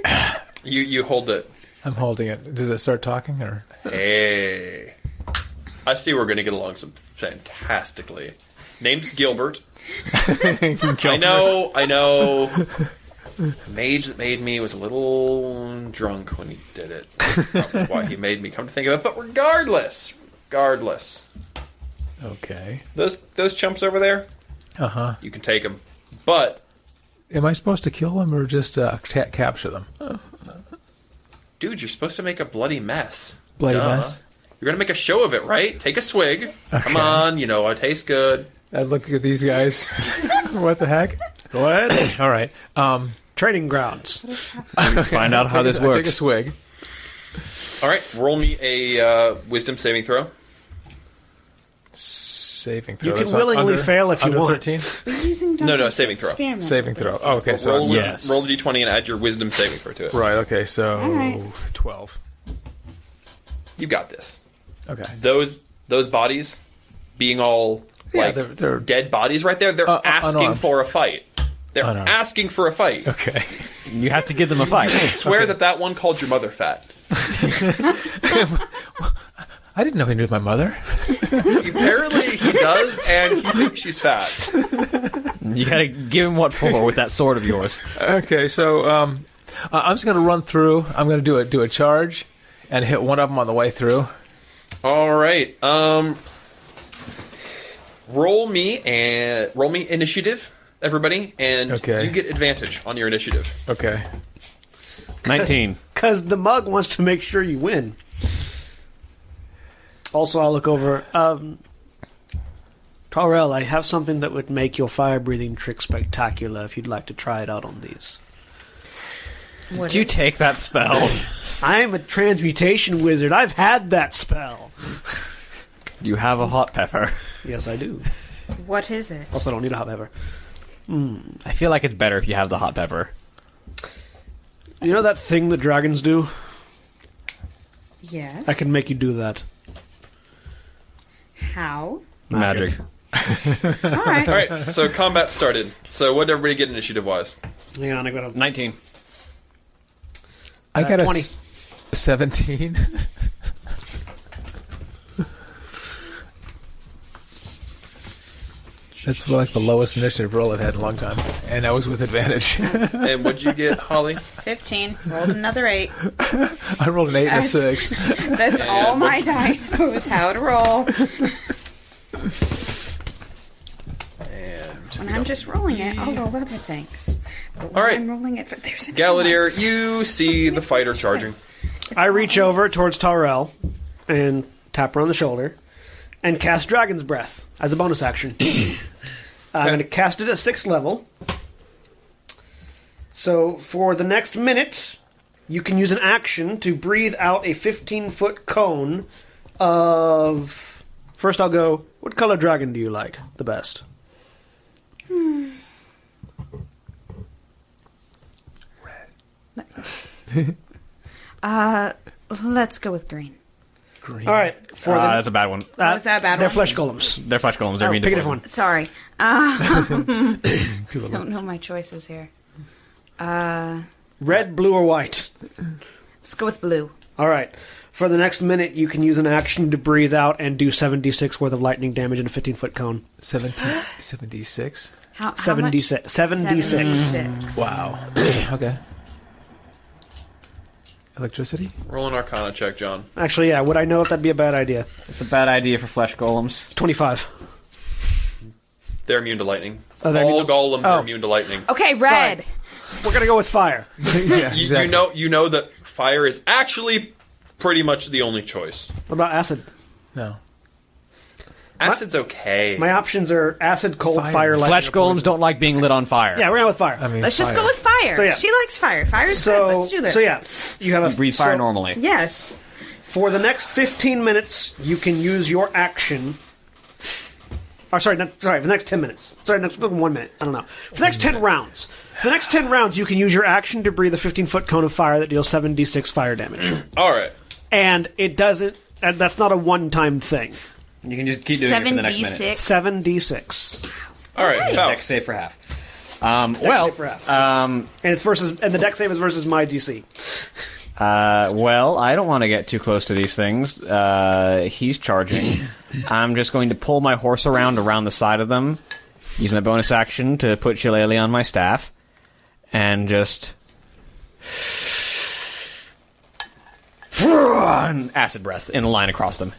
S2: You you hold it.
S4: I'm holding it. Does it start talking or?
S2: Hey. Eh. I see we're going to get along some fantastically. Name's Gilbert. I know, I know. The Mage that made me was a little drunk when he did it. Probably Why he made me come to think of it, but regardless, regardless.
S4: Okay.
S2: Those those chumps over there,
S4: Uh huh.
S2: you can take them. But
S4: Am I supposed to kill them or just uh, ta capture them?
S2: dude, you're supposed to make a bloody mess.
S4: Bloody
S2: Duh.
S4: mess.
S2: You're gonna make a show of it, right? Take a swig. Come on, you know I taste good.
S4: I Uh, look at these guys. what the heck? What? All right.
S1: Uh,
S4: Um,
S1: Training grounds.
S7: Find out how
S4: take
S7: this
S4: a- I Take a
S7: works.
S4: swig.
S2: All right, roll me a uh, wisdom saving throw.
S4: Saving throw.
S1: You
S4: That's
S1: can
S4: not-
S1: willingly
S4: under-
S1: fail if you
S4: under
S1: want.
S4: 13?
S8: We're using
S2: No, no,
S8: Duncan's
S2: saving throw.
S8: experiment
S4: Saving
S8: for
S4: throw.
S8: this.
S4: Oh, okay. So
S2: Roll,
S4: that's
S2: wi-
S7: Yes.
S2: roll the d20 and add your wisdom saving throw to it.
S4: right. Okay. So
S8: right.
S4: 12.
S2: You got this.
S4: Okay.
S2: Those those bodies being all
S4: Yeah,
S2: like
S4: they're- they're-
S2: dead bodies right there. They're
S4: Uh, uh,
S2: asking
S4: unarmed.
S2: for a fight. They're
S4: Unarmed.
S2: asking for a fight.
S4: Okay.
S7: You have to give them a fight.
S2: Swear that that one called your mother fat.
S4: I didn't know he knew my mother.
S2: Apparently he does, and he thinks she's fat.
S7: You gotta give him what for with that sword of yours.
S4: Okay, so um, I- I'm just gonna run through. I'm gonna do a do a charge, and hit one of them on the way through.
S2: All right. Um, roll me and roll me initiative, everybody, and
S4: Okay.
S2: you get advantage on your initiative.
S4: Okay,
S7: 19.
S1: Because the mug wants to make sure you win. Also, I'll look over. Um, Torrell, I have something that would make your fire breathing trick spectacular if you'd like to try it out on these.
S8: What
S7: Do you
S8: is-
S7: take that spell?
S1: I'm a transmutation wizard. I've had that spell.
S7: You have a hot pepper.
S1: Yes, I do.
S5: What is it?
S1: Also, I don't need a hot pepper.
S7: Hmm. I feel like it's better if you have the hot pepper.
S1: You know that thing that dragons do?
S8: yes.
S1: I can make you do that.
S8: How?
S7: Magic.
S8: All right.
S2: All right. So combat started. So what did everybody get initiative wise?
S1: Hang on, I gotta.
S7: 19.
S4: I
S1: Uh,
S4: got a
S1: 20.
S4: s- seventeen. That's like the lowest initiative roll I've had in a long time, and that was with advantage.
S2: And what'd you get, Holly?
S5: 15.
S8: Rolled another eight.
S4: I rolled an eight and a
S8: As-
S4: six.
S8: That's all my die knows how to roll.
S2: And
S8: When I'm just rolling it, oh, I'll roll other things. But when
S2: All right.
S8: I'm rolling it, for, there's another one.
S2: Galladier, you see the fighter charging.
S1: I reach
S8: all
S1: over
S8: ends.
S1: towards Torrell and tap her on the shoulder and cast Dragon's Breath as a bonus action. I'm going to cast it at sixth level. So for the next minute, you can use an action to breathe out a 15 foot cone of. First, I'll go. What color dragon do you like the best?
S5: Let's go with green.
S1: All right. For
S7: Uh,
S1: the,
S7: that's a bad one.
S1: uh,
S5: was that a bad
S1: They're
S5: one?
S1: flesh golems.
S7: They're flesh golems. They're
S1: Oh,
S7: mean
S1: pick a
S7: to
S1: different one.
S5: Sorry. Um, don't know my choices here.
S1: Red, blue, or white?
S5: Let's go with blue.
S1: All right. For the next minute, you can use an action to breathe out and do 76 worth of lightning damage in a 15 foot cone.
S4: 17, 76.
S5: How, how much?
S1: 76. 76.
S5: 76.
S4: Wow. okay. Electricity?
S2: Roll an Arcana check, John.
S1: Actually, yeah, would I know if that'd be a bad idea?
S10: It's a bad idea for flesh golems.
S1: 25.
S2: They're immune to lightning.
S1: Oh, they're
S2: All
S1: immune
S2: golems
S1: oh.
S2: are immune to lightning.
S5: Okay, red.
S1: We're going to go with fire.
S4: yeah,
S2: You, you know, you know that fire is actually pretty much the only choice.
S1: What about acid?
S4: No.
S2: Acid's okay.
S1: My options are acid, cold, fire,
S4: Fire.
S1: lightning.
S7: Flesh
S1: or poison.
S7: golems don't like being lit on fire.
S1: Yeah, we're going with fire.
S4: I mean,
S5: Let's just
S4: fire.
S5: go with fire.
S1: So, yeah.
S5: She likes fire. Fire's good.
S1: so,
S5: Let's do this.
S1: so yeah, you have a
S7: Breathe fire
S1: so
S7: normally.
S5: Yes.
S1: For the next 15 minutes, you can use your action. Or sorry, not, sorry, for the next 10 minutes. Sorry, next one minute. I don't know. For the next 10 rounds. For the next 10 rounds, you can use your action to breathe a 15 foot cone of fire that deals 7d6 fire damage.
S2: All right.
S1: And it doesn't, and that's not a one time thing.
S7: You can just keep doing it for the next minute.
S5: 76.
S1: 7d6.
S2: All right. Faust.
S7: Dex save for half. Um, well,
S1: save for half.
S7: Um,
S1: And it's versus, and the deck save is versus my DC.
S7: uh, well, I don't want to get too close to these things. Uh, he's charging. I'm just going to pull my horse around around the side of them, use my bonus action to put Shillelagh on my staff, and just acid breath in a line across them.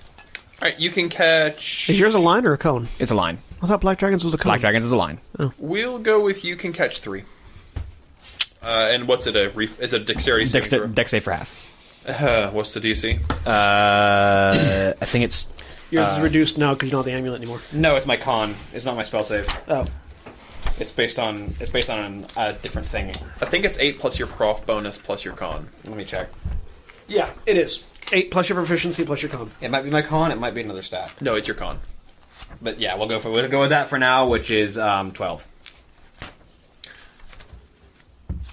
S2: All right, you can catch.
S1: Is yours a line or a cone?
S7: It's a line.
S1: I thought Black Dragons was a cone.
S7: Black Dragons is a line.
S2: We'll go with you can catch three. Uh, and what's it a? Re- is it a dexterity? saving
S7: Dex,
S2: throw?
S7: dex save for half.
S2: Uh, what's the DC?
S7: Uh, I think it's.
S1: Yours
S7: uh,
S1: is reduced now because you don't have the amulet anymore.
S3: No, it's my con. It's not my spell save.
S1: Oh.
S3: It's based on it's based on a different thing.
S2: I think it's eight plus your prof bonus plus your con.
S3: Let me check.
S1: Yeah, it is. Eight plus your proficiency plus your con.
S3: It might be my con. It might be another stat.
S2: No, it's your con.
S3: But yeah, we'll go for we'll go with that for now, which is um, twelve.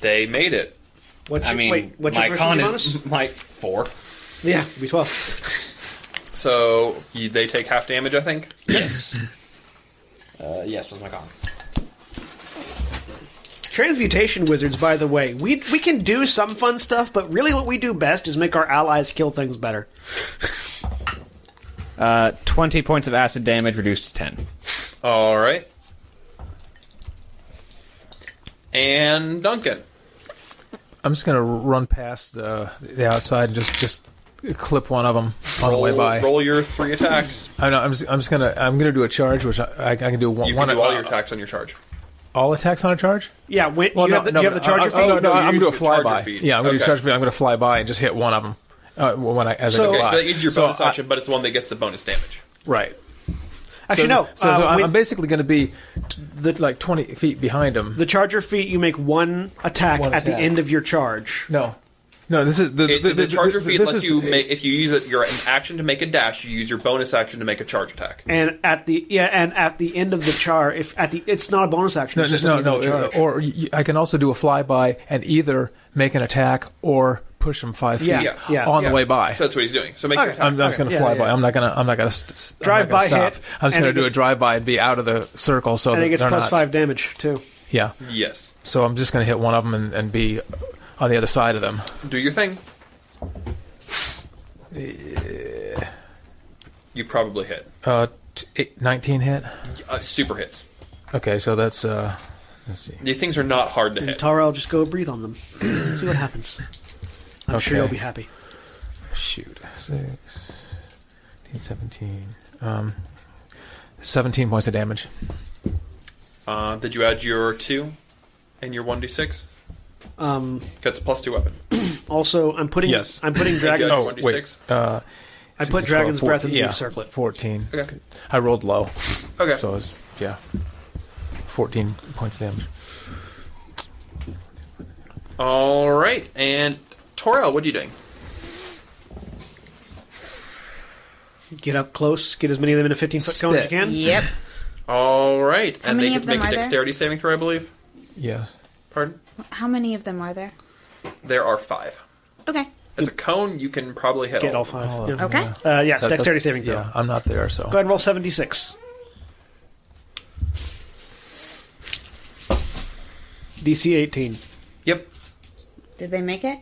S2: They made it.
S1: What's
S3: I
S1: your,
S3: mean,
S1: wait, what's
S3: my
S1: your
S3: con
S1: proficiency
S3: is my four.
S1: bonus? Yeah, it'd be twelve.
S2: So you, they take half damage, I think.
S3: Yes. uh, yes, was my con.
S1: Transmutation wizards, by the way, we we can do some fun stuff, but really what we do best is make our allies kill things better.
S7: Uh, 20 points of acid damage reduced to 10.
S2: All right. And Duncan.
S4: I'm just gonna run past uh, the outside and just just clip one of them on the way
S2: roll-
S4: by.
S2: Roll your three attacks.
S4: I'm, not, I'm, just, I'm just gonna I'm gonna do a charge, which I, I, I can do one.
S2: You
S4: one
S2: can do all your
S4: uh,
S2: attacks on your charge.
S4: all attacks on a charge.
S1: Yeah, when,
S4: Well,
S1: you,
S4: no,
S1: have the,
S4: no,
S1: you have the
S4: but
S1: charger
S4: I, I,
S1: feed.
S4: oh, no,
S2: No,
S4: no,
S2: you
S4: I'm
S2: do
S4: gonna do a
S2: the
S4: fly
S2: charger
S4: by.
S2: feed.
S4: Yeah, I'm gonna do
S2: Okay.
S4: charge feed. I'm gonna fly by and just hit one of them uh, when I as I go
S2: Okay,
S4: by.
S2: so that is your bonus
S4: I-
S2: action, but it's the one that gets the bonus damage.
S4: right?
S1: Actually,
S4: so,
S1: no.
S4: So,
S1: uh,
S4: so I'm,
S1: when-
S4: I'm basically gonna be t- the, like 20 feet behind him.
S1: the charger feat, you make one attack
S4: One
S1: at the
S4: attack.
S1: end of your charge.
S4: no, no. This is the
S2: It,
S4: the,
S2: the, charger
S4: the-
S2: feat
S4: this
S2: lets
S4: is-
S2: you make if you use it your an action to make a dash, you use your bonus action to make a charge attack.
S1: And at the yeah, and at the end of the char, if at the it's not a bonus action.
S4: No,
S1: it's just
S4: no,
S1: at the
S4: no, uh,
S1: end of the
S4: no.
S1: charge.
S4: Or y- y- I can also do a flyby and either make an attack or push him five feet
S1: Yeah, yeah,
S4: on
S2: Yeah.
S4: the way by.
S2: So that's what he's doing. So make
S1: Okay.
S2: your attack.
S4: I'm, I'm just
S1: Okay,
S4: gonna
S1: yeah,
S4: fly
S1: yeah,
S4: by.
S1: yeah.
S4: I'm not gonna. I'm not gonna. St- st- I'm
S1: Drive
S4: not gonna
S1: by
S4: stop.
S1: hit,
S4: I'm just
S1: and
S4: gonna
S1: it
S4: do a
S1: gets-
S4: drive by and be out of the circle. So
S1: and
S4: that
S1: it gets
S4: they're
S1: plus
S4: not,
S1: five damage too.
S4: Yeah.
S2: Yes.
S4: So I'm just gonna hit one of them and, and be on the other side of them.
S2: Do your thing. You probably hit.
S4: Uh, t- eight, 19 hit.
S2: Uh, super hits.
S4: Okay, so that's uh, let's see.
S2: These things are not hard to
S1: And
S2: hit.
S1: Tarel, just go breathe on them. See what happens. I'm sure
S4: Okay.
S1: you'll be happy.
S4: Shoot, six, 18, 17, um, 17 points of damage.
S2: Uh, did you add your two and your one d six?
S1: Um,
S2: That's a plus two weapon.
S1: also, I'm putting
S4: Yes.
S1: I'm putting
S2: you
S1: dragon.
S2: guys-
S4: Oh
S1: oh,
S2: 1d6?
S4: wait, uh,
S1: I put
S4: six, twelve,
S1: dragon's breath in
S4: 14,
S1: the
S4: yeah,
S1: circlet.
S4: 14.
S2: Okay.
S4: I rolled low,
S2: Okay.
S4: so it was, yeah, 14 points of damage.
S2: All right. And Torel, what are you doing?
S1: Get up close. Get as many of them in a 15 foot cone as you
S4: Spit.
S1: can.
S5: Yep.
S2: All right.
S5: How
S2: and
S5: many
S2: they
S5: of
S2: can
S5: them
S2: make a
S5: are there?
S2: dexterity saving throw, I believe.
S4: Yeah.
S2: Pardon?
S5: How many of them are there?
S2: There are five.
S5: Okay.
S2: As a cone, you can probably hit
S1: Get
S2: all.
S1: all
S2: of them.
S1: five. yeah.
S5: Okay.
S1: Uh, yes,
S4: That-
S1: dexterity
S4: that's-
S1: saving throw.
S4: Yeah, I'm not there, so.
S1: Go ahead and roll 76. DC 18.
S2: Yep.
S5: Did they make it?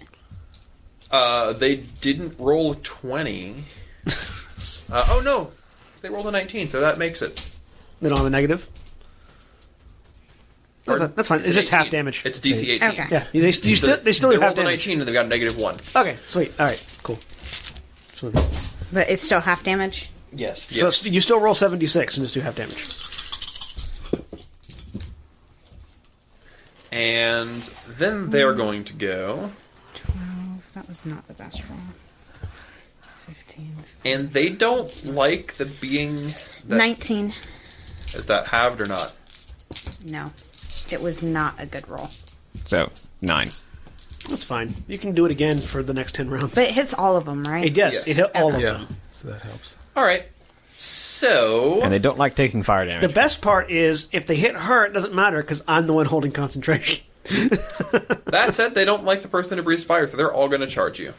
S2: Uh, they didn't roll a 20. uh, oh, no. They rolled a 19, so that makes it.
S1: They don't have a negative. That's,
S2: Pardon?
S1: that's fine. It's,
S2: an
S1: just half
S2: 18.
S1: damage.
S2: It's DC 18.
S5: Okay.
S1: yeah, you, they, you still, they still
S2: they
S1: do half
S2: rolled a
S1: damage.
S2: 19 and they got a negative 1.
S1: Okay, sweet. All right, cool. So,
S5: But it's still half damage.
S3: Yes.
S1: so it's- you still roll 76 and just do half damage.
S2: And then they're going to go.
S5: Twelve. Oh, That was not the best roll. Fifteen.
S2: And they don't like the being. That,
S5: Nineteen.
S2: Is that halved or not?
S5: No, it was not a good roll.
S7: So, 9.
S1: That's fine. You can do it again for the next 10 rounds.
S5: But it hits all of them, right?
S1: it does.
S2: Yes.
S1: It hit all of
S4: Yeah,
S1: them.
S4: so that helps.
S2: All right. So.
S7: And they don't like taking fire
S1: The
S7: damage.
S1: best part is if they hit her, it doesn't matter because I'm the one holding concentration.
S2: That said, they don't like the person who breathes fire, so they're all going to charge you.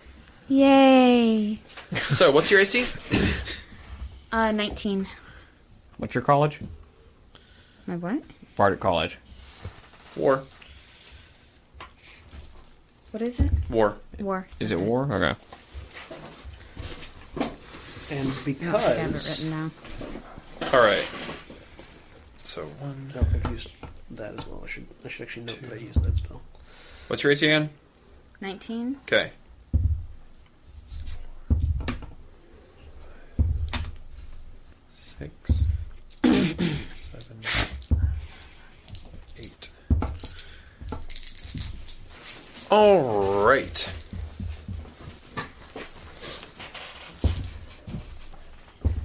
S5: Yay.
S2: So, what's your AC?
S5: Uh, nineteen.
S7: What's your college?
S5: My what?
S7: Bardot College.
S2: War.
S5: What is it?
S2: War.
S5: War.
S7: Is it war? Okay.
S1: And
S5: I don't think I have it
S1: because.
S5: written now.
S2: All right. So, one.
S1: Nope, I've used that as well. I should, I should actually note that I used that spell.
S2: What's your AC again?
S5: Nineteen.
S2: Okay. six, seven, eight. All right.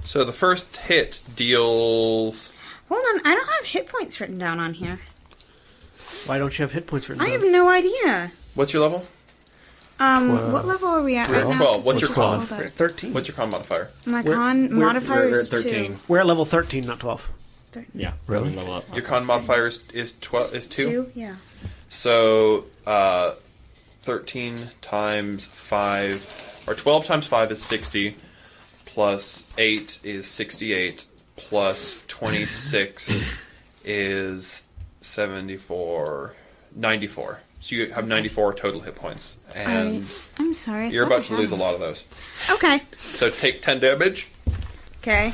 S2: So the first hit deals.
S8: Hold on, I don't have hit points written down on here.
S1: Why don't you have hit points written
S8: I have
S1: down?
S8: no idea.
S2: What's your level?
S8: Um,
S1: Twelve.
S8: what level are we at right now?
S2: Twelve. What's your
S8: Just hold
S2: con?
S8: up.
S1: Thirteen.
S2: What's your con modifier?
S8: My
S1: We're-
S8: con
S1: we're-
S8: modifier
S2: we're
S8: is
S2: at 13.
S8: two.
S1: We're at level 13, not 12.
S7: Yeah.
S4: Really?
S7: Level up.
S2: Your con modifier is, is twelve is two.
S8: Two, yeah.
S2: So uh, thirteen times five, or twelve times five is sixty, plus eight is sixty-eight, plus twenty-six is seventy-four, ninety-four. So you have ninety-four total hit points, and
S8: I, am sorry. I
S2: you're
S8: thought I
S2: about to
S8: had
S2: lose a
S8: them.
S2: lot of those.
S8: Okay.
S2: So take ten damage,
S8: Okay.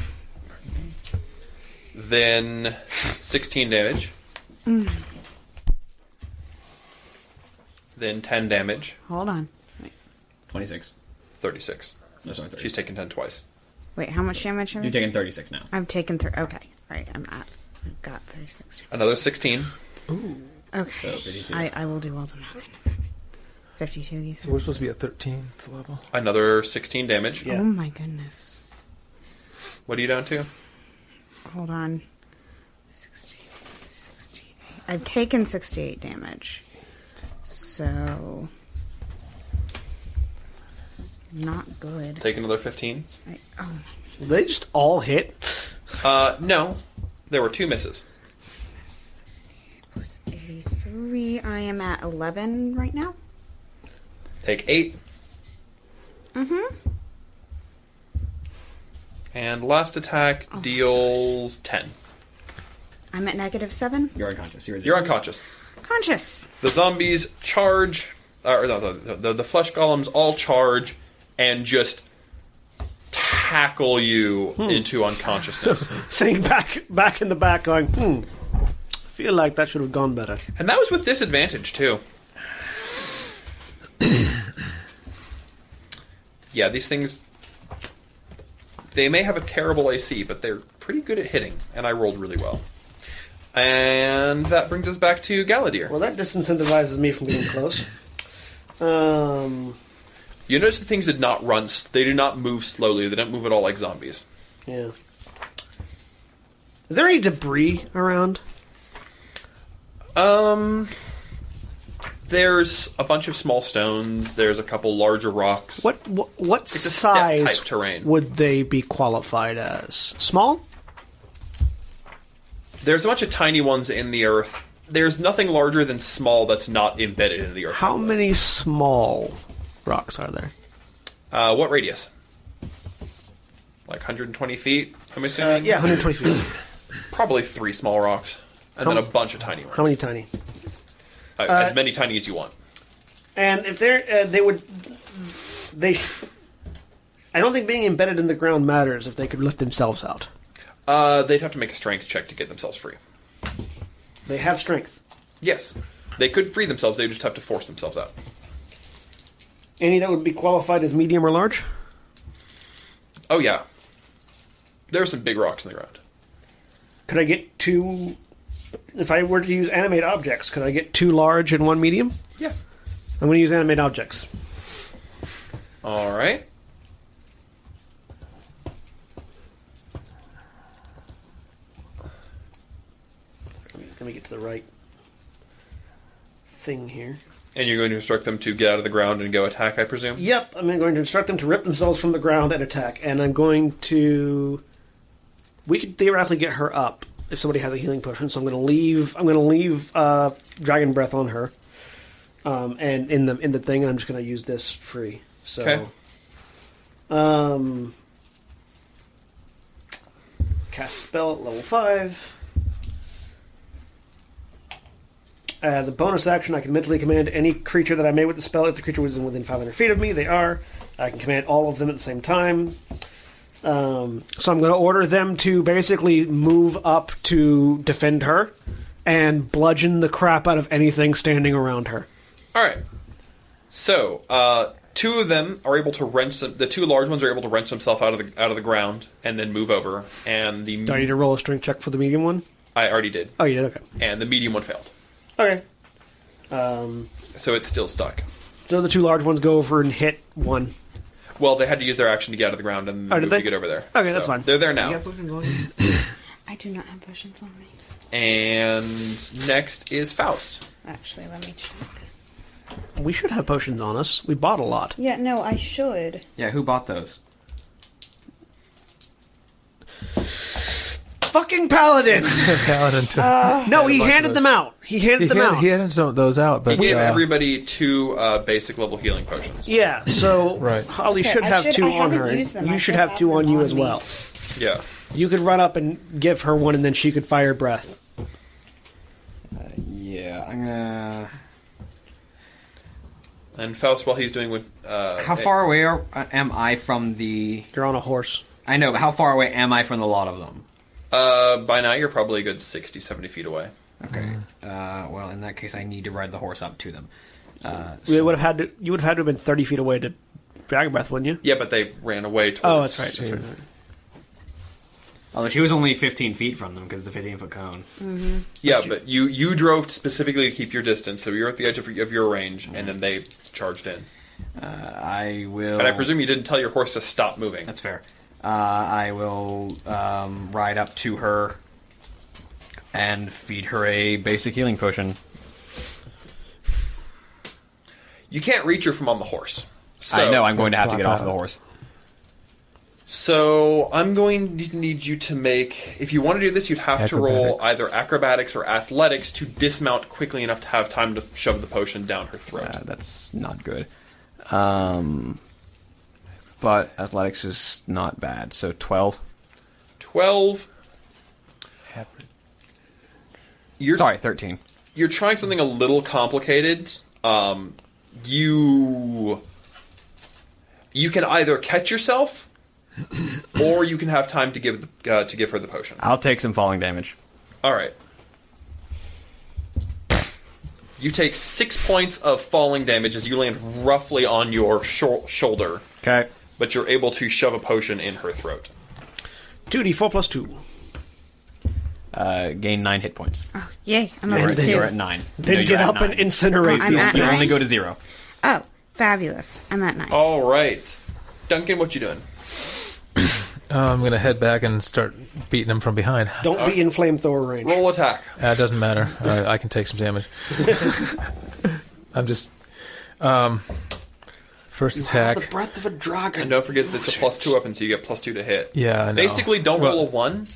S2: then sixteen damage, then ten damage,
S8: Hold on. Wait.
S11: Twenty-six.
S2: thirty-six.
S11: No, sorry, 30.
S2: She's taken 10 twice.
S8: Wait, how much damage have I
S11: You're taking thirty-six now.
S8: I've taken three. Okay. Right. I'm at. I've got 36.
S2: Another 16.
S8: Okay.
S11: Oh, 52.
S8: I, I will do all the math in a second. 52, you said?
S4: We're supposed to be at 13th level.
S2: Another 16 damage.
S1: Yeah.
S8: Oh my goodness.
S2: What are you down to?
S8: Hold on. 60, 68. I've taken 68 damage. So. Not good.
S2: Take another 15.
S8: I, oh my.
S1: Did They just all hit.
S2: Uh, no. There were two misses.
S8: 83. I am at 11 right now.
S2: Take 8.
S8: Mm hmm.
S2: And last attack deals 10.
S8: I'm at negative 7.
S11: You're unconscious. You're,
S2: You're unconscious.
S8: Conscious.
S2: The zombies charge, uh, or no, the, the, the flesh golems all charge and just tackle you into unconsciousness.
S1: Sitting back back in the back going, hmm, I feel like that should have gone better.
S2: and that was with disadvantage, too. yeah, these things. They may have a terrible AC, but they're pretty good at hitting, and I rolled really well. And that brings us back to Galadir.
S1: Well, that disincentivizes me from getting close. Um,
S2: you notice the things did not run; s- they do not move slowly. They don't move at all like zombies.
S1: yeah. Is there any debris around?
S2: There's a bunch of small stones. There's a couple larger rocks.
S1: What what, what
S2: a step-type
S1: size
S2: terrain.
S1: would they be qualified as? Small?
S2: There's a bunch of tiny ones in the earth. There's nothing larger than small that's not embedded in the earth.
S1: How many small rocks are there?
S2: Uh, what radius? Like 120 feet, I'm assuming?
S1: Uh, Yeah, 120 feet.
S2: Probably three small rocks. And
S1: How-
S2: then a bunch of tiny ones.
S1: How many tiny?
S2: Uh, as many tiny as you want.
S1: And if they're, uh, they would, they. Sh- I don't think being embedded in the ground matters if they could lift themselves out.
S2: Uh, they'd have to make a strength check to get themselves free.
S1: They have strength.
S2: Yes. They could free themselves, they just have to force themselves out.
S1: Any that would be qualified as medium or large?
S2: Oh, yeah. There are some big rocks in the ground.
S1: Could I get two? If I were to use animate objects, could I get two large and one medium?
S2: Yeah.
S1: I'm going to use animate objects.
S2: All right.
S1: Let me get to the right thing here.
S2: And you're going to instruct them to get out of the ground and go attack, I presume?
S1: Yep, I'm going to instruct them to rip themselves from the ground and attack, and I'm going to. We could theoretically get her up if somebody has a healing potion, so I'm going to leave. I'm going to leave uh, dragon breath on her, um, and in the in the thing, and I'm just going to use this free. So,
S2: Okay.
S1: um, cast spell at level five. As a bonus action, I can mentally command any creature that I may with the spell. If the creature was within 500 feet of me, they are. I can command all of them at the same time. Um, so I'm going to order them to basically move up to defend her and bludgeon the crap out of anything standing around her.
S2: All right. So, uh, Two of them are able to wrench them, the two large ones are able to wrench themselves out of the out of the ground and then move over. And the
S1: Do I need to roll a strength check for the medium one?
S2: I already did.
S1: Oh, you did? Okay.
S2: And the medium one failed,
S1: Okay. Um,
S2: so it's still stuck.
S1: so the two large ones go over and hit one.
S2: Well, they had to use their action to get out of the ground and
S1: Oh, did
S2: move
S1: they?
S2: to get over there.
S1: Okay, that's
S2: So
S1: fine.
S2: They're there now.
S8: I do not have potions on me.
S2: And next is Faust.
S8: Actually, let me check.
S1: We should have potions on us. We bought a lot.
S8: Yeah, no, I should.
S11: Yeah, who bought those?
S1: Fucking paladin.
S4: paladin. Took,
S1: no, he handed them out. He handed
S4: He,
S1: them
S4: hand-
S1: out.
S4: he handed some of those out,
S2: He
S4: but
S2: gave
S4: uh,
S2: everybody two uh, basic level healing potions.
S1: Yeah, so
S4: Right.
S1: Holly
S8: Okay,
S1: should
S8: I
S1: have
S8: should-
S1: two
S8: I
S1: on
S8: haven't
S1: her.
S8: used them.
S1: You
S8: I
S1: should
S8: should
S1: have
S8: have
S1: two
S8: them
S1: on you
S8: on
S1: as
S8: me.
S1: well.
S2: Yeah.
S1: You could run up and give her one, and then she could fire breath.
S11: Yeah, I'm gonna.
S2: And Faust, while he's doing with uh,
S3: How far away are, am I from the?
S1: You're on a horse.
S3: I know, but how far away am I from the lot of them?
S2: Uh, by now you're probably a good 60, 70 feet away.
S3: Okay.
S11: Mm-hmm.
S3: Uh, well, in that case, I need to ride the horse up to them. Uh,
S1: We would have had to. You would have had to have been thirty feet away to dragon breath, wouldn't you?
S2: Yeah, but they ran away. Towards
S1: Oh, that's right. That's right.
S3: although she was only 15 feet from them because it's a 15 foot cone.
S2: Yeah, but you you drove specifically to keep your distance, so you're at the edge of, of your range, and then they charged in.
S3: I will.
S2: And I presume you didn't tell your horse to stop moving.
S3: That's fair. Uh, I will um, ride up to her and feed her a basic healing potion.
S2: You can't reach her from on the horse. So,
S3: I know I'm going to have to get
S4: Flop
S3: off of the
S4: out.
S3: horse.
S2: So I'm going to need you to make. If you want to do this, you'd have to roll
S4: Acrobatics.
S2: either acrobatics or athletics to dismount quickly enough to have time to shove the potion down her throat.
S7: Uh, that's not good. Um, but athletics is not bad. So twelve.
S2: Twelve. You're
S7: Sorry, thirteen.
S2: you're trying something a little complicated. Um, you you can either catch yourself, or you can have time to give the, uh, to give her the potion.
S7: I'll take some falling damage.
S2: All right. You take six points of falling damage as you land roughly on your shou- shoulder,
S7: Okay.
S2: but you're able to shove a potion in her throat.
S1: Two D four plus two.
S7: Uh, gain nine hit points.
S9: Uh,
S8: Oh,
S5: Yay, I'm
S7: You're
S5: over
S7: at, you're at
S5: two.
S7: nine.
S1: Then
S7: No, you're
S1: get
S7: at
S1: up
S7: nine.
S1: and incinerate
S5: I'm
S1: these
S5: at
S1: things.
S7: You
S5: nine.
S7: only go to zero.
S5: Oh, fabulous. I'm at nine.
S4: Oh,
S2: All right, Duncan, what you doing?
S4: uh, I'm going to head back and start beating him from behind.
S1: Don't be in flamethrower range.
S2: Roll attack.
S4: Uh, it doesn't matter. Uh, I can take some damage. I'm just. Um, first attack.
S2: breath of a dragon. And don't forget that it's a plus two weapon, so you get plus two to hit.
S4: Yeah, I know.
S2: Basically, don't
S4: Well-
S2: roll a one.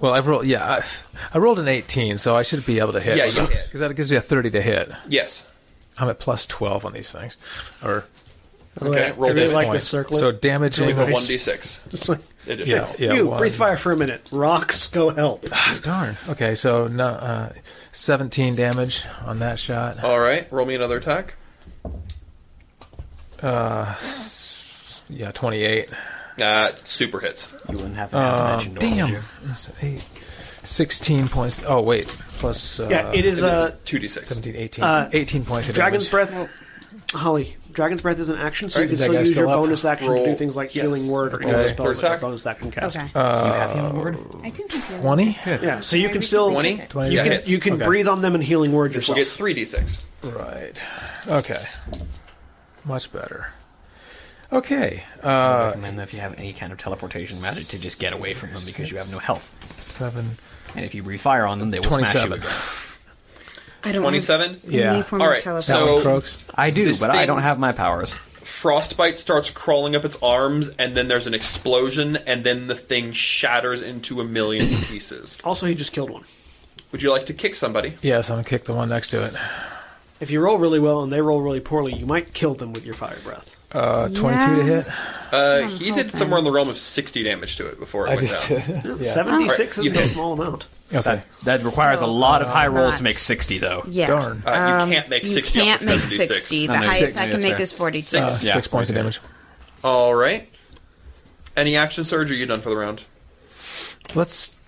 S4: Well, I rolled. Yeah, I, I rolled an 18, so I should be able to hit.
S2: Yeah, you hit.
S4: Because that gives you a 30 to hit.
S2: Yes.
S4: I'm at plus 12 on these things, or
S2: Okay, roll
S1: I really
S2: this
S1: like
S4: point.
S1: this circlet.
S4: So damage
S2: Only for
S4: increase-
S2: one d six.
S1: it's like,
S4: Yeah, yeah.
S1: you
S4: one.
S1: breathe fire for a minute. Rocks go help.
S4: Darn. Okay, so no, uh, 17 damage on that shot.
S2: All right, roll me another attack.
S4: Yeah, 28.
S2: Uh, super hits.
S3: You wouldn't have
S4: Uh,
S3: to
S4: damn. That's Eight, 16 points. Oh wait, plus uh,
S1: yeah, it is uh,
S2: Two d six.
S4: 17, 18,
S1: uh,
S4: 18 points. Of
S1: Dragon's
S4: damage.
S1: breath. Holly, Dragon's breath is an action, so
S4: Alright,
S1: you can
S4: is that
S1: still
S4: guy
S1: use
S4: still
S1: your
S4: up?
S1: bonus action to do
S2: Roll.
S1: things like
S2: Yes.
S1: healing word or
S2: Okay.
S1: combo
S2: Third
S1: spells like
S2: attack?
S1: bonus action cast.
S5: Okay. I do have healing.
S4: uh, Twenty.
S1: Yeah, so you
S5: Maybe
S1: can
S5: we
S1: still
S5: can-
S2: Twenty.
S4: Twenty
S1: you
S4: to
S1: can,
S4: hit.
S1: you can
S4: Okay.
S1: breathe on them and healing word
S2: We'll
S1: yourself.
S2: get three d six.
S4: Right. Okay. Much better. Okay. Uh,
S3: And if you have any kind of teleportation magic, to just get away from them because you have no health.
S4: seven.
S3: And if you breathe fire on them, they will smash you
S4: 27.
S3: again.
S5: I don't
S2: Twenty seven.
S4: Yeah.
S5: All
S2: All right,
S5: Teleport.
S2: so-
S4: That one croaks.
S7: I do,
S2: This
S7: but I don't
S2: thing-
S7: have my powers.
S2: Frostbite starts crawling up its arms, and then there's an explosion, and then the thing shatters into a million pieces.
S1: Also, he just killed one.
S2: Would you like to kick somebody?
S4: Yes, I'm gonna kick the one next to it.
S1: If you roll really well and they roll really poorly, you might kill them with your fire breath.
S4: Uh, 22 to hit.
S2: Uh, he
S5: hold
S2: did
S5: on.
S2: somewhere in the realm of sixty damage to it before it
S4: I
S2: went
S4: just
S2: down. Uh,
S4: did.
S1: Seventy six
S2: Alright,
S1: is
S2: you
S1: no
S2: hit.
S1: small amount.
S4: Okay.
S7: That requires a lot of high rolls to
S5: not-
S7: make sixty, though.
S5: Yeah.
S4: Darn.
S2: Uh, you can't
S7: Um,
S2: make
S5: You
S2: sixty.
S5: can't
S2: off of
S5: make
S2: 76.
S5: 60. The
S7: No, no,
S5: highest
S7: six.
S5: I can
S7: Yeah,
S5: make
S7: fair.
S5: is 42.
S4: Uh,
S2: Six.
S7: Yeah,
S4: six points of damage.
S2: All right. Any action surge? Or are you done for the round?
S4: Let's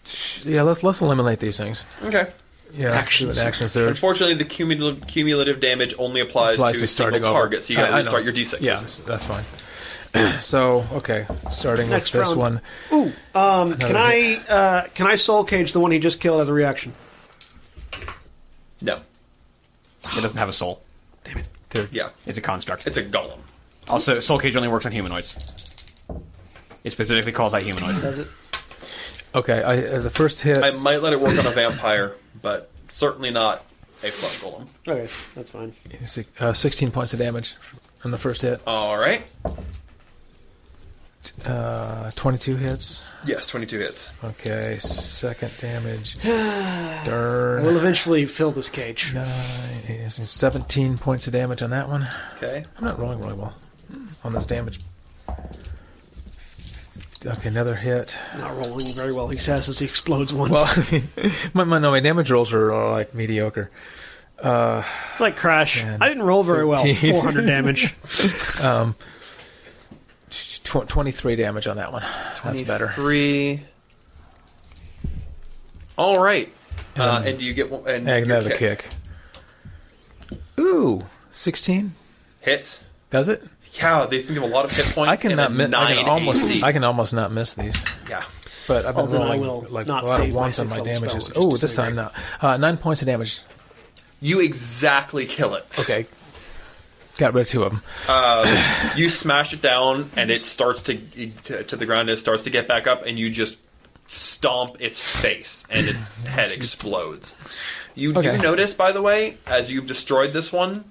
S4: yeah, let's let's eliminate these things.
S2: Okay.
S4: Yeah,
S2: Action
S4: do an action
S2: surge.
S4: surge.
S2: Unfortunately, the cumulative, cumulative damage only applies,
S4: Applies
S2: to a single target, so you
S4: I-
S2: gotta
S4: I
S2: restart your
S4: know.
S2: d6s.
S4: Yeah, that's fine. so, okay, starting
S1: Next
S4: with this
S1: round.
S4: one.
S1: Ooh, um,
S4: Another
S1: can I uh, can I soul cage the one he just killed as a reaction?
S2: No.
S3: It doesn't have a soul.
S4: Damn it.
S2: Yeah.
S3: It's a construct.
S2: It's a golem.
S3: Also, soul cage only works on humanoids. It specifically calls out humanoids.
S1: Does it?
S4: Okay, I, uh, the first hit.
S2: I might let it work on a vampire, but certainly not a flesh golem.
S1: Okay, that's fine.
S4: Six- uh, 16 points of damage on the first hit.
S2: All right.
S4: Uh, 22 hits.
S2: Yes, 22 hits.
S4: Okay, second damage. Darn.
S1: We'll eventually fill this cage.
S4: Nine, eight, 17 points of damage on that one.
S2: Okay.
S4: I'm not rolling really well on this damage. Okay, another hit.
S1: Not rolling very well. He says as he explodes one.
S4: Well, I mean, my, my, no, my damage rolls are, are like mediocre. Uh,
S1: it's like Crash.
S4: man,
S1: I didn't roll very well.
S4: 13.
S1: 400 damage.
S4: um, tw- 23 damage on that one. That's better.
S2: Three. All right. Uh,
S4: Um,
S2: and do you get one? And,
S4: And
S2: your
S4: another kick. Ooh, 16?
S2: Hits.
S4: Does it?
S2: Yeah, they think of a lot of hit points.
S4: I cannot
S2: and a
S4: miss. I
S2: nine
S4: can almost.
S2: AC.
S4: I can almost not miss these.
S2: Yeah.
S4: But I've
S1: Oh,
S4: been
S1: then I
S4: rolling
S1: will
S4: like
S1: not
S4: a lot of
S1: save my
S4: ones on my
S1: sixth level
S4: damages.
S1: spell,
S4: Oh,
S1: which is
S4: this time
S1: disagree.
S4: not. Uh, nine points of damage.
S2: You exactly kill it.
S4: Okay, got rid of two of them.
S2: Uh, you smash it down, and it starts to, to to the ground. And it starts to get back up, and you just stomp its face, and its head explodes. You
S4: Okay.
S2: do notice, by the way, as you've destroyed this one,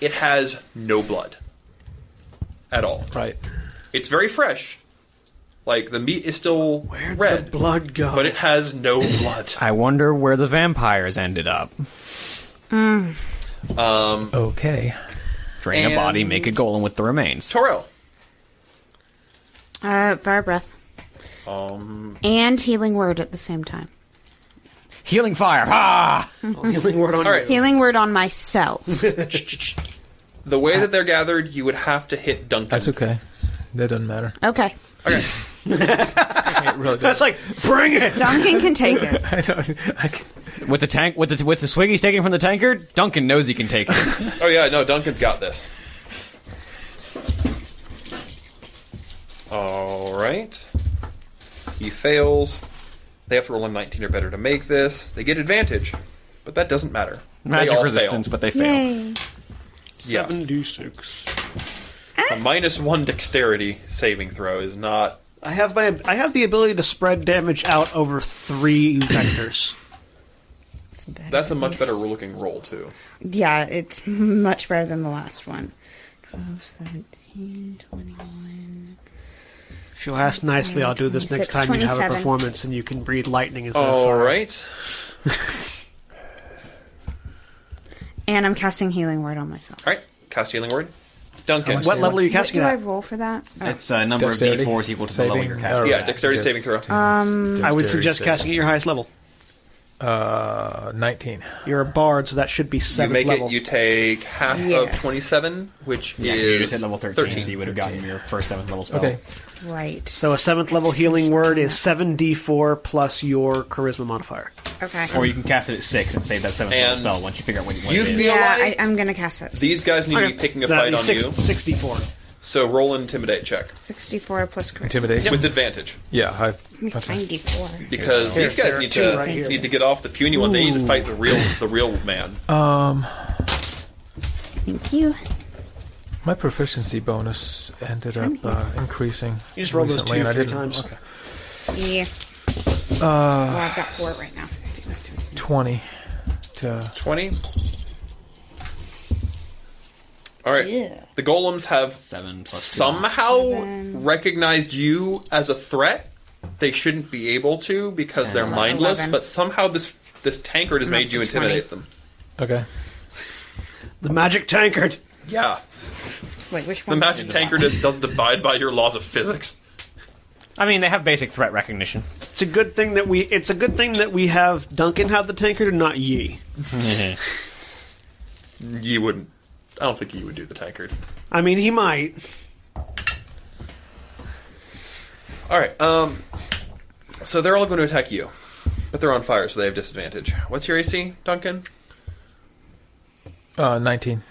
S2: it has no blood at all.
S4: Right.
S2: It's very fresh. Like the meat is still red,
S1: Blood go.
S2: but it has no blood.
S10: I wonder where the vampires ended up.
S2: Um,
S4: Okay.
S3: Drain a body, make a golem with the remains.
S2: Toro.
S9: Uh, fire breath
S2: Um,
S9: and healing word at the same time.
S3: Healing fire. Ha!
S1: Healing word on
S2: All right.
S9: Healing word on myself.
S2: the way that they're gathered, you would have to hit Duncan.
S4: That's okay. That doesn't matter.
S9: Okay,
S2: Okay.
S4: It really
S1: That's
S4: does.
S1: like, bring it!
S9: Duncan can take it.
S4: I don't. I can,
S3: With the tank, with the with the swig he's taking from the tankard, Duncan knows he can take it.
S2: Oh yeah, no, Duncan's got this. All right. He fails. They have to roll a 19 or better to make this. They get advantage, but that doesn't matter. they
S3: Magic
S2: all
S3: resistance,
S2: fail.
S3: but they fail.
S9: Yay!
S2: yeah,
S1: 7d6.
S2: a minus one dexterity saving throw is not.
S1: I have my I have the ability to spread damage out over three vectors.
S8: It's better
S2: That's a
S8: than
S2: much
S8: this.
S2: better looking roll too.
S8: Yeah, it's much better than the last one. 12, 17, 21.
S1: If you'll ask nicely, I'll do this next
S8: 26,
S1: time you have a
S8: 27.
S1: performance and you can breathe lightning instead of
S2: All
S1: fire.
S2: right.
S9: And I'm casting healing word on myself.
S2: All right. Cast healing word. Duncan.
S1: What level are you
S9: What
S1: casting
S9: do
S1: it
S9: I
S1: at?
S9: roll for that? Oh.
S3: It's a uh, number
S4: Dexterity
S3: of d4s equal to the level
S4: saving,
S3: you're casting.
S2: Yeah,
S4: Alright.
S2: dexterity saving throw.
S9: Um,
S1: I would
S4: Dexterity
S1: suggest
S4: saving.
S1: casting at your highest level.
S4: Uh, nineteen.
S1: You're a bard, so that should be
S2: you
S1: seventh
S2: make
S1: level.
S2: it. You take half of
S8: Yes.
S2: twenty-seven, which
S3: Yeah,
S2: is
S3: you just hit level 13, so you would have
S4: 13.
S3: gotten your first 7th level spell.
S4: Okay.
S8: Right.
S1: So a seventh level healing word is seven d four plus your charisma modifier.
S9: okay.
S3: Or you can cast it at 6 and save that
S2: And
S3: 7th level spell once you figure out what, what
S2: you
S3: it is.
S2: feel-
S9: Yeah, I,
S2: like-
S9: I'm gonna cast it.
S2: These guys need to be
S9: Okay.
S2: picking a
S1: That'd
S2: fight
S1: be
S2: on
S1: six,
S2: you.
S1: six d four.
S2: So roll an intimidate check
S9: 64 plus charisma.
S4: Intimidation.
S2: with advantage
S4: Yeah. I, okay.
S9: 94.
S2: because these guys
S1: there are
S2: need
S1: two
S2: to
S1: right here.
S2: need to get off the puny one. They need to fight the real the real man.
S4: Um,
S9: Thank you.
S4: my proficiency bonus ended up uh, increasing.
S1: You just roll those
S4: recently,
S1: two,
S4: and I
S1: three
S4: didn't-
S1: times.
S4: Okay.
S9: Yeah.
S4: Uh,
S9: Well, I've got four right now.
S4: twenty. To
S2: Twenty. All right.
S8: Yeah.
S2: The golems have
S3: 7 plus two.
S2: somehow
S9: Seven.
S2: recognized you as a threat. They shouldn't be able to because they're mindless.
S9: Eleven.
S2: But somehow this this tankard has
S9: up
S2: made you
S9: to 20.
S2: intimidate them.
S4: okay.
S1: The magic tankard.
S2: Yeah,
S8: Wait, which
S2: the
S8: one?
S2: magic tankard is- doesn't abide by your laws of physics.
S3: I mean, they have basic threat recognition.
S1: It's a good thing that we. It's a good thing that we have Duncan have the tankard and not ye.
S2: You wouldn't. I don't think you would do the tankard.
S1: I mean, he might.
S2: All right. Um. So they're all going to attack you. But they're on fire, so they have disadvantage. What's your AC, Duncan?
S4: Uh, 19.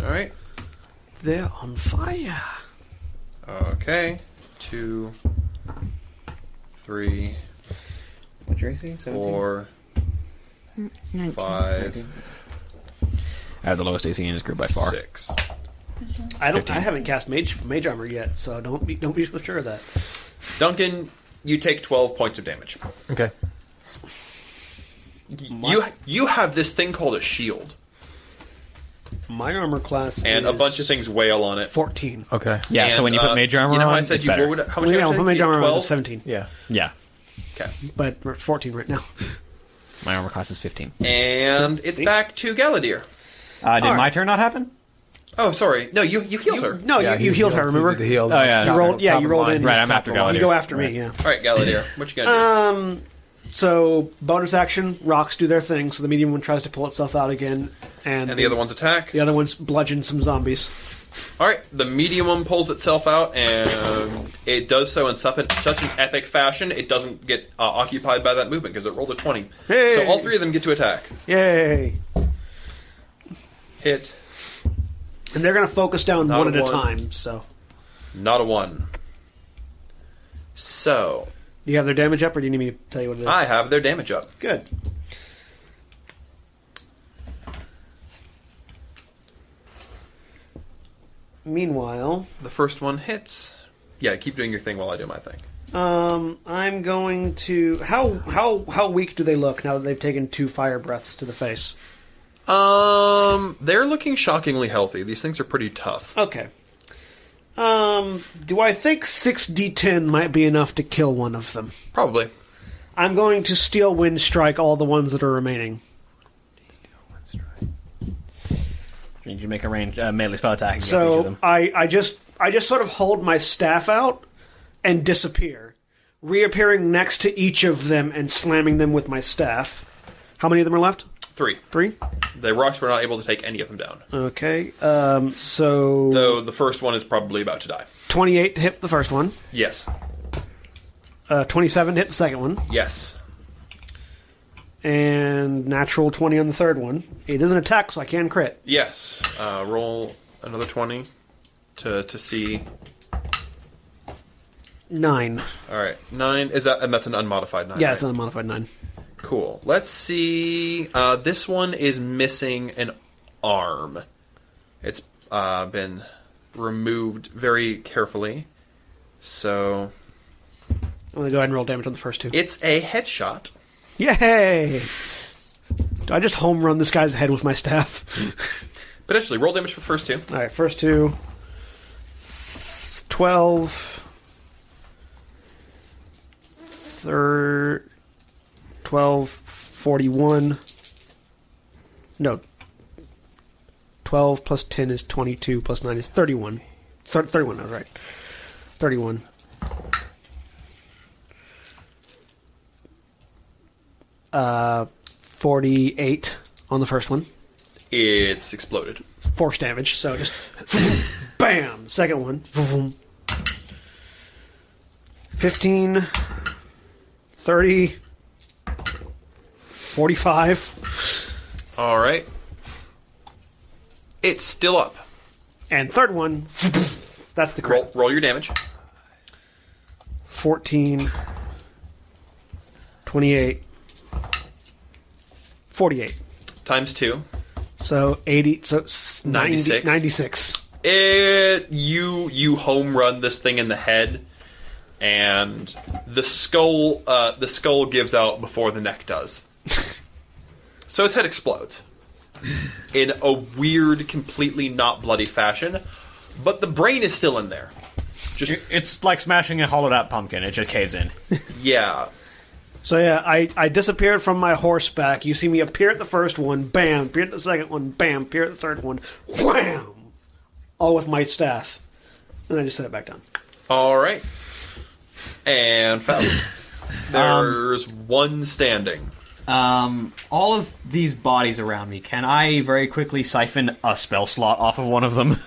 S2: All right.
S1: They're on fire.
S2: Okay. Two, three,
S3: What's your AC? 17?
S2: four,
S8: Nineteen.
S2: five.
S3: I have the lowest AC in his group by far.
S2: Six.
S1: I don't. I
S2: Fifteen.
S1: haven't cast mage mage armor yet, so don't be don't be so sure of that.
S2: Duncan, you take 12 points of damage.
S4: Okay.
S2: You you have this thing called a shield,
S1: My armor class
S2: and a
S1: is
S2: bunch of things wail on it.
S1: Fourteen.
S4: Okay.
S3: Yeah, so
S2: And,
S3: when you
S2: uh,
S3: put major armor
S2: you know
S3: on,
S2: I said
S3: it's
S2: you
S3: better.
S2: rolled- how much
S1: Well,
S2: did
S1: yeah,
S2: I
S1: my
S2: say?
S1: mage armor was
S2: 12?
S1: seventeen.
S4: Yeah.
S3: Yeah,
S2: Okay.
S1: but we're at fourteen right now.
S3: my armor class is 15.
S2: And it's back to Galadir.
S3: Uh, did
S1: All right.
S3: my turn not happen?
S2: Oh, sorry. No, you, you healed her.
S1: No,
S4: Yeah,
S1: Oh, you, you healed her.
S4: he
S1: Remember?
S4: did the heal.
S3: Oh, yeah.
S4: Top-
S1: You rolled. Yeah,
S4: top
S1: you
S4: of
S1: rolled
S4: line.
S1: in.
S3: Right, I'm after
S1: You
S3: Galadir.
S1: go after
S3: Right.
S1: me. Yeah.
S2: All right, Galadir, what you gonna do?
S1: Um, so bonus action, rocks do their thing. So the medium one tries to pull itself out again, and,
S2: and the other one's attack.
S1: the other one's bludgeon some zombies.
S2: All right, the medium one pulls itself out, and it does so in sup- such an epic fashion. It doesn't get uh, occupied by that movement because it rolled a twenty.
S1: Hey!
S2: So all three of them get to attack.
S1: Yay!
S2: Hit,
S1: And they're gonna focus down
S2: Not
S1: one
S2: a
S1: at a
S2: one.
S1: time. So
S2: not a one. So
S1: do you have their damage up, or do you need me to tell you what it is?
S2: I have their damage up.
S1: Good. Meanwhile,
S2: The first one hits. Yeah, keep doing your thing while I do my thing.
S1: um, I'm going to how how how weak do they look now that they've taken two fire breaths to the face?
S2: Um, they're looking shockingly healthy. These things are pretty tough.
S1: Okay. Um, do I think six d10 might be enough to kill one of them?
S2: Probably.
S1: I'm going to steel wind strike all the ones that are remaining.
S3: You need to make a range uh, melee spell attack against each of
S1: So
S3: them.
S1: I, I just I just sort of hold my staff out and disappear, reappearing next to each of them and slamming them with my staff. How many of them are left?
S2: Three.
S1: Three.
S2: The rocks were not able to take any of them down.
S1: Okay. Um, so
S2: Though the first one is probably about to die.
S1: 28 to hit the first one.
S2: Yes.
S1: Uh, 27 to hit the second one,
S2: Yes.
S1: and natural 20 on the third one. It is an attack, so I can crit.
S2: Yes. Uh, roll another twenty to to see.
S1: Nine.
S2: All right, nine is that, and that's an unmodified nine.
S1: Yeah,
S2: right?
S1: it's an unmodified nine.
S2: cool. Let's see. Uh, this one is missing an arm. It's uh, been removed very carefully, so
S1: I'm gonna go ahead and roll damage on the first two.
S2: it's a headshot.
S1: Yay! Do I just home run this guy's head with my staff?
S2: Potentially, roll damage for the first two.
S1: All right, first two. Twelve. Third. Twelve forty-one. No. Twelve plus ten is twenty-two. Plus nine is thirty-one. Thir- thirty-one. All right. Thirty-one. Uh, forty-eight on the first one
S2: It's exploded.
S1: force damage. So just bam. Second one. Fifteen. 30. 45.
S2: All right, it's still up.
S1: And third one. That's the crit.
S2: Roll, roll your damage.
S1: 14. 28. 48.
S2: Times two.
S1: So 80. So s- 90,
S2: 96.
S1: 96.
S2: it Eh, you you home run this thing in the head and the skull uh, the skull gives out before the neck does so its head explodes in a weird completely not bloody fashion but the brain is still in there just
S3: It's like smashing a hollowed out pumpkin. It just caves in.
S2: yeah
S1: So yeah, I, I disappeared from my horseback. You see me appear at the first one, bam, appear at the second one, bam, appear at the third one, wham! All with my staff. And I just set it back down.
S2: all right and Faust. there's one standing
S3: Um, all of these bodies around me, can I very quickly siphon a spell slot off of one of them?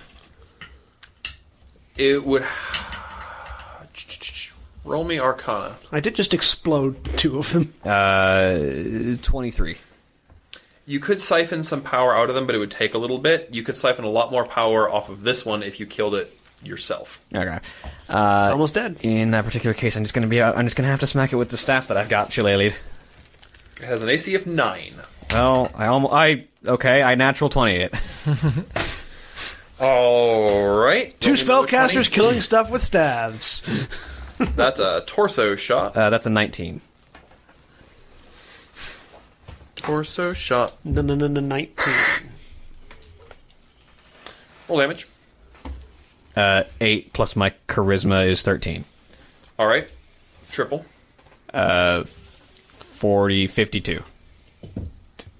S2: it would Roll me Arcana.
S1: I did just explode two of them.
S7: Uh, 23.
S2: You could siphon some power out of them, but it would take a little bit. You could siphon a lot more power off of this one if you killed it yourself.
S7: Okay. Uh,
S1: Almost dead.
S7: In that particular case, I'm just gonna be. uh, I'm just gonna have to smack it with the staff that I've got, shillelied.
S2: It has an AC of nine.
S7: Well, I almost. I okay. I natural twenty it.
S2: All right.
S1: Two
S2: Roll me another
S1: spellcasters
S2: 20.
S1: killing stuff with staves.
S2: That's a torso shot.
S7: Uh, that's a nineteen.
S2: Torso shot.
S1: No, no, no, no, 19.
S2: Roll damage.
S7: Uh, eight plus my charisma is thirteen.
S2: All right. Triple.
S7: Uh, 40, 52.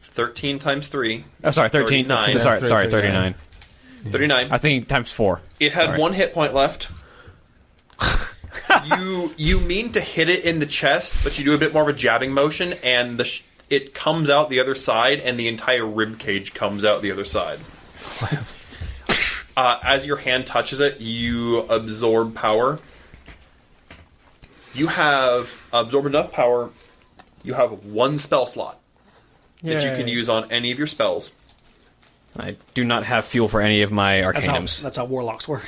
S2: 13 times 3.
S7: Oh, sorry, 13.
S2: 39.
S7: Sorry, sorry, 39.
S2: 39.
S7: I think times 4.
S2: It had
S7: Sorry.
S2: one hit point left. you you mean to hit it in the chest, but you do a bit more of a jabbing motion, and the sh- it comes out the other side, and the entire rib cage comes out the other side. uh, as your hand touches it, you absorb power. You have absorbed enough power. You have one spell slot that you
S1: Yay.
S2: can use on any of your spells.
S7: I do not have fuel for any of my
S1: That's how,
S7: arcanums.
S1: that's how warlocks work.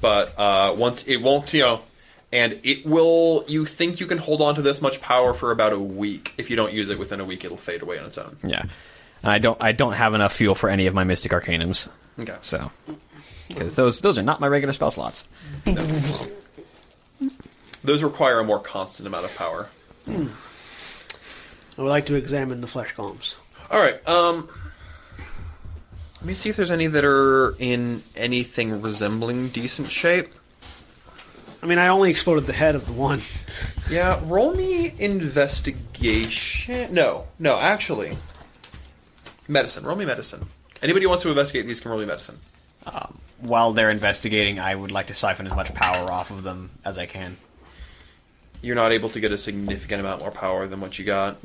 S2: but uh, once it won't, you know, and it will. You think you can hold on to this much power for about a week? If you don't use it within a week, it'll fade away on its own.
S7: Yeah. And I don't I don't have enough fuel for any of my mystic arcanums.
S2: Okay.
S7: So because those those are not my regular spell slots.
S2: Those require a more constant amount of power.
S1: I would like to examine the flesh columns.
S2: All right. Um, let me see if there's any that are in anything resembling decent shape.
S1: I mean, I only exploded the head of the one.
S2: Yeah. Roll me investigation. No, no, actually, medicine. Roll me medicine. Anybody who wants to investigate these can roll me medicine.
S3: While they're investigating, I would like to siphon as much power off of them as I can.
S2: you're not able to get a significant amount more power than what you got.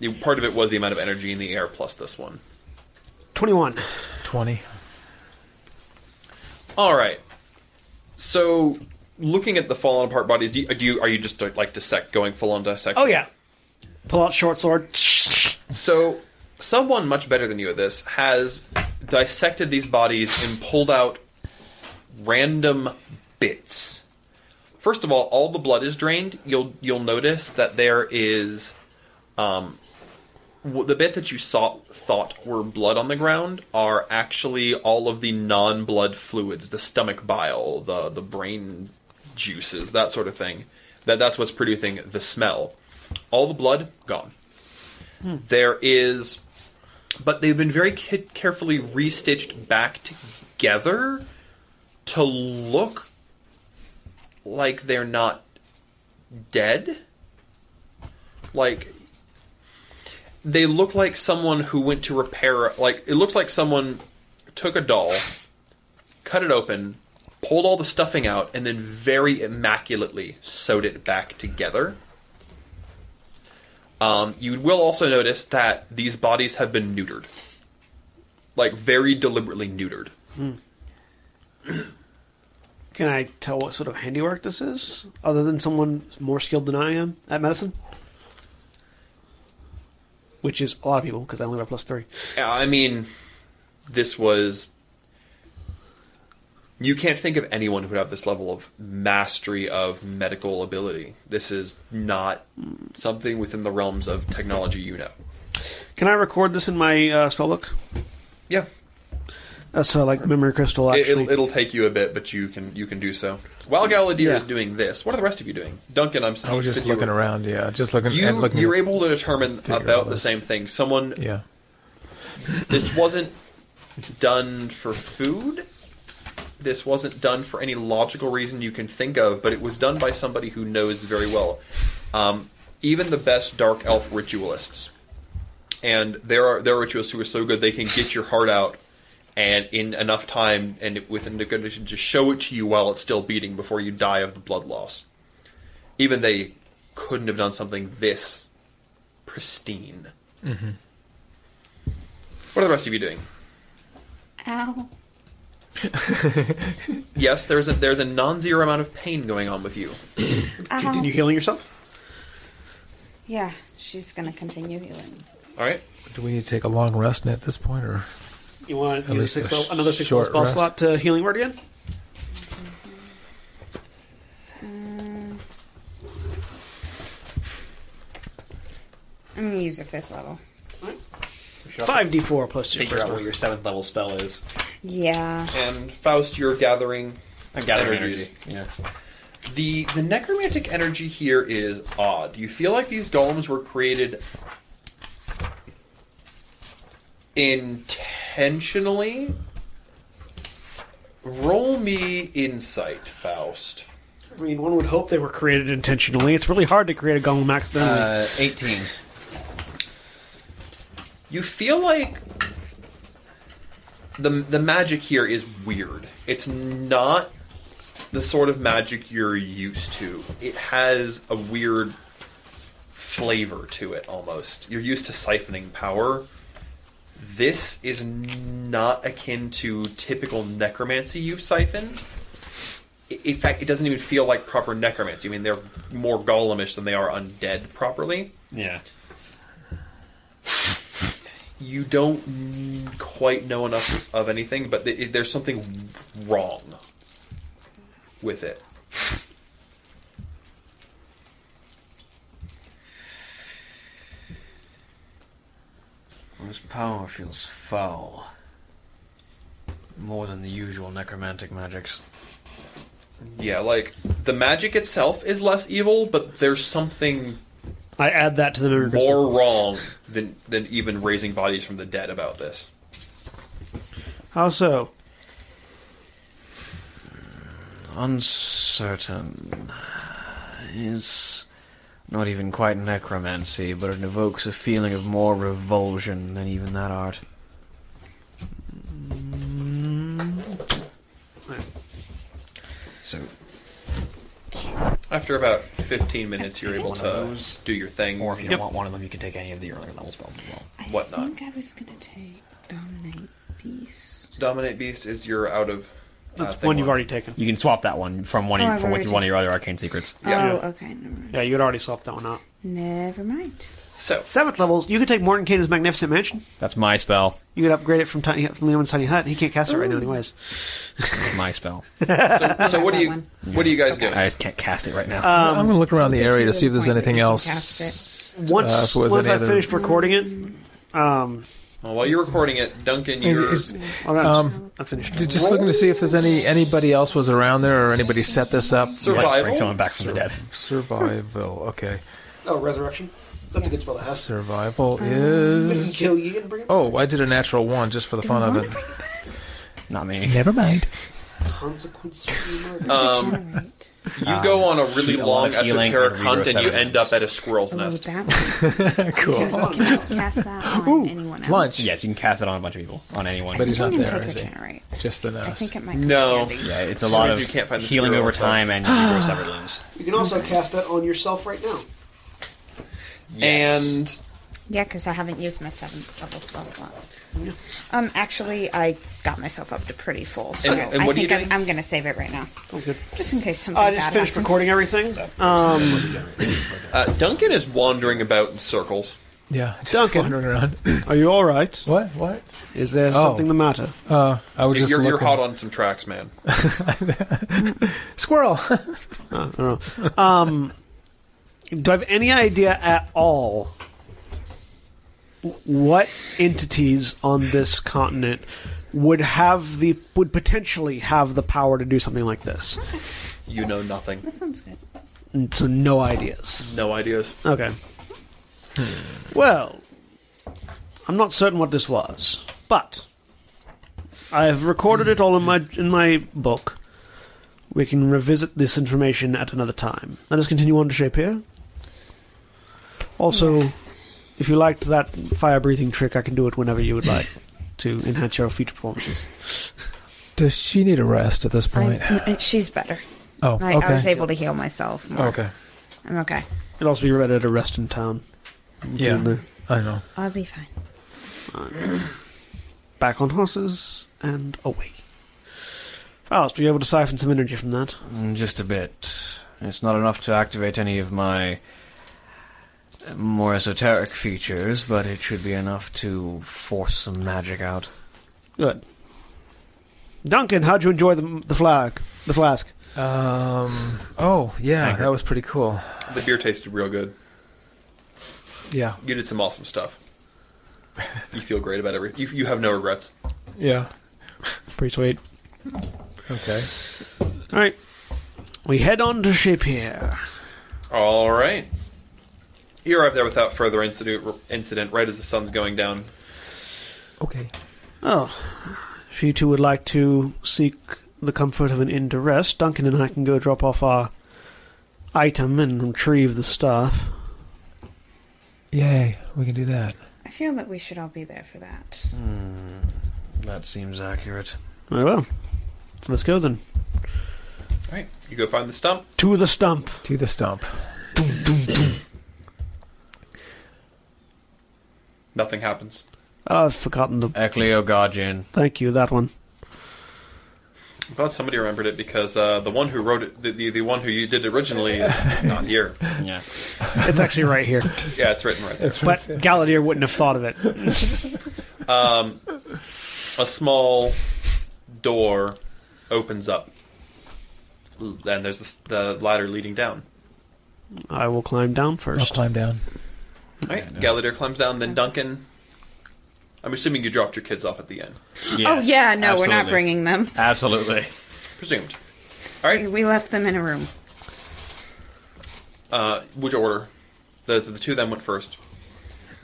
S2: You- Part of it was the amount of energy in the air plus this one.
S1: 21.
S4: 20.
S2: All right. So, looking at the fallen apart bodies, do you, do you are you just like dissect going full on dissection?
S1: Oh, yeah. Pull out short sword.
S2: So, someone much better than you at this has dissected these bodies and pulled out random bits. First of all, all the blood is drained. You'll you'll notice that there is, um, w- the bit that you saw thought were blood on the ground are actually all of the non-blood fluids, the stomach bile, the the brain juices, that sort of thing. That that's what's producing the smell. All the blood gone. There is, but they've been very ca- carefully restitched back together to look like they're not dead. Like they look like someone who went to repair. Like it looks like someone took a doll, cut it open, pulled all the stuffing out, and then very immaculately sewed it back together. Um, you will also notice that these bodies have been neutered, like very deliberately neutered.
S1: Can I tell what sort of handiwork this is? Other than someone more skilled than I am at medicine? Which is a lot of people, because I only have a plus three.
S2: Yeah, Uh, I mean, this was. You can't think of anyone who would have this level of mastery of medical ability. This is not something within the realms of technology you know.
S1: Can I record this in my uh, spell book?
S2: Yeah.
S1: That's uh, like memory crystal,
S2: It,
S1: actually.
S2: it'll, it'll take you a bit, but you can you can do so. While Galadir is doing this, what are the rest of you doing? Duncan, I'm
S4: I was just
S2: since you
S4: looking
S2: were-
S4: around, yeah. Just looking
S2: You,
S4: and looking.
S2: you're able to determine
S4: figure
S2: about
S4: out
S2: the
S4: this.
S2: same thing. Someone
S4: yeah.
S2: this wasn't done for food. This wasn't done for any logical reason you can think of, but it was done by somebody who knows very well. Um, even the best dark elf ritualists, and there are there are ritualists who are so good they can get your heart out, and in enough time and within the condition just show it to you while it's still beating before you die of the blood loss. Even they couldn't have done something this pristine. What are the rest of you doing?
S8: Ow.
S2: yes, there's a there's a non-zero amount of pain going on with you.
S1: Continue healing yourself.
S9: Yeah, she's gonna continue healing.
S2: All right.
S4: Do we need to take a long rest at this point, or
S1: You want
S4: At
S1: to use a
S4: least
S1: six
S4: a
S1: level, another six level
S4: short
S1: spell
S4: rest.
S1: slot to healing word again?
S9: Um, I'm gonna use a fifth level.
S1: Five d four plus two.
S3: Figure out what your seventh level spell is.
S9: Yeah.
S2: And Faust, you're gathering.
S3: I'm gathering
S2: energies.
S3: energy. Yeah.
S2: The the necromantic energy here is odd. You feel like these golems were created intentionally. Roll me insight, Faust.
S1: I mean, one would hope they were created intentionally. It's really hard to create a golem accidentally.
S3: Uh, 18.
S2: You feel like the the magic here is weird. It's not the sort of magic you're used to. It has a weird flavor to it almost. You're used to siphoning power. This is not akin to typical necromancy you siphon. I- In fact, it doesn't even feel like proper necromancy. I mean, they're more golemish than they are undead properly
S3: Yeah.
S2: you don't n- quite know enough of anything, but th- there's something wrong with it.
S7: This power feels foul. More than the usual necromantic magics.
S2: Yeah, like the magic itself is less evil, but there's something
S1: I add that to the memory. crystal.
S2: more wrong than than even raising bodies from the dead about this.
S1: How so?
S7: Uncertain. It's not even quite necromancy, but it evokes a feeling of more revulsion than even that art. So,
S2: After about 15 minutes, you're able
S3: One of
S2: to
S3: those.
S2: do your things.
S3: Or if you don't want one of them, you can take any of the earlier level spells as well.
S2: whatnot.
S9: I think I was gonna take dominate beast.
S2: Dominate beast is you're out of. uh,
S1: That's
S2: thing
S1: one you've
S2: one.
S1: already taken.
S3: You can swap that one from one e
S9: Oh,
S3: of your-
S9: I've
S3: from with
S9: already
S3: one of your other arcane secrets.
S9: Oh, okay. Never mind.
S1: Yeah, you had already swapped that one out.
S9: Never mind.
S2: So
S1: seventh levels, you could take Morton Caden's magnificent mansion.
S3: That's my spell.
S1: You could upgrade it from tiny, from Leon's tiny hut. He can't cast it right now, anyways.
S3: That's my spell.
S2: So, so what do you what do you guys do?
S3: I just can't cast it right now.
S1: Um,
S4: I'm going to look around the area to see if there's anything
S9: Cast
S4: else.
S9: it.
S1: Once
S4: Uh, so was
S1: once
S4: any
S1: I
S4: other-
S1: finished recording it, um,
S2: Well, while you're recording it, Duncan,
S4: Is-
S2: you're
S4: is-
S1: I'm not-
S4: Um,
S1: I finished.
S4: Ju- Just looking to see if there's any anybody else was around there or anybody set this up.
S2: survival.
S3: Bring someone back from the dead.
S4: Survival. Okay.
S1: Oh, resurrection. That's a good spell to have.
S4: Survival
S9: Um,
S4: is.
S1: kill you and bring it.
S4: Oh, I did a natural one just for the fun of it.
S3: Not me.
S4: Never mind.
S1: Consequence
S2: Um, you go on a really
S3: Heat, Um, a
S2: long
S3: lot of healing, and
S2: esoteric hunt, and
S3: regrowth
S2: you end
S3: evidence.
S2: up at a squirrel's
S9: Oh,
S2: nest.
S9: that one.
S4: Cool.
S9: Because I cannot cast that on anyone else.
S4: Lunch.
S3: Yes, you can cast it on a bunch of people, on anyone.
S4: But he's
S9: I
S4: not
S9: can
S4: there,
S9: take
S4: is he?
S9: regenerate.
S4: Just the
S9: I
S4: nose.
S9: think it might.
S2: No.
S9: Be handy.
S3: yeah, it's a
S2: As
S3: lot
S2: long
S3: of
S2: as you can't find the
S3: healing
S2: screw
S3: over
S2: also.
S3: time, and you regrow severed limbs.
S1: You can also cast that on yourself right now.
S2: And
S9: Yeah, because I haven't used my seventh level spell slot. Um, actually, I got myself up to pretty full, so
S2: And- and
S9: I
S2: what are you
S9: think I'm,
S2: doing?
S9: I'm going to save it right now,
S1: good.
S9: just in case something.
S1: I just
S9: bad
S1: finished
S9: happens.
S1: recording everything. Um,
S2: uh, Duncan is wandering about in circles.
S4: Yeah, just
S1: Duncan.
S4: wandering around.
S1: are you all right?
S4: what? What?
S1: Is
S4: Oh.
S1: there something the matter?
S4: Uh, I was just
S2: You're, you're
S4: looking.
S2: hot on some tracks, man.
S4: Squirrel.
S1: Uh, I don't know. Um, do I have any idea at all what entities on this continent would have the would potentially have the power to do something like this?
S2: You know nothing.
S9: That sounds good.
S1: And So no ideas.
S2: No ideas.
S1: Okay. Well, I'm not certain what this was, but I've recorded it all in my in my book. We can revisit this information at another time. Let us continue on to Shape here. Also,
S9: Yes.
S1: if you liked that fire breathing trick, I can do it whenever you would like to enhance your future performances.
S4: Does she need a rest at this point?
S9: I- n- she's better.
S4: oh,
S9: I,
S4: okay.
S9: I was able to heal myself. More.
S4: okay.
S9: I'm okay.
S1: It'll also be better to rest in town.
S4: Yeah, I know.
S9: I'll be fine.
S1: Back on horses and away. Faust, were you able to siphon some energy from that?
S7: Mm, Just a bit. It's not enough to activate any of my more esoteric features, but it should be enough to force some magic out.
S1: Good. Duncan, how'd you enjoy the, the flag? The flask?
S4: Um. Oh yeah, that was pretty cool.
S2: The beer tasted real good.
S4: Yeah.
S2: You did some awesome stuff. You feel great about everything. You, you have no regrets.
S4: Yeah.
S1: Pretty sweet.
S4: Okay.
S1: All right. We head on to ship here.
S2: All right. You arrive there without further incident, incident right as the sun's going down.
S1: Oh. If you two would like to seek the comfort of an inn to rest, Duncan and I can go drop off our item and retrieve the stuff.
S4: Yay, we can do that.
S9: I feel that we should all be there for that.
S7: Hmm. That seems accurate.
S1: Very well. Let's go then.
S2: All right. You go find the stump.
S1: To the stump.
S4: To the stump.
S2: Nothing happens.
S1: Oh, I've forgotten the.
S7: Ecleo Guardian.
S1: Thank you, that one.
S2: I'm glad somebody remembered it because uh, the one who wrote it, the, the, the one who you did originally, is not here.
S7: Yeah.
S1: It's actually right here.
S2: Yeah, it's written right there.
S1: but Galladier wouldn't have thought of it.
S2: Um, a small door opens up, and there's the, the ladder leading down.
S1: I will climb down
S4: I'll
S1: 1st
S4: climb down.
S2: All right, Gallagher climbs down, then Duncan. I'm assuming you dropped your kids off at the end.
S9: oh yeah, no, we're not bringing them.
S7: Absolutely.
S2: Presumed.
S9: All right, we left them in a room.
S2: Uh, which order? The, the two of them went first.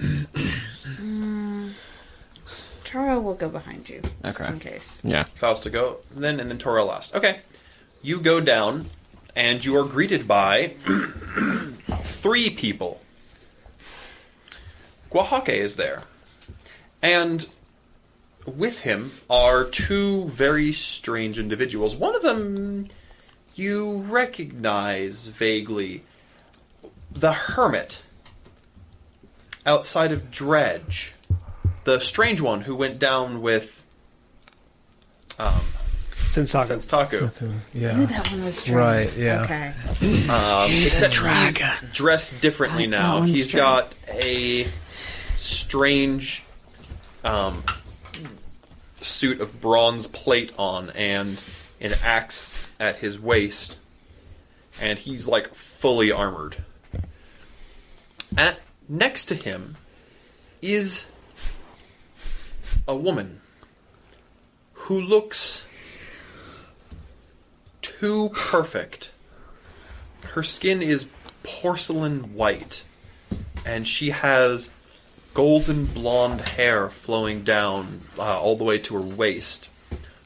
S9: Mm, Taro will go behind you, just in case.
S2: Faust to go then, and then Toro last. Okay. You go down, and you are greeted by three people. Guahake is there. And with him are two very strange individuals. One of them you recognize vaguely the hermit outside of Dredge. The strange one who went down with um,
S1: Sensaku.
S2: Sensaku.
S4: Yeah.
S9: I knew that one was true.
S4: Right, yeah.
S9: Okay.
S2: Um,
S9: He's a
S2: except he's
S9: dragon.
S2: dressed differently
S9: Like that
S2: now.
S9: one's
S2: He's
S9: true.
S2: got a strange um, suit of bronze plate on and an axe at his waist, and he's like fully armored. At next to him is a woman who looks too perfect. Her skin is porcelain white, and she has golden blonde hair flowing down uh, all the way to her waist.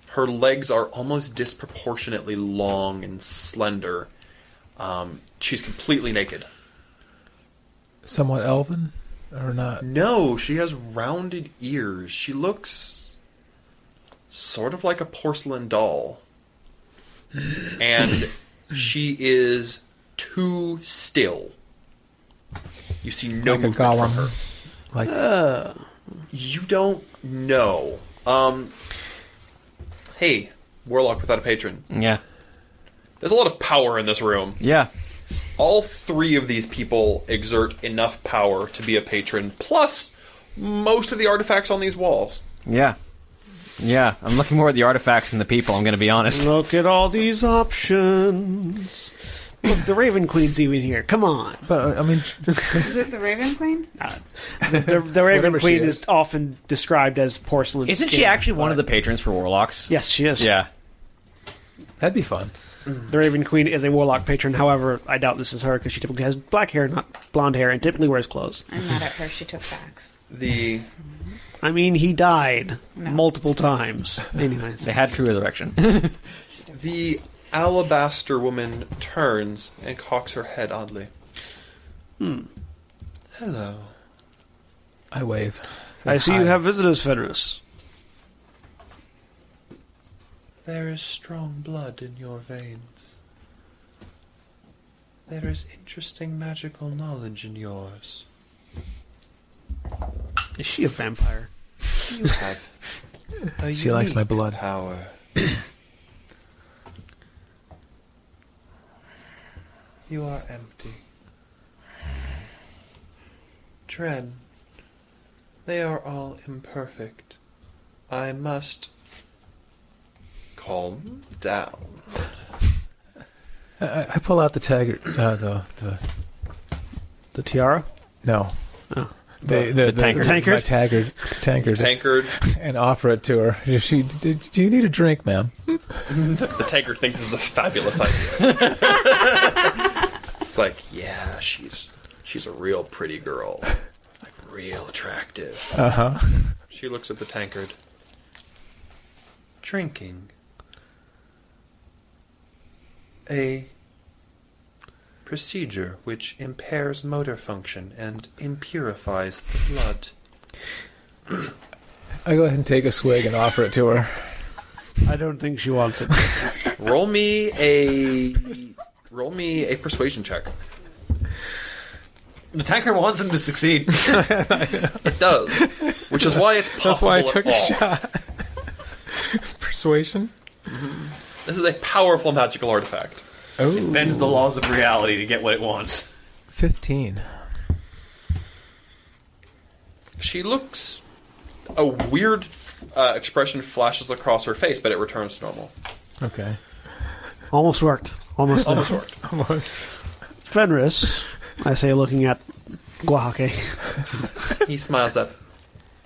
S2: Her legs are almost disproportionately long and slender. Um, she's completely naked.
S4: Somewhat elven or not?
S2: No, she has rounded ears. She looks sort of like a porcelain doll. And she is too still. You see no
S4: like a
S2: movement from her.
S4: golem. Like
S2: You don't know. Um, hey, Warlock without a patron.
S7: Yeah.
S2: There's a lot of power in this room.
S7: Yeah.
S2: All three of these people exert enough power to be a patron, plus most of the artifacts on these walls.
S7: Yeah. Yeah. I'm looking more at the artifacts than the people, I'm going to be honest.
S1: Look at all these options. Look, the Raven Queen's even here. Come on.
S4: But uh, I mean,
S9: Is it the Raven Queen?
S1: the, the Raven
S4: Whatever she
S1: Queen is.
S4: is.
S1: often described as porcelain.
S7: Isn't she
S1: skin,
S7: actually one of
S1: but-
S7: the patrons for warlocks?
S1: Yes, she is.
S7: Yeah.
S4: that'd be fun.
S1: The Raven Queen is a warlock patron. However, I doubt this is her because she typically has black hair, not blonde hair, and typically wears clothes.
S9: I'm mad at her. She took facts.
S2: The
S1: I mean, he died multiple times. Anyways,
S7: They had true resurrection.
S2: the alabaster woman turns and cocks her head oddly. Hmm. Hello.
S4: I wave. Say
S1: I see you
S4: hi.
S1: have visitors, Fenris.
S2: There is strong blood in your veins. There is interesting magical knowledge in yours.
S1: Is she a vampire?
S2: You have a
S4: She likes my
S2: unique
S4: blood.
S2: power.
S12: You are empty. Tren, they are all imperfect. I must calm down.
S4: I, I pull out the tag, uh, the, the
S1: the tiara.
S4: No, Oh. the, the, the, my tankard, tankard,
S2: Tankard.
S4: and offer it to her. She, do, do you need a drink, ma'am?
S2: the tanker thinks this is a fabulous idea. it's like, yeah, she's she's a real pretty girl, like real attractive.
S4: Uh-huh.
S2: She looks at the tankard.
S12: Drinking. A procedure which impairs motor function and impurifies the blood.
S4: I go ahead and take a swig and offer it to her.
S1: I don't think she wants it.
S2: Roll me a roll me a persuasion check.
S3: The tanker wants him to succeed.
S2: it does, which is why it's
S4: That's
S2: possible.
S4: why I
S2: at
S4: took a
S2: all.
S4: shot. Persuasion.
S2: This is a powerful magical artifact.
S4: Oh.
S3: It bends the laws of reality to get what it wants.
S4: Fifteen.
S2: She looks. A weird uh, expression flashes across her face, but it returns to normal.
S4: Okay.
S1: Almost worked. Almost.
S2: Almost
S1: there.
S2: worked.
S4: Almost.
S1: Fenris, I say, looking at Guahake.
S2: He smiles up.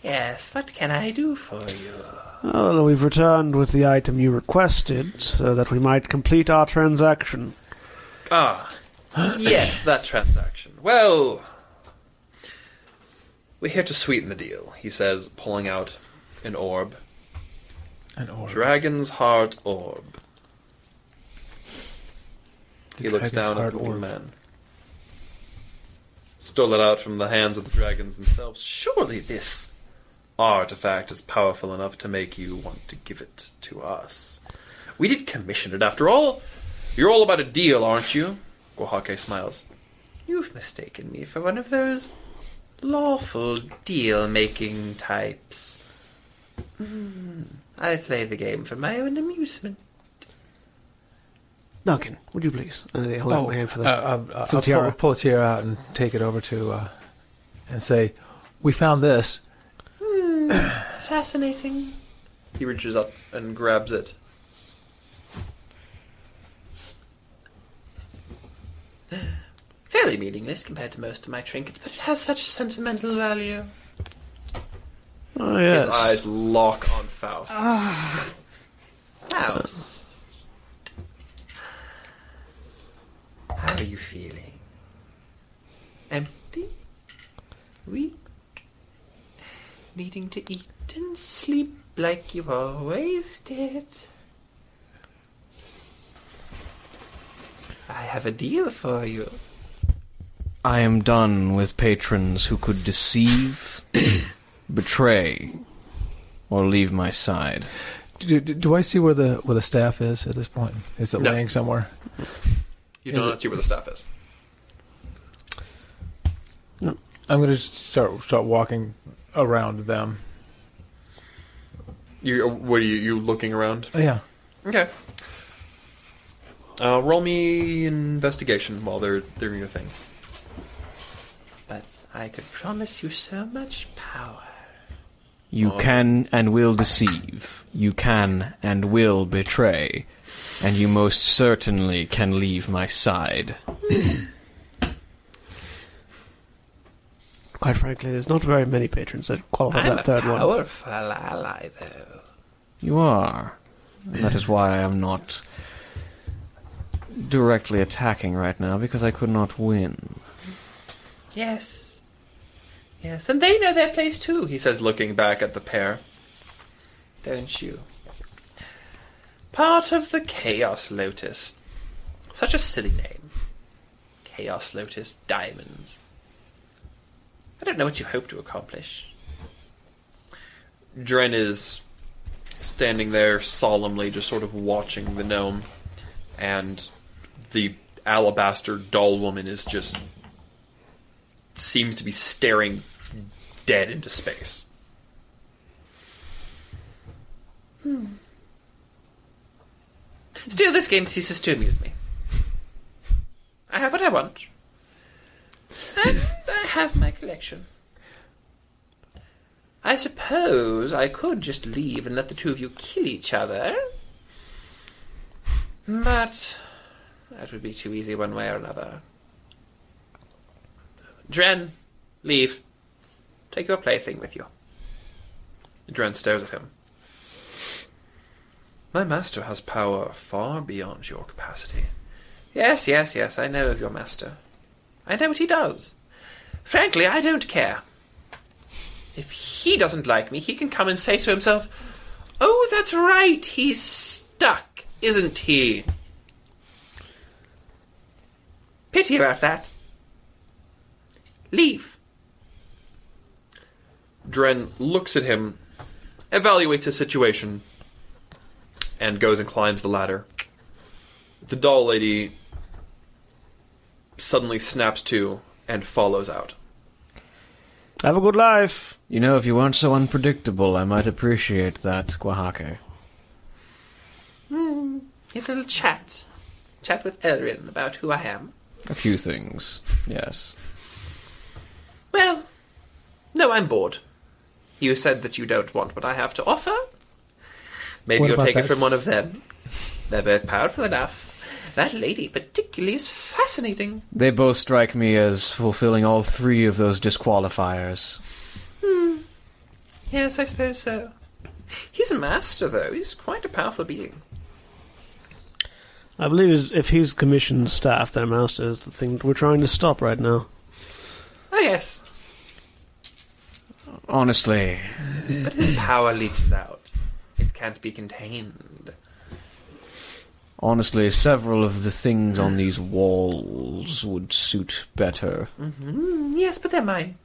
S12: Yes, what can I do for you?
S1: Oh, we've returned with the item you requested, so that we might complete our transaction.
S2: Ah, yes, that transaction. Well, we're here to sweeten the deal, he says, pulling out an orb.
S4: An orb.
S2: Dragon's Heart Orb. he looks
S4: Dragon's
S2: down at
S4: Heart
S2: the little
S4: Orb.
S2: man. Stole it out from the hands of the dragons themselves. Surely this artifact is powerful enough to make you want to give it to us. We did commission it after all. You're all about a deal, aren't you? Guahake smiles.
S12: You've mistaken me for one of those lawful deal making types. Mm, I play the game for my own amusement.
S1: Duncan, would you please? And I
S12: Oh,
S1: hold out my hand for the,
S4: uh, uh,
S1: for the
S4: I'll pull,
S1: tiara.
S4: I'll pull a tiara out and take it over to, uh, and say, "We found this."
S12: Hmm, fascinating.
S2: He reaches up and grabs it.
S12: Fairly meaningless compared to most of my trinkets, but it has such sentimental value.
S1: Oh, yes.
S2: His eyes lock on Faust.
S4: Ah.
S12: House. How are you feeling? Empty? Weak? Needing to eat and sleep like you always did? I have a deal for you.
S7: I am done with patrons who could deceive, betray, or leave my side.
S4: Do, do, do I see where the where the staff is at this point? Is it
S2: No.
S4: laying somewhere?
S2: You do
S4: Is
S2: not
S4: it-
S2: see where the staff is.
S4: I'm going to start start walking around them.
S2: You, what are you, you looking around?
S4: Oh, Yeah.
S2: Okay. Uh, roll me investigation while they're doing your thing.
S12: But I could promise you so much power.
S7: You
S12: Oh.
S7: can and will deceive. You can and will betray. And you most certainly can leave my side.
S1: Quite frankly, there's not very many patrons that qualify for
S12: I'm
S1: that third
S12: a
S1: one.
S12: powerful ally, though.
S7: You are. And that is why I am not directly attacking right now, because I could not win.
S12: Yes. Yes, and they know their place too,
S2: He says, looking back at the pair.
S12: don't you? Part of the Chaos Lotus. Such a silly name. Chaos Lotus Diamonds. I don't know what you hope to accomplish.
S2: Dren is standing there solemnly, just sort of watching the gnome, and the alabaster doll woman is just seems to be staring dead into space.
S12: Hmm. Still, this game ceases to amuse me. I have what I want. And I have my collection. I suppose I could just leave and let the two of you kill each other. But that would be too easy one way or another. Dren, leave. Take your plaything with you.
S2: Dren stares at him.
S12: My master has power far beyond your capacity. Yes, yes, yes, I know of your master. I know what he does. Frankly, I don't care. If he doesn't like me, he can come and say to himself, Oh, that's right, he's stuck, isn't he? Pity about that. Leave.
S2: Dren looks at him, evaluates his situation, and goes and climbs the ladder. The doll lady suddenly snaps to and follows out.
S1: Have a good life.
S7: You know, if you weren't so unpredictable, I might appreciate that, Guahake.
S12: Hmm. Give a little chat. Chat with Elrin about who I am.
S7: A few things, yes.
S12: Well, no, I'm bored. You said that you don't want what I have to offer. Maybe
S2: What
S12: you'll
S2: about
S12: take it
S2: that
S12: from one of
S2: s-
S12: them. They're both powerful enough. That lady, particularly, is fascinating.
S7: They both strike me as fulfilling all three of those disqualifiers.
S12: Hmm. Yes, I suppose so. He's a master, though. He's quite a powerful being.
S1: I believe is- if he's commissioned staff, their master is the thing that we're trying to stop right now.
S12: Oh, yes.
S7: Honestly,
S12: But his power leaches out. It can't be contained.
S7: honestly, several of the things on these walls would suit better.
S12: hmm Yes, but they're mine.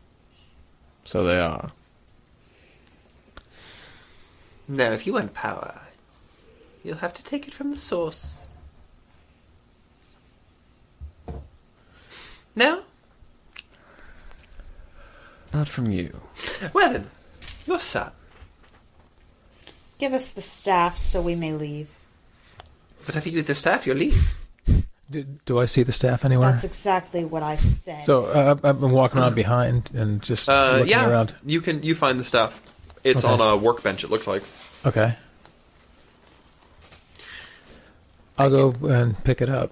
S7: So they are.
S12: No, if you want power, you'll have to take it from the source. No?
S7: Not from you.
S12: Well then, your son.
S9: Give us the staff so we may leave.
S12: But if you do the staff, you'll leave.
S4: Do I see the staff anywhere?
S9: That's exactly what I said.
S4: so uh, I've I've been walking on behind and just
S2: Uh,
S4: looking
S2: yeah,
S4: around.
S2: you can you find the stuff. It's
S4: Okay.
S2: on a workbench. It looks like.
S4: Okay. I'll go and pick it up.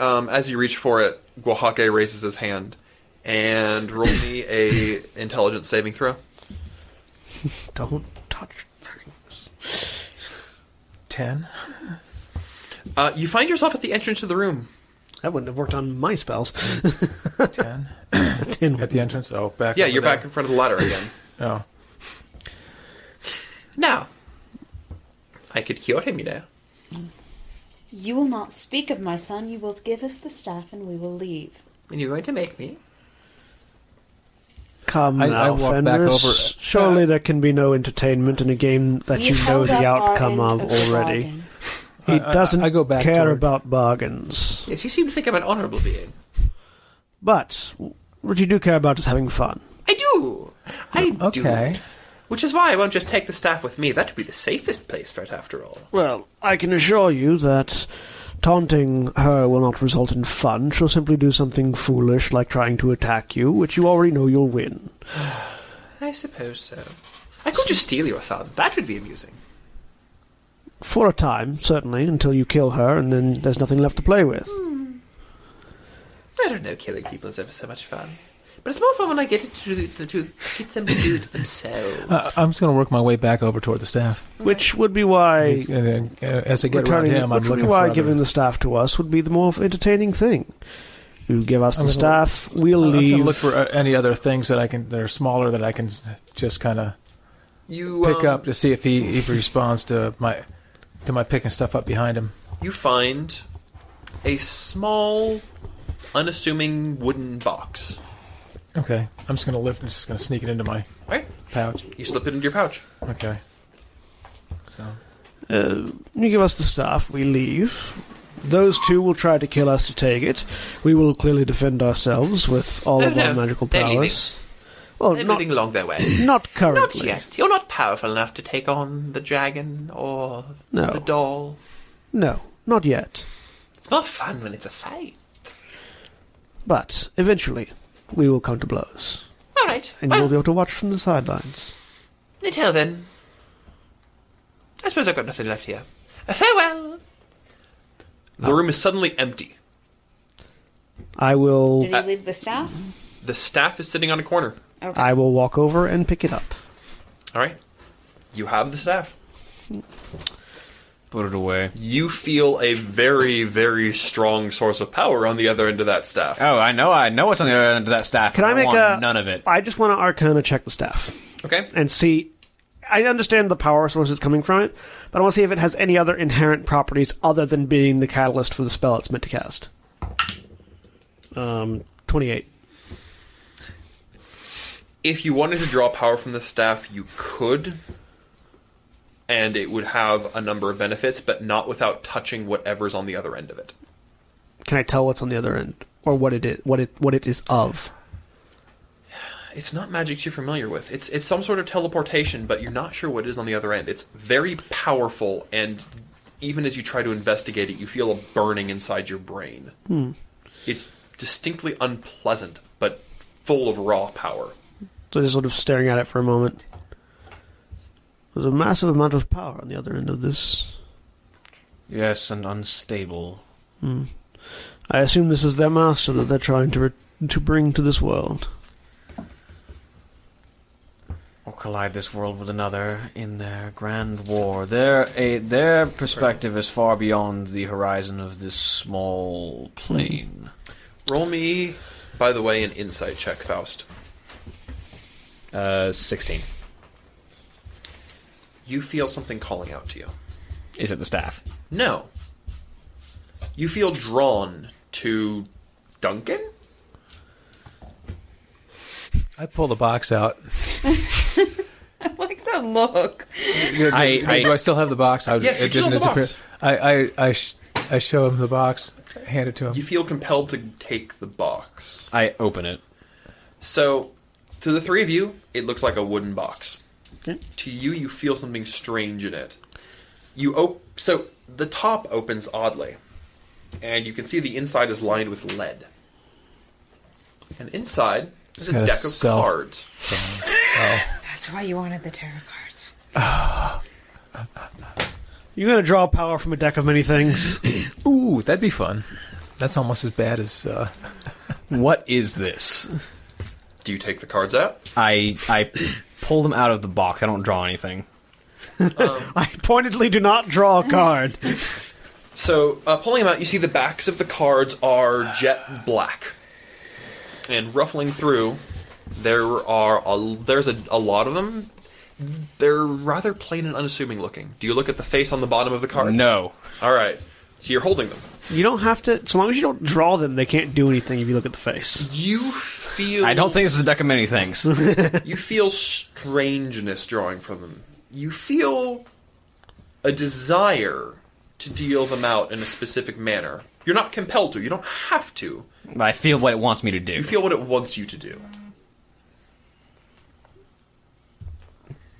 S2: Um, as you reach for it, Guahake raises his hand and roll me a intelligence saving throw.
S1: Don't.
S4: Ten.
S2: Uh, you find yourself at the entrance to the room.
S1: That wouldn't have worked on my spells.
S4: Ten.
S1: Ten.
S4: At the entrance. Oh, back.
S2: yeah,
S4: over
S2: you're
S4: there.
S2: back in front of the ladder again.
S4: Oh.
S12: Now, I could cure him, you know.
S9: You will not speak of my son. You will give us the staff and we will leave.
S12: And you're going to make me.
S1: Come
S4: I-
S1: I,
S4: I
S1: now,
S4: walked back
S1: Fenris.
S4: over-
S1: Surely there can be no entertainment in a game that you,
S9: You
S1: know
S9: held up
S1: the
S9: our
S1: outcome
S9: end
S1: of
S9: of the
S1: already.
S9: bargain.
S1: He
S4: I- I-
S1: doesn't
S4: I go back
S1: care
S4: toward-
S1: about bargains.
S12: Yes, you seem to think I'm an honourable being.
S1: But what you do care about is having fun.
S12: I do. I
S1: Okay.
S12: do. Which is why I won't just take the staff with me. That would be the safest place for it, after all.
S1: Well, I can assure you that taunting her will not result in fun. She'll simply do something foolish like trying to attack you, which you already know you'll win.
S12: I suppose so. I could just steal your son. That would be amusing.
S1: For a time, certainly, until you kill her and then there's nothing left to play with.
S12: I don't know, killing people is ever so much fun. But it's more fun when I get it to do to, do- get them to do it themselves.
S4: Uh, I'm just going to work my way back over toward the staff.
S1: Which would be why
S4: He's gonna- uh, as I get around
S1: returning,
S4: him, I'm
S1: which would be
S4: looking
S1: why
S4: for
S1: giving
S4: others.
S1: the staff to us would be the more entertaining thing. You give us the
S4: I'm gonna-
S1: staff, we'll
S4: I'm just
S1: leave.
S4: gonna look for uh, any other things that I can that are smaller that I can s- just kind of
S2: You
S4: pick
S2: um,
S4: up to see if he, he responds to my to my picking stuff up behind him.
S2: You find a small, unassuming wooden box.
S4: Okay, I'm just gonna lift and just gonna sneak it into my
S2: Right.
S4: pouch.
S2: You slip it into your pouch.
S4: Okay. So
S1: Uh, you give us the staff, we leave. Those two will try to kill us to take it. We will clearly defend ourselves with all
S12: Oh,
S1: of
S12: no,
S1: our magical
S12: they're leaving.
S1: powers. Well,
S12: They're
S1: not,
S12: moving along their way.
S1: not
S12: Not
S1: currently.
S12: yet. You're not powerful enough to take on the dragon or
S1: No.
S12: the doll.
S1: No, not yet.
S12: It's It's more fun when it's a fight.
S1: But eventually, we will come to blows.
S12: All right.
S1: And you will be able to watch from the sidelines.
S12: Until then, I suppose I've got nothing left here. A farewell.
S2: The
S4: Oh.
S2: room is suddenly empty.
S1: I will.
S9: Did he leave the staff?
S2: The staff is sitting on a corner.
S1: I will walk over and pick it up.
S2: All right. You have the staff.
S7: Put it away.
S2: You feel a very, very strong source of power on the other end of that staff.
S7: Uh,
S3: Oh, I know, I know what's on the other end of that staff.
S1: Can I
S3: don't
S1: make
S3: want
S1: a-
S3: none of it?
S1: I just want to Arcana check the staff.
S2: Okay.
S1: And see. I understand the power source is coming from it, but I want to see if it has any other inherent properties other than being the catalyst for the spell it's meant to cast. Um, 28.
S2: If you wanted to draw power from the staff, you could, and it would have a number of benefits, but not without touching whatever's on the other end of it.
S1: Can I tell what's on the other end? Or what it is, what it, what it is of?
S2: It's not magic you're familiar with. It's it's some sort of teleportation, but you're not sure what is on the other end. It's very powerful, and even as you try to investigate it, you feel a burning inside your brain.
S1: Hmm.
S2: It's distinctly unpleasant, but full of raw power.
S1: So just sort of staring at it for a moment. There's a massive amount of power on the other end of this.
S7: Yes, and unstable.
S1: Hmm. I assume this is their master that they're trying to re- to bring to this world.
S7: Or collide this world with another in their grand war. Their a, their perspective is far beyond the horizon of this small plane.
S2: Roll me, by the way, an insight check, Faust.
S7: Uh, sixteen.
S2: You feel something calling out to you.
S3: Is it the staff?
S2: No. You feel drawn to Duncan?
S4: I pull the box out.
S9: I like the look.
S4: Do- do- do I still have the box? I,
S2: Yes, you
S4: it
S2: still
S4: didn't
S2: have the
S4: disappear.
S2: box.
S4: I I I, sh- I show him the box. Hand it to him.
S2: You feel compelled to take the box.
S7: I open it.
S2: So, to the three of you, it looks like a wooden box.
S1: Okay.
S2: To you, you feel something strange in it. You op- so the top opens oddly, and you can see the inside is lined with lead. And inside is
S4: It's
S2: a
S4: got a
S2: deck of
S4: self-
S2: cards.
S9: That's why you wanted the tarot cards.
S1: You're going to draw power from a deck of many things.
S4: Ooh, that'd be fun. That's almost as bad as. Uh,
S3: What is this?
S2: Do you take the cards out?
S3: I I pull them out of the box. I don't draw anything.
S1: I pointedly do not draw a card.
S2: So, uh, pulling them out, you see the backs of the cards are jet black, and ruffling through, there are a, there's a, a lot of them. They're rather plain and unassuming looking. Do you look at the face on the bottom of the card?
S3: No.
S2: All right. So you're holding them.
S1: You don't have to. So long as you don't draw them, they can't do anything if you look at the face.
S2: You feel.
S3: I don't think this is a deck of many things.
S2: you feel strangeness drawing from them. You feel a desire to deal them out in a specific manner. You're not compelled to. You don't have to.
S3: But I feel what it wants me to do.
S2: You feel what it wants you to do.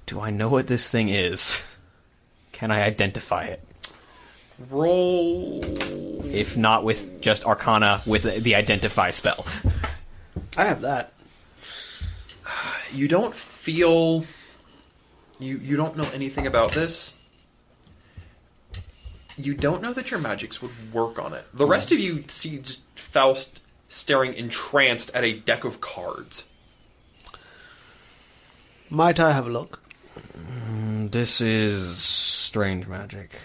S3: Do I know what this thing is? Can I identify it?
S2: Roll.
S3: If not with just Arcana with the, the identify spell.
S1: I have that.
S2: You don't feel. You you don't know anything about this. You don't know that your magics would work on it. The rest of you see just Faust staring entranced at a deck of cards.
S1: Might I have a look?
S7: Mm, This is strange magic.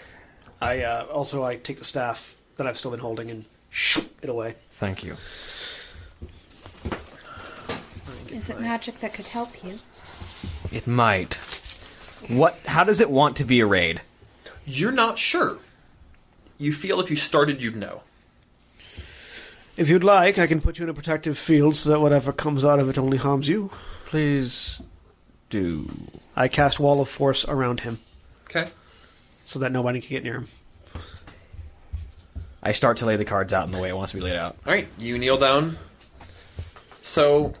S1: I uh, also I take the staff that I've still been holding and shoo it away.
S7: Thank you.
S9: Is it magic that could help you?
S3: It might. What? How does it want to be arrayed?
S2: You're not sure. You feel if you started, you'd know.
S1: If you'd like, I can put you in a protective field so that whatever comes out of it only harms you.
S7: Please do.
S1: I cast Wall of Force around him
S2: Okay.
S1: so that nobody can get near him.
S3: I start to lay the cards out in the way it wants to be laid out.
S2: All right, you kneel down. So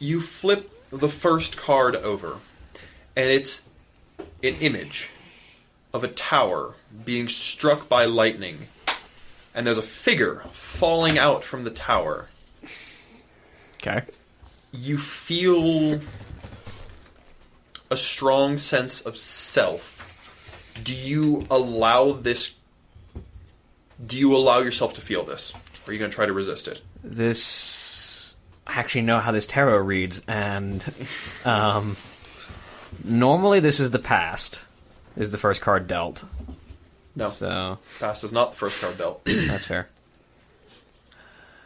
S2: you flip the first card over, and it's an image of a tower being struck by lightning and there's a figure falling out from the tower.
S7: Okay.
S2: You feel a strong sense of self. Do you allow this? Do you allow yourself to feel this? Or are you going to try to resist it?
S7: this I actually know how this tarot reads, and um, normally this is the past is the first card dealt.
S2: No,
S7: so
S2: past is not the first card dealt.
S7: that's fair.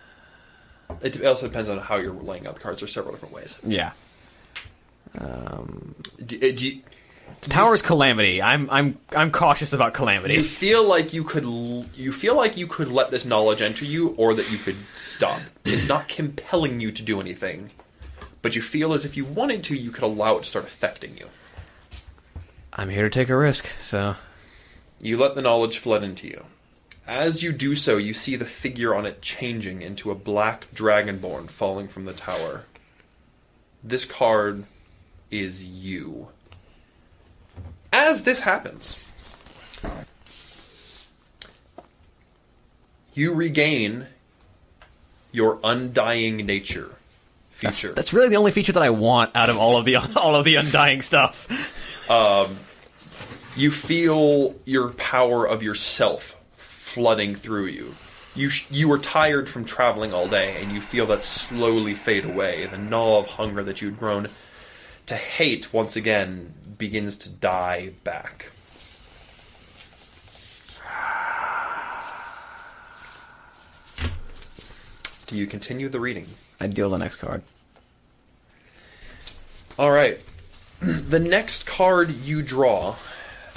S2: It also depends on how you're laying out the cards. There's several different ways.
S7: Yeah. Um,
S2: do, eh, do you,
S7: Tower's calamity. I'm I'm I'm cautious about
S2: You
S7: calamity.
S2: feel like you could l- you feel like you could let this knowledge enter you, or that you could stop. It's not compelling you to do anything, but you feel as if you wanted to, you could allow it to start affecting you.
S7: I'm here to take a risk, so
S2: You let the knowledge flood into you. As you do so, you see the figure on it changing into a black dragonborn falling from the tower. This card is you. As this happens, you regain your undying nature feature.
S7: that's really the only feature that I want out of all of the all of the undying stuff.
S2: um, you feel your power of yourself flooding through you. You sh- you were tired from traveling all day, and you feel that slowly fade away. The gnaw of hunger that you'd grown to hate once again begins to die back. Do you continue the reading?
S7: I deal the next card.
S2: All right. The next card you draw,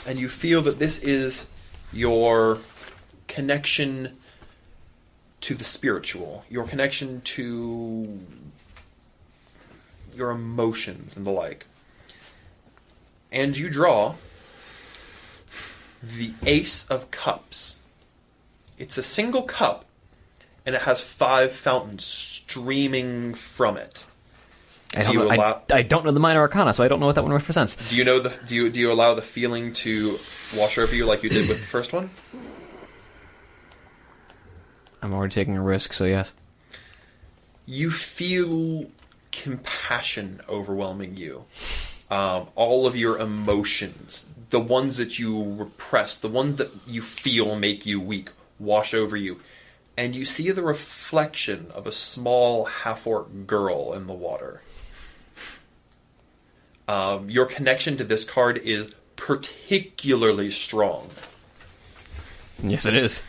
S2: and you feel that this is your connection to the spiritual, your connection to your emotions and the like. And you draw the Ace of Cups. It's a single cup, and it has five fountains streaming from it.
S7: I
S2: Do
S7: don't,
S2: you
S7: know, I-
S2: allow-
S7: I don't know the minor arcana, so I don't know what that one represents.
S2: Do you know the do you do you allow the feeling to wash over you like you did with the first one?
S7: I'm already taking a risk, so yes.
S2: You feel compassion overwhelming you. Um, all of your emotions, the ones that you repress, the ones that you feel make you weak, wash over you, and you see the reflection of a small half-orc girl in the water. Um, your connection to this card is particularly strong.
S7: Yes, it is.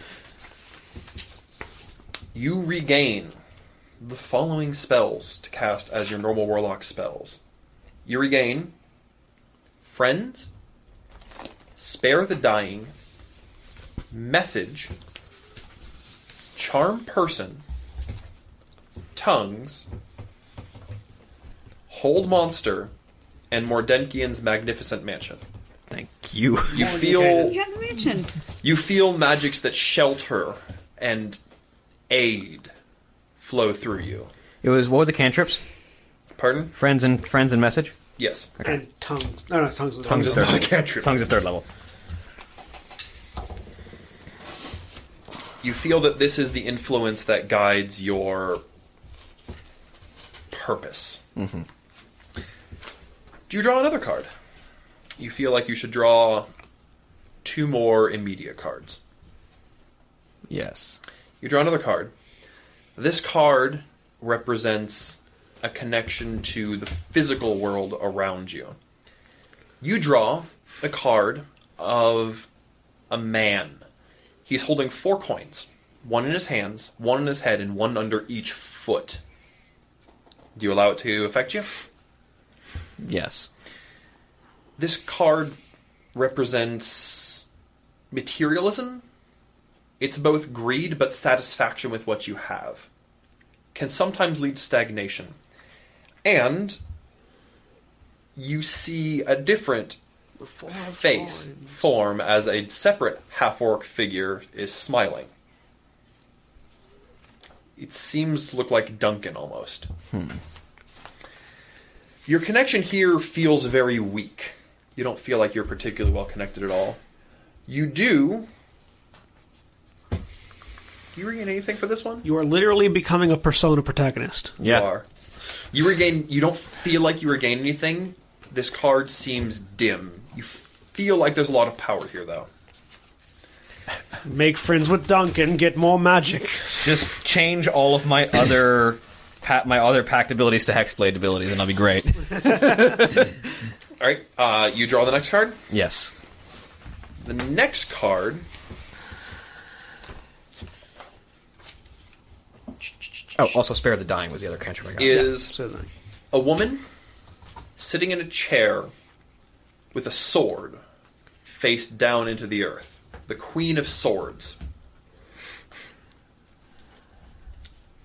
S2: You regain the following spells to cast as your normal warlock spells. You regain Friends, Spare the Dying, Message, Charm Person, Tongues, Hold Monster, and Mordenkian's Magnificent Mansion.
S7: Thank you.
S2: You feel
S8: You have the mansion.
S2: you feel magics that shelter and aid flow through you.
S7: It was what were the cantrips?
S2: Pardon?
S7: Friends and friends and message.
S2: Yes.
S1: And tongues. No, no, tongues. was-
S7: Tongues is third.
S1: was-
S7: level. Tongues is third level.
S2: You feel that this is the influence that guides your purpose.
S7: Mm-hmm.
S2: Do you draw another card? You feel like you should draw two more immediate cards.
S7: Yes.
S2: You draw another card. This card represents a connection to the physical world around you. You draw a card of a man. He's holding four coins one in his hands, one in his head, and one under each foot. Do you allow it to affect you?
S7: Yes.
S2: This card represents materialism. It's both greed but satisfaction with what you have. Can sometimes lead to stagnation. And you see a different face, form, as a separate half orc figure is smiling. It seems to look like Duncan almost.
S7: Hmm.
S2: Your connection here feels very weak. You don't feel like you're particularly well connected at all. You do you regain anything for this one?
S1: You are literally becoming a persona protagonist.
S2: You are. You regain. You don't feel like you regain anything. This card seems dim. You feel like there's a lot of power here, though.
S1: Make friends with Duncan, get more magic.
S3: Just change all of my other pa- my other packed abilities to hexblade abilities, and I'll be great.
S2: All right. Uh, you draw the next card.
S3: Yes.
S2: The next card.
S3: Oh, also spare the dying was the other
S7: oh
S3: cantrip I got.
S2: is
S1: uh,
S2: a woman sitting in a chair with a sword face down into the earth. The Queen of Swords.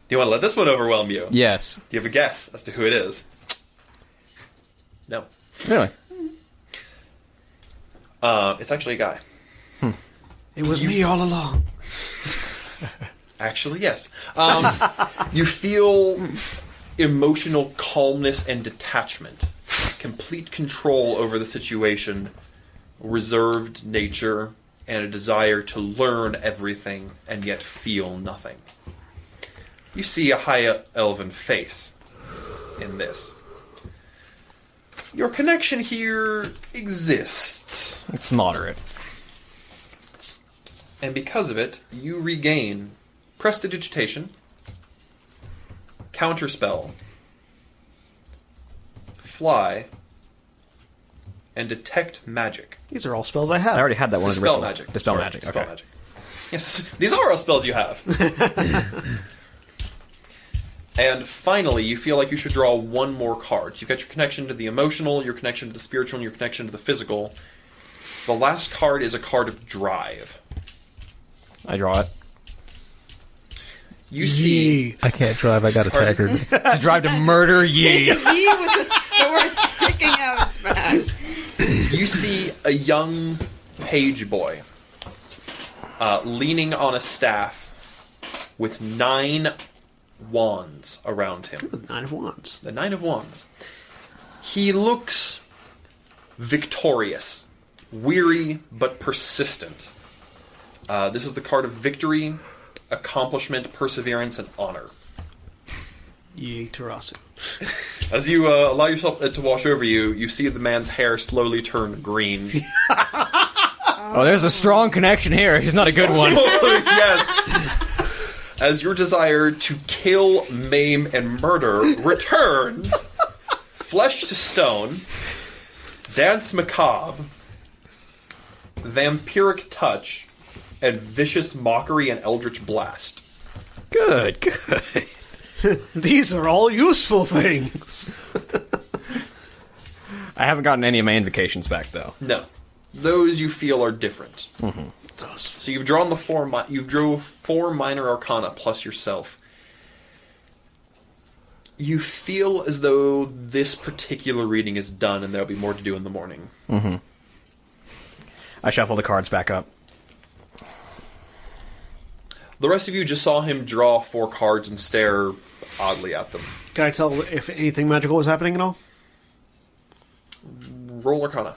S2: Do you want to let this one overwhelm you?
S7: Yes.
S2: Do you have a guess as to who it is? No.
S7: Really?
S2: Uh, it's actually a guy.
S1: It was me all along.
S2: Actually, yes. Um, you feel emotional calmness and detachment, complete control over the situation, reserved nature, and a desire to learn everything and yet feel nothing. You see a high elven face in this. Your connection here exists.
S3: It's moderate.
S2: And because of it, you regain Prestidigitation, Counterspell, Fly, and Detect Magic.
S1: These are all spells I have. I
S3: already had that
S2: one in the Dispel ritual. magic. Dispel Sorry, magic, dispel okay. magic. Yes, these are all spells you have. and finally, you feel like you should draw one more card. You've got your connection to the emotional, your connection to the spiritual, and your connection to the physical. The last card is a card of Drive.
S3: I draw it.
S2: You see,
S4: I can't drive. I got a
S2: Pardon?
S4: tagger.
S3: it's a drive to murder ye.
S9: He with a sword sticking out his back.
S2: you see a young page boy uh, leaning on a staff with nine wands around him.
S1: Nine of Wands.
S2: The nine of wands. He looks victorious, weary but persistent. Uh, this is the card of victory, accomplishment, perseverance, and honor. E
S1: Ye Tarasu.
S2: As you uh, allow yourself it to wash over you, you see the man's hair slowly turn green.
S7: Oh, there's a strong connection here. It's not a good one.
S2: yes. As your desire to kill, maim, and murder returns, flesh to stone, dance macabre, vampiric touch, and vicious mockery and eldritch blast.
S7: Good, good.
S1: These are all useful things.
S7: I haven't gotten any of my invocations back though.
S2: No, those you feel are different.
S7: Mm-hmm.
S2: So you've drawn the four. Mi- you drew four minor arcana plus yourself. You feel as though this particular reading is done, and there'll be more to do in the morning.
S3: Mm-hmm. I shuffle the cards back up.
S2: The rest of you just saw him draw four cards and stare oddly at them.
S1: Can I tell if anything magical was happening at all?
S2: Roll arcana.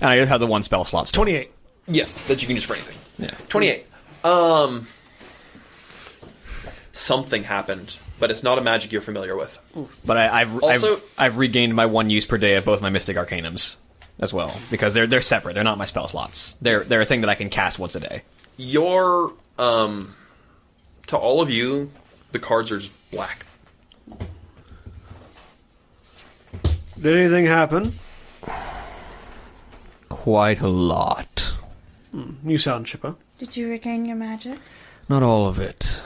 S3: And I just have the one spell slot. Twenty
S1: eight.
S2: Yes, that you can use for anything.
S3: Yeah.
S2: 28. Um, something happened, but it's not a magic you're familiar with.
S3: But I, I've,
S2: Also-
S3: I've I've regained my one use per day of both my Mystic Arcanums as well because they're they're separate. They're not my spell slots. They're they're a thing that I can cast once a day.
S2: Your, um, to all of you, the cards are just black.
S1: Did anything happen?
S7: Quite a lot.
S1: Hmm, You sound chipper.
S8: Did you regain your magic?
S7: Not all of it,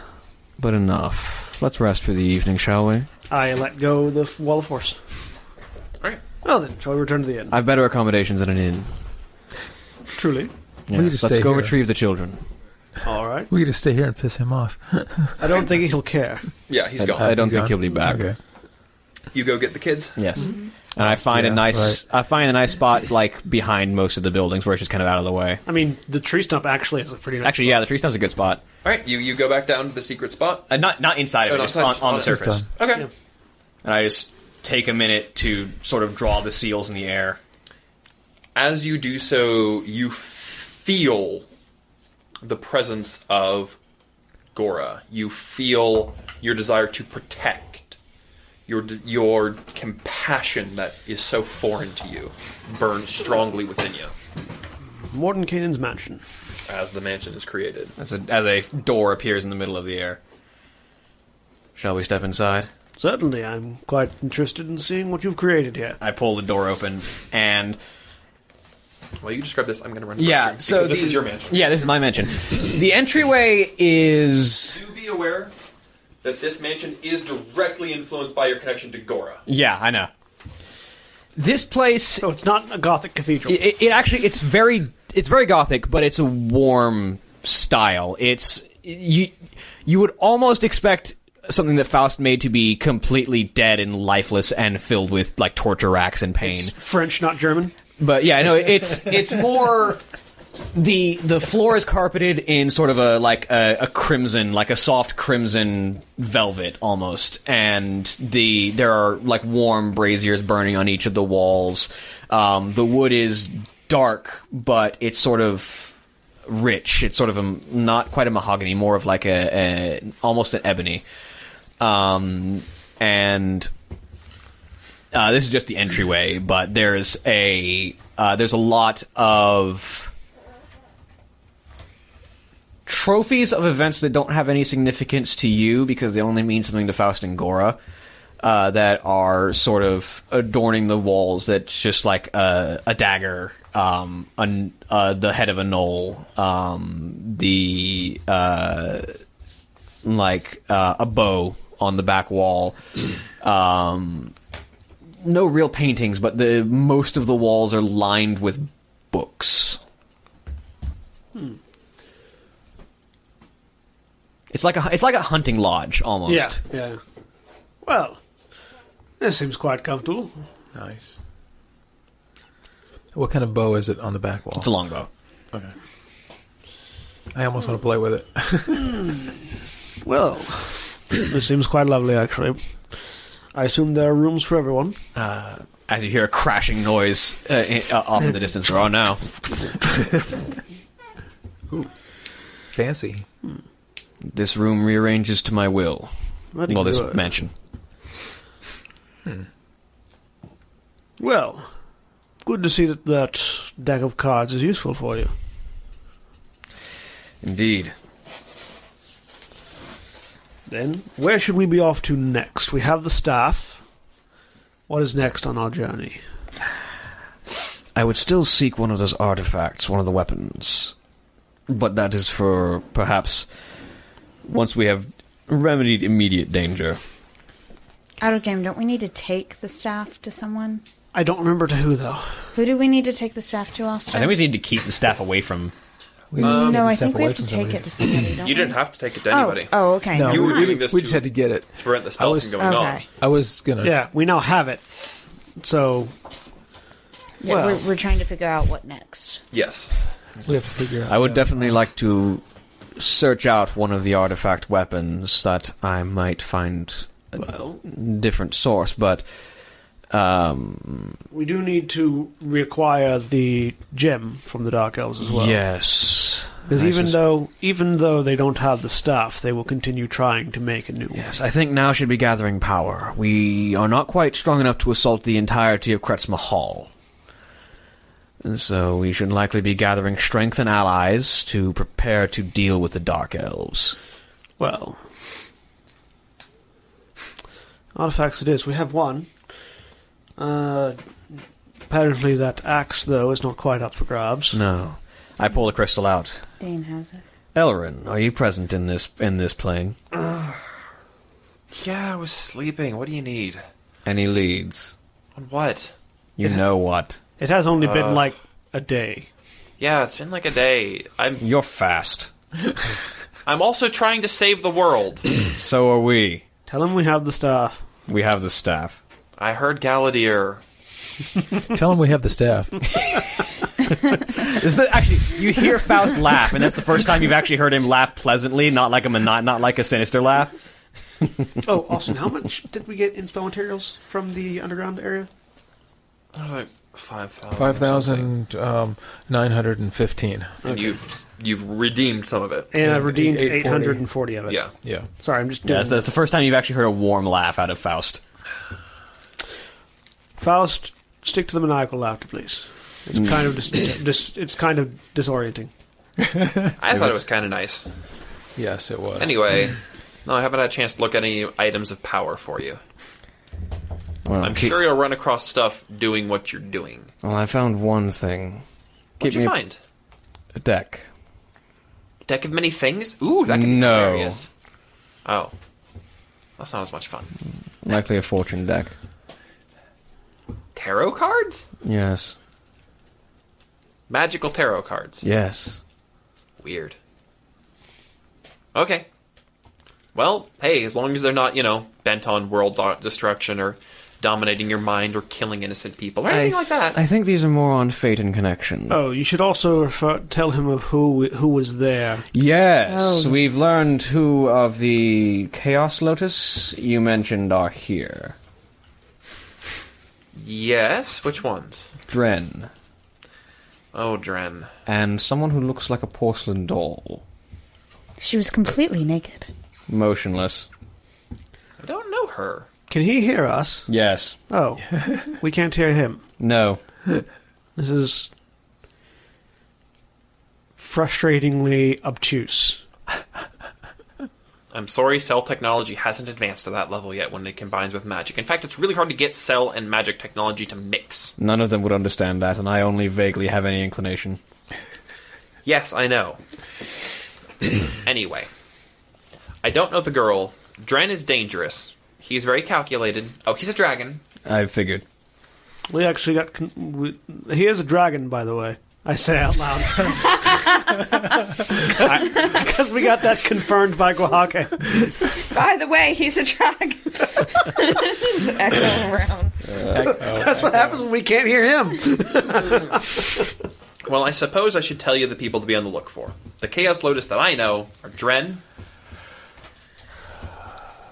S7: but enough. Let's rest for the evening, shall we?
S1: I let go the f- wall of force.
S2: Alright.
S1: Well then, shall we return to the inn?
S7: I've better accommodations than an inn.
S1: Truly.
S4: We need
S7: Yes,
S4: to
S7: let's
S4: stay
S7: go
S4: here.
S7: retrieve the children.
S1: All right.
S4: We could just stay here and piss him off.
S1: I don't think he'll care.
S2: Yeah, he's
S7: I,
S2: gone.
S7: I don't
S4: He's
S7: think
S4: gone?
S7: he'll be back.
S4: Okay.
S2: You go get the kids?
S7: Yes. And I find a
S4: Yeah,
S7: nice I find a nice spot like behind most of the buildings where it's just kind of out of the way.
S1: I mean, the tree stump actually is a pretty nice.
S7: Actually, yeah, the tree stump's a good spot.
S2: Alright, you, you go back down to the secret spot.
S3: Uh, not not inside of
S2: Oh,
S3: it,
S2: no,
S3: just
S2: inside,
S3: on, on the
S2: just
S3: surface.
S2: Okay.
S3: And I just take a minute to sort of draw the seals in the air.
S2: As you do so, you feel the presence of Gora. You feel your desire to protect, your your compassion that is so foreign to you, burns strongly within you
S1: Mordenkainen's mansion.
S2: as the mansion is created.
S7: As a, as a door appears in the middle of the air. Shall we step inside?
S1: Certainly, I'm quite interested in seeing what you've created here.
S7: I pull the door open and.
S2: Well, you describe this. I'm going to run.
S7: Yeah,
S2: first,
S7: so
S2: because this
S7: the-
S2: is your mansion.
S7: Yeah, this is my mansion. The entryway is
S2: Do be aware that this mansion is directly influenced by your connection to Gora.
S7: Yeah, I know. This place. So
S1: it's not a Gothic cathedral.
S7: It, it actually, it's very, it's very Gothic, but it's a warm style. It's you, you would almost expect something that Faust made to be completely dead and lifeless and filled with like torture racks and pain.
S1: French, not German.
S7: But yeah, no, it's it's more the the floor is carpeted in sort of a like a, a crimson, like a soft crimson velvet almost, and the there are like warm braziers burning on each of the walls. Um, the wood is dark, but it's sort of rich. It's sort of a, not quite a mahogany, more of like a, a almost an ebony. Um, and uh, this is just the entryway, but there's a uh, there's a lot of trophies of events that don't have any significance to you because they only mean something to Faust and Gora. Uh, that are sort of adorning the walls. That's just like a, a dagger, um, a, uh, the head of a knoll, um, the uh, like uh, a bow on the back wall. Um, no real paintings, but the most of the walls are lined with books.
S1: Hmm.
S7: It's like a it's like a hunting lodge almost.
S1: Yeah, yeah. Well, this seems quite comfortable.
S4: Nice. What kind of bow is it on the back wall?
S7: It's a longbow.
S4: Okay. I almost want to play with it.
S1: Well, this seems quite lovely, actually. I assume there are rooms for everyone.
S7: Uh, as you hear a crashing noise uh, in, uh, off in the distance, oh no!
S4: Fancy.
S7: This room rearranges to my will.
S1: Very
S7: well, this
S1: good.
S7: mansion.
S1: Well, good to see that that deck of cards is useful for you.
S7: Indeed.
S1: Then, where should we be off to next? We have the staff. What is next on our journey?
S6: I would still seek one of those artifacts, one of the weapons.
S7: But that is for perhaps once we have remedied immediate danger.
S9: Out of game, don't we need to take the staff to someone?
S1: I don't remember to who, though.
S9: Who do we need to take the staff to, Austin?
S7: I think we just need to keep the staff away from.
S2: Um,
S4: Um,
S9: no, I think we have to take it to somebody. Don't
S2: You
S9: we?
S2: didn't have to take it to
S9: Oh,
S2: anybody.
S9: oh, okay.
S4: No,
S2: you
S4: we,
S2: were doing this
S4: we
S2: to
S4: just had to get it.
S2: prevent the spell
S4: was-
S2: from going
S9: Okay.
S4: I was gonna.
S1: Yeah, we now have it. So,
S9: Yeah,
S1: well,
S9: we're, we're trying to figure out what next.
S2: Yes.
S4: We have to figure out.
S7: I would definitely like to search out one of the artifact weapons that I might find a different source, but um,
S1: we do need to reacquire the gem from the Dark Elves as well.
S7: yes,
S1: Because
S7: I
S1: even
S7: sus-
S1: though even though they don't have the staff, they will continue trying to make a new one.
S7: Yes, I think now should be gathering power. We are not quite strong enough to assault the entirety of Kretzma Hall. And so we should likely be gathering strength and allies to prepare to deal with the Dark Elves.
S1: Well, artifacts it is. We have one. Uh, apparently, that axe though is not quite up for grabs.
S7: No. I pull the crystal out.
S9: Dane has it.
S7: Elrin, are you present in this in this plane?
S2: Yeah, I was sleeping. What do you need?
S7: Any leads?
S2: On what?
S7: You know what?
S1: It has only been
S2: Uh,
S1: like a day.
S2: Yeah, it's been like a day. I'm.
S7: You're fast.
S2: I'm also trying to save the world.
S7: So are we.
S1: Tell him we have the staff.
S7: We have the staff.
S2: I heard Galladier.
S4: Tell them we have the staff.
S7: Is that actually you hear Faust laugh, and that's the first time you've actually heard him laugh pleasantly, not like a mono- not like a sinister laugh.
S1: oh, Austin, how much did we get in spell materials from the underground area?
S2: I was like, Five thousand.
S4: Five thousand um, nine hundred and fifteen.
S2: And you've you've redeemed some of it.
S1: And I've redeemed 840 of it.
S2: Yeah.
S4: Yeah.
S1: Sorry, I'm just
S7: Yeah,
S1: doing.
S7: that's, that's the first time you've actually heard a warm laugh out of Faust.
S1: Faust, stick to the maniacal laughter, please. It's
S7: Mm.
S1: kind of dis- dis- it's kind of disorienting.
S2: I thought it was kind of nice.
S4: Yes, it was.
S2: Anyway, no, I haven't had a chance to look at any items of power for you.
S7: Well,
S2: I'm
S7: keep-
S2: sure you'll run across stuff doing what you're doing.
S7: Well, I found one thing.
S2: What'd
S7: Get me
S2: you
S7: a-
S2: find?
S7: A deck.
S2: Deck of many things? Ooh, that could be
S7: No.
S2: hilarious. Oh. That's not as much fun.
S7: Likely a fortune deck.
S2: Tarot cards?
S7: Yes.
S2: Magical tarot cards.
S7: Yes.
S2: Weird. Okay. Well, hey, as long as they're not, you know, bent on world do- destruction or dominating your mind or killing innocent people or anything like that.
S7: I think these are more on fate and connection.
S1: Oh, you should also refer- tell him of who who was there.
S7: Yes,
S1: Oh,
S7: we've learned who of the Chaos Lotus you mentioned are here.
S2: Yes, which ones?
S7: Dren.
S2: Oh, Dren.
S7: And someone who looks like a porcelain doll.
S8: She was completely naked.
S7: Motionless.
S2: I don't know her.
S1: Can he hear us?
S7: Yes.
S1: Oh, we can't hear him.
S7: No.
S1: This is frustratingly obtuse.
S2: I'm sorry, cell technology hasn't advanced to that level yet when it combines with magic. In fact, it's really hard to get cell and magic technology to mix.
S7: None of them would understand that, and I only vaguely have any inclination.
S2: Yes, I know. anyway, I don't know the girl. Dren is dangerous. He's very calculated. Oh, he's a dragon.
S7: I figured.
S1: We actually got. Con- we- he is a dragon, by the way. I say out loud because we got that confirmed by Guahake.
S9: By the way, he's a dragon. Just echoing around.
S1: That's what happens when we can't hear him.
S2: Well, I suppose I should tell you the people to be on the look for. The Chaos Lotus that I know are Dren.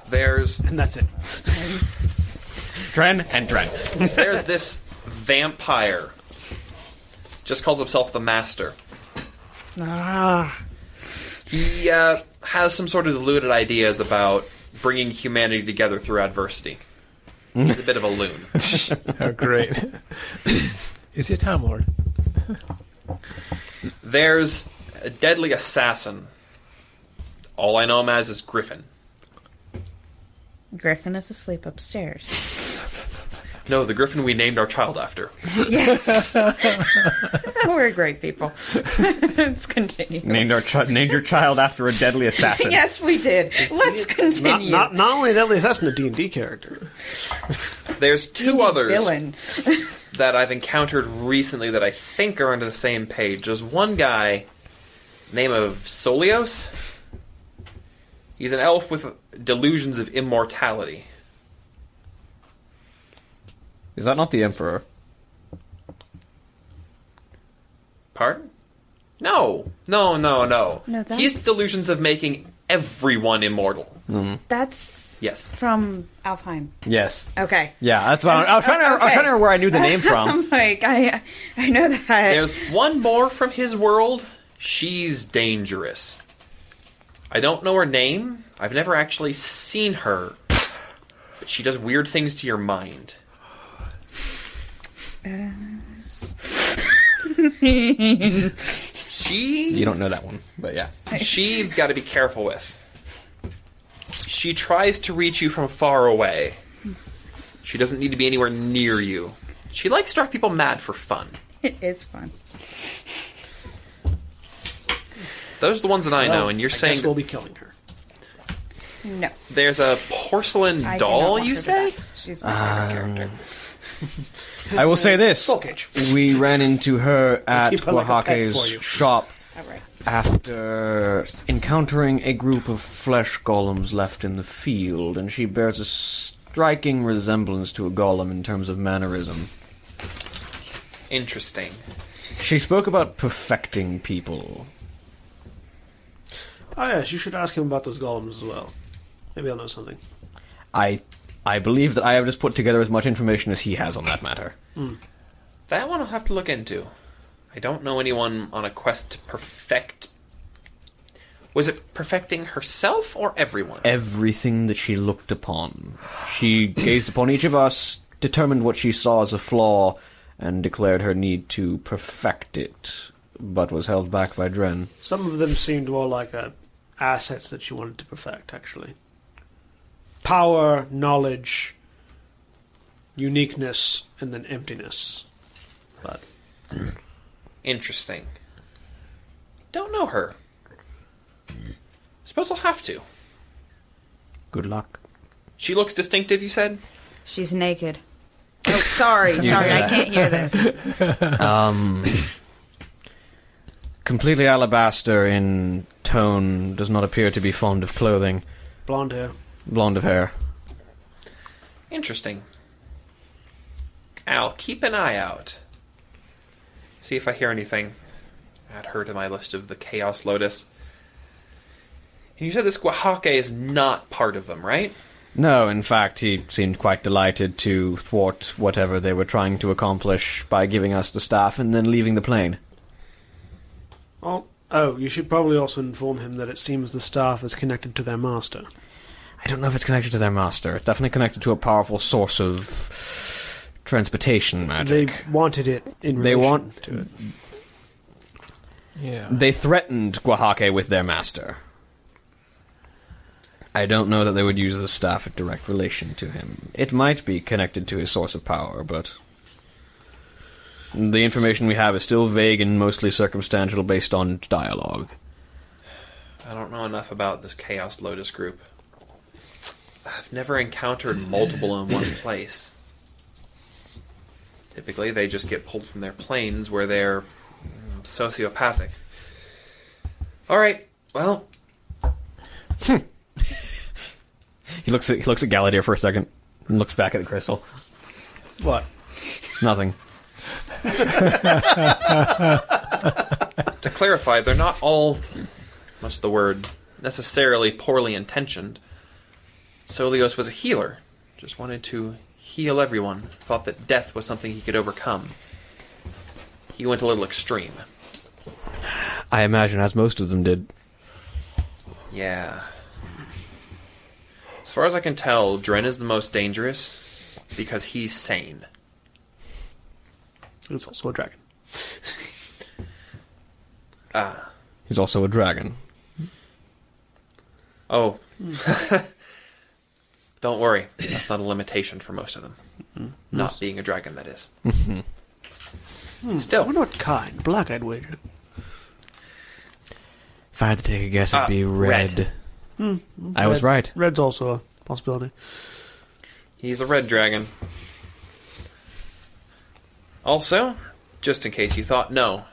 S2: There's.
S1: And that's it.
S7: Dren and Dren.
S2: There's this vampire. Just calls himself the Master.
S1: Ah,
S2: He uh, has some sort of deluded ideas about bringing humanity together through adversity. He's a bit of a loon.
S4: Oh, great. Is he a Time Lord?
S2: There's a deadly assassin. All I know him as is Griffin.
S9: Griffin is asleep upstairs.
S2: No, the Griffin we named our child after.
S9: yes. We're great people. Let's continue.
S7: Named, our chi- named your child after a deadly assassin.
S9: Yes, we did. Let's
S1: not,
S9: continue.
S1: not not only that, that's a D and D character.
S2: There's two others
S9: villain.
S2: that I've encountered recently that I think are under the same page. There's one guy, name of Solios. He's an elf with delusions of immortality.
S7: Is that not the Emperor?
S2: Pardon? No, no, no, no.
S9: No, that's-
S2: He's delusions of making everyone immortal.
S9: That's
S2: Yes.
S9: from Alfheim.
S7: Yes.
S9: Okay.
S7: Yeah, that's what I, I was trying to. I was
S9: Okay.
S7: trying to remember where I knew the name from.
S9: I'm like, I, I know that.
S2: There's one more from his world. She's dangerous. I don't know her name. I've never actually seen her. But she does weird things to your mind. She.
S7: You don't know that one, but yeah.
S2: she got to be careful with. She tries to reach you from far away. She doesn't need to be anywhere near you. She likes to drive people mad for fun.
S9: it is fun.
S2: Those are the ones that I know,
S1: Well,
S2: and you're
S1: I
S2: saying
S1: guess we'll be killing her.
S9: No.
S2: there's a porcelain
S9: I do not
S2: doll.
S9: want
S2: You
S9: her to
S2: say? Uh,
S9: die. She's
S7: Um, I will say this: we ran into her at
S1: keep her like a pet
S7: Oaxaca's
S1: for you.
S7: shop
S9: Alright.
S7: after encountering a group of flesh golems left in the field, and she bears a striking resemblance to a golem in terms of mannerism.
S2: Interesting.
S7: She spoke about perfecting people.
S1: Oh yes, you should ask him about those golems as well. Maybe I'll know something.
S7: I, I believe that I have just put together as much information as he has on that matter.
S2: That one I'll have to look into. I don't know anyone on a quest to perfect. Was it perfecting herself or everyone?
S7: Everything that she looked upon. She gazed upon each of us, determined what she saw as a flaw, and declared her need to perfect it, but was held back by Dren.
S1: Some of them seemed more like uh, assets that she wanted to perfect, actually. Power, knowledge, uniqueness, and then emptiness. But
S2: Interesting. Don't know her. Suppose I'll have to.
S7: Good luck.
S2: She looks distinctive, you said?
S9: She's naked. Oh, sorry,
S7: You
S9: sorry,
S7: hear
S9: I
S7: that?
S9: can't hear this.
S7: um, completely alabaster in tone, does not appear to be fond of clothing.
S1: blonde hair.
S7: Blonde of hair.
S2: Interesting. I'll keep an eye out. See if I hear anything. Add her to my list of the Chaos Lotus. And you said this Guahake is not part of them, right?
S7: No, in fact, he seemed quite delighted to thwart whatever they were trying to accomplish by giving us the staff and then leaving the plane.
S1: Oh, oh, you should probably also inform him that it seems the staff is connected to their master.
S7: I don't know if it's connected to their master. It's definitely connected to a powerful source of transportation magic.
S1: They wanted it in
S7: They
S1: relation
S7: want-
S1: to it.
S4: Yeah.
S7: They, threatened Guahake with their master. I don't know that they would use the staff in direct relation to him. It might be connected to his source of power, but the information we have is still vague and mostly circumstantial based on dialogue.
S2: I don't know enough about this Chaos Lotus group. I've never encountered multiple in one place. Typically, they just get pulled from their planes where they're mm, sociopathic. All right, well,
S7: He looks at he looks at Gallaudet for a second and looks back at the crystal.
S1: What?
S7: Nothing.
S2: to clarify, they're not all, what's the word, necessarily poorly intentioned. Solios was a healer, just wanted to heal everyone, thought that death was something he could overcome. He went a little extreme.
S7: I imagine as most of them did.
S2: Yeah. As far as I can tell, Dren is the most dangerous because he's sane.
S1: It's also a dragon.
S2: Ah.
S7: He's also a dragon.
S2: Oh.
S1: Hmm.
S2: Don't worry. That's not a limitation for most of them.
S1: Mm-hmm.
S2: Not being a dragon, that is. Still.
S1: We're Oh, not kind. Black, I'd wager.
S3: If I had to take a guess, it'd
S1: Uh,
S3: be
S1: red.
S3: red.
S1: Hmm.
S3: I was right.
S1: Red's also a possibility.
S2: He's a red dragon. Also, just in case you thought, no.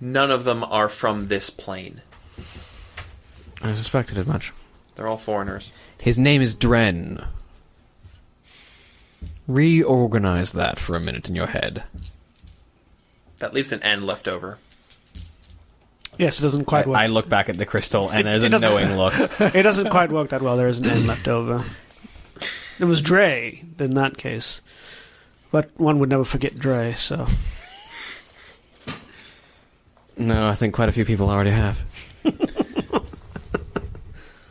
S2: None of them are from this plane.
S3: I suspected as much.
S2: They're all foreigners.
S7: His name is Dren. Reorganize that for a minute in your head.
S2: That leaves an N left over.
S1: Yes, it doesn't quite
S7: I,
S1: work.
S7: I look back at the crystal and there's
S1: It
S7: a
S1: doesn't-
S7: knowing look.
S1: it doesn't quite work that well. There is an N left over. It was Dre in that case. But one would never forget Dre, so.
S3: No, I think quite a few people already have.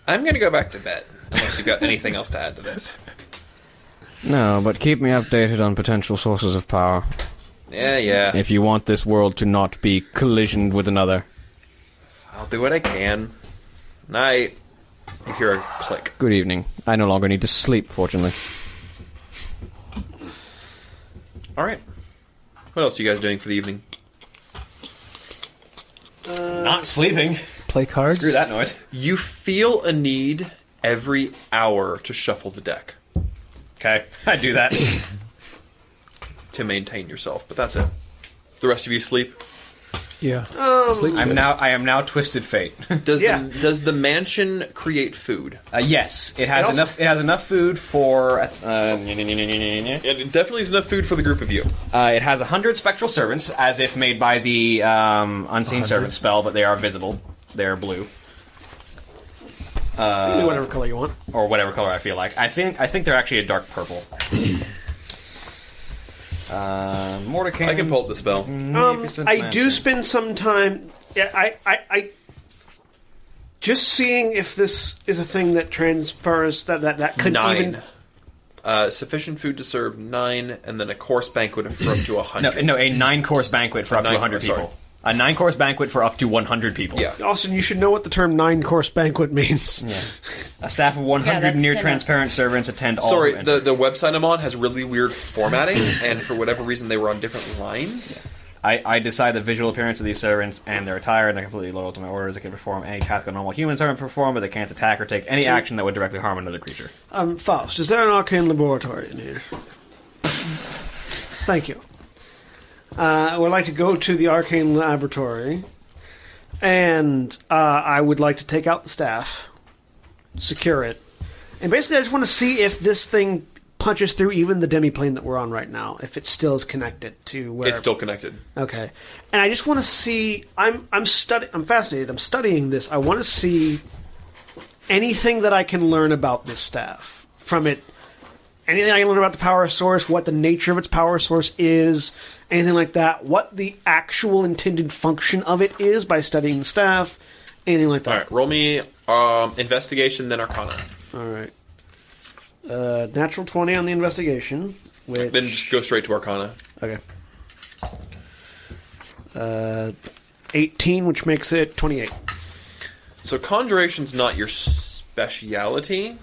S2: I'm going to go back to bed, unless you've got anything else to add to this.
S7: No, but keep me updated on potential sources of power.
S2: Yeah, yeah.
S7: If you want this world to not be collisioned with another.
S2: I'll do what I can. Night. You hear a click.
S7: Good evening. I no longer need to sleep, fortunately.
S2: All right. What else are you guys doing for the evening?
S13: Not sleeping.
S4: Play cards.
S13: Screw that noise.
S2: You feel a need every hour to shuffle the deck
S13: Okay, I do that.
S2: to maintain yourself, but that's it. The rest of you sleep.
S4: Yeah.
S1: Um,
S13: I'm now. I am now twisted fate.
S2: Does the does the mansion create food?
S13: Uh, yes, it has
S2: It also-
S13: enough. It has enough food for. Uh, it
S2: definitely is enough food for the group of you.
S13: Uh, it has hundred spectral servants, as if made by the um, unseen servant spell, but they are visible. They are blue. Uh,
S1: You do whatever color you want.
S13: or whatever color I feel like. I think I think they're actually a dark purple.
S3: Uh, Mordecai.
S2: I can pull up the spell.
S3: Mm-hmm.
S1: Um, I do spend some time. Yeah, I, I, I, just seeing if this is a thing that transfers that that that could
S2: nine.
S1: even.
S2: Uh, sufficient food to serve nine, and then a course banquet for up to a
S3: No,
S2: hundred.
S3: no, a nine-course banquet for up to
S2: Nine-
S3: 100
S2: sorry.
S3: people. A nine-course banquet for up to 100 people. Yeah.
S1: Austin, you should know what the term nine course banquet means.
S3: A staff of 100
S1: that's
S3: near
S1: dinner.
S3: transparent servants attend all.
S2: Sorry,
S3: events.
S2: the, the website I'm on has really weird formatting, and for whatever reason, they were on different lines.
S3: I, I decide the visual appearance of these servants and their attire, and they're completely loyal to my orders. They can perform any task a normal human servant perform, but they can't attack or take any action that would directly harm another creature.
S1: Um, Faust, is there an arcane laboratory in here? Thank you. Uh, I would like to go to the arcane laboratory, and uh, I would like to take out the staff, secure it, and basically I just want to see if this thing punches through even the demiplane that we're on right now, if it still is connected to where
S2: It's still connected.
S1: Okay, and I just want to see. I'm I'm study. I'm fascinated. I'm studying this. I want to see anything that I can learn about this staff from it. Anything I can learn about the power source, what the nature of its power source is, anything like that. What the actual intended function of it is by studying the staff. Anything like that.
S2: All right, roll me um, investigation, then arcana.
S1: All right. Uh, natural twenty on the investigation. Which
S2: Then just go straight to arcana.
S1: okay. Uh, eighteen, which makes it twenty-eight.
S2: So conjuration's not your speciality,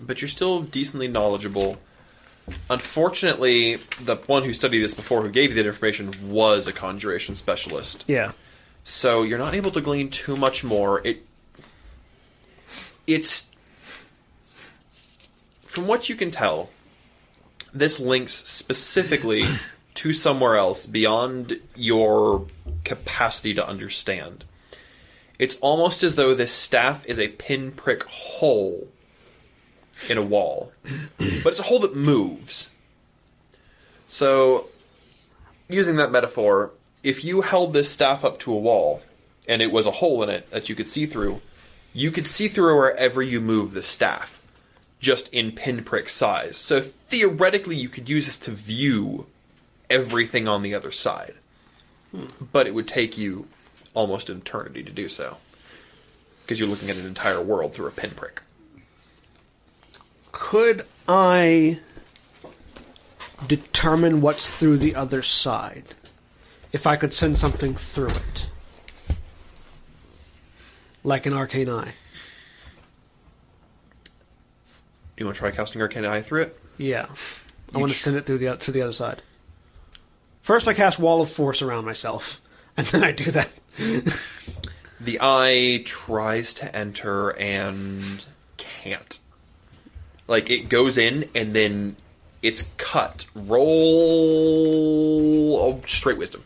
S2: but you're still decently knowledgeable. Unfortunately, the one who studied this before, who gave you that information, was a conjuration specialist.
S1: Yeah.
S2: So you're not able to glean too much more. It it's from what you can tell, this links specifically to somewhere else beyond your capacity to understand. It's almost as though this staff is a pinprick hole in a wall. But it's a hole that moves. So, using that metaphor, if you held this staff up to a wall and it was a hole in it that you could see through, you could see through wherever you move the staff, just in pinprick size. So, theoretically, you could use this to view everything on the other side. But it would take you almost an eternity to do so. Because you're looking at an entire world through a pinprick.
S1: Could I determine what's through the other side? If I could send something through it. Like an arcane eye.
S2: You want to try casting Arcane Eye through it?
S1: Yeah. I
S2: You
S1: want to
S2: tr-
S1: send it through the to the other side. First I cast Wall of Force around myself, and then I do that.
S2: The eye tries to enter and can't. Like it goes in and then it's cut. Roll oh, straight wisdom.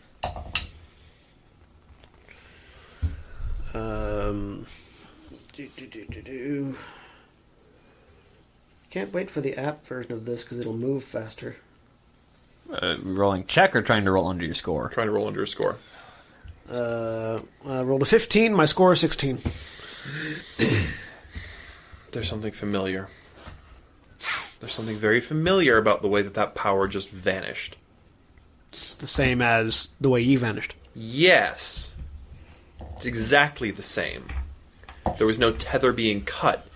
S1: Um do, do, do, do, do. Can't wait for the app version of this because it'll move faster.
S7: Uh, rolling check or trying to roll under your score?
S2: Trying to roll under your score.
S1: Uh, I rolled a 15. My score is 16.
S2: There's something familiar. There's something very familiar about the way that that power just vanished.
S1: It's the same as the way you vanished.
S2: Yes. It's exactly the same. There was no tether being cut.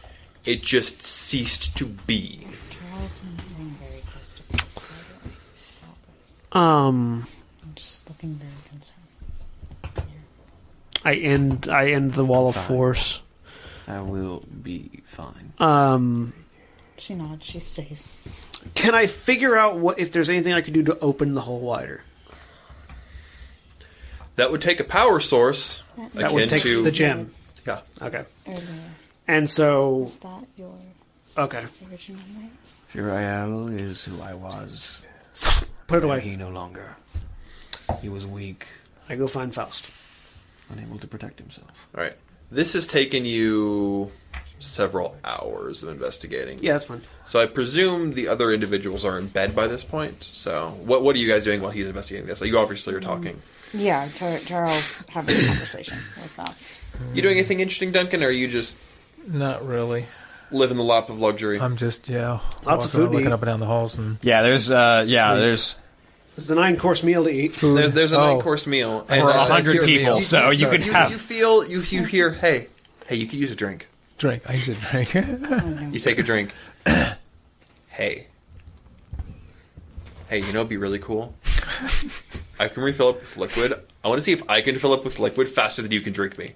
S2: It just ceased to be.
S9: Charles been sitting very close to me. so I
S1: Um,
S9: don't- I'm just looking very concerned.
S1: I end. I end the wall of force.
S7: I will be fine.
S1: Um,
S9: She nods. She stays.
S1: can I figure out what if there's anything I could do to open the hole wider?
S2: That would take a power source.
S1: That would
S2: akin
S1: take
S2: to-
S1: the gem.
S2: Yeah.
S1: Okay.
S9: Earlier.
S1: And so,
S9: Is that your
S1: okay,
S9: original name?
S7: Firael is who I was.
S1: Put it away.
S7: He no longer. He was weak,
S1: I go find Faust.
S7: unable to protect himself.
S2: All right. This has taken you several hours of investigating.
S1: Yeah, that's fine.
S2: So I presume the other individuals are in bed by this point. So what what are you guys doing while he's investigating this? You obviously are talking.
S9: Yeah, Char- Charles having a conversation with Faust.
S2: You doing anything interesting, Duncan? Or are you just
S4: Not really.
S2: living the lap of luxury?
S4: I'm just yeah.
S2: Lots of
S4: walking-
S2: food to
S4: Looking
S2: eat.
S4: up and down the halls and
S3: Yeah, there's uh, yeah,
S4: Sleep.
S3: there's
S1: It's a nine course meal to eat.
S2: There, there's a
S1: Oh.
S2: nine course meal
S1: For a
S2: uh,
S1: hundred
S2: here-
S1: people, so you
S2: sorry.
S1: can have-
S2: You feel you you hear hey hey you could use a drink.
S4: Drink. I should drink.
S2: You take a drink. hey. Hey, you know, it'd be really cool. I can refill up with liquid. I want to see if I can fill up with liquid faster than you can drink me.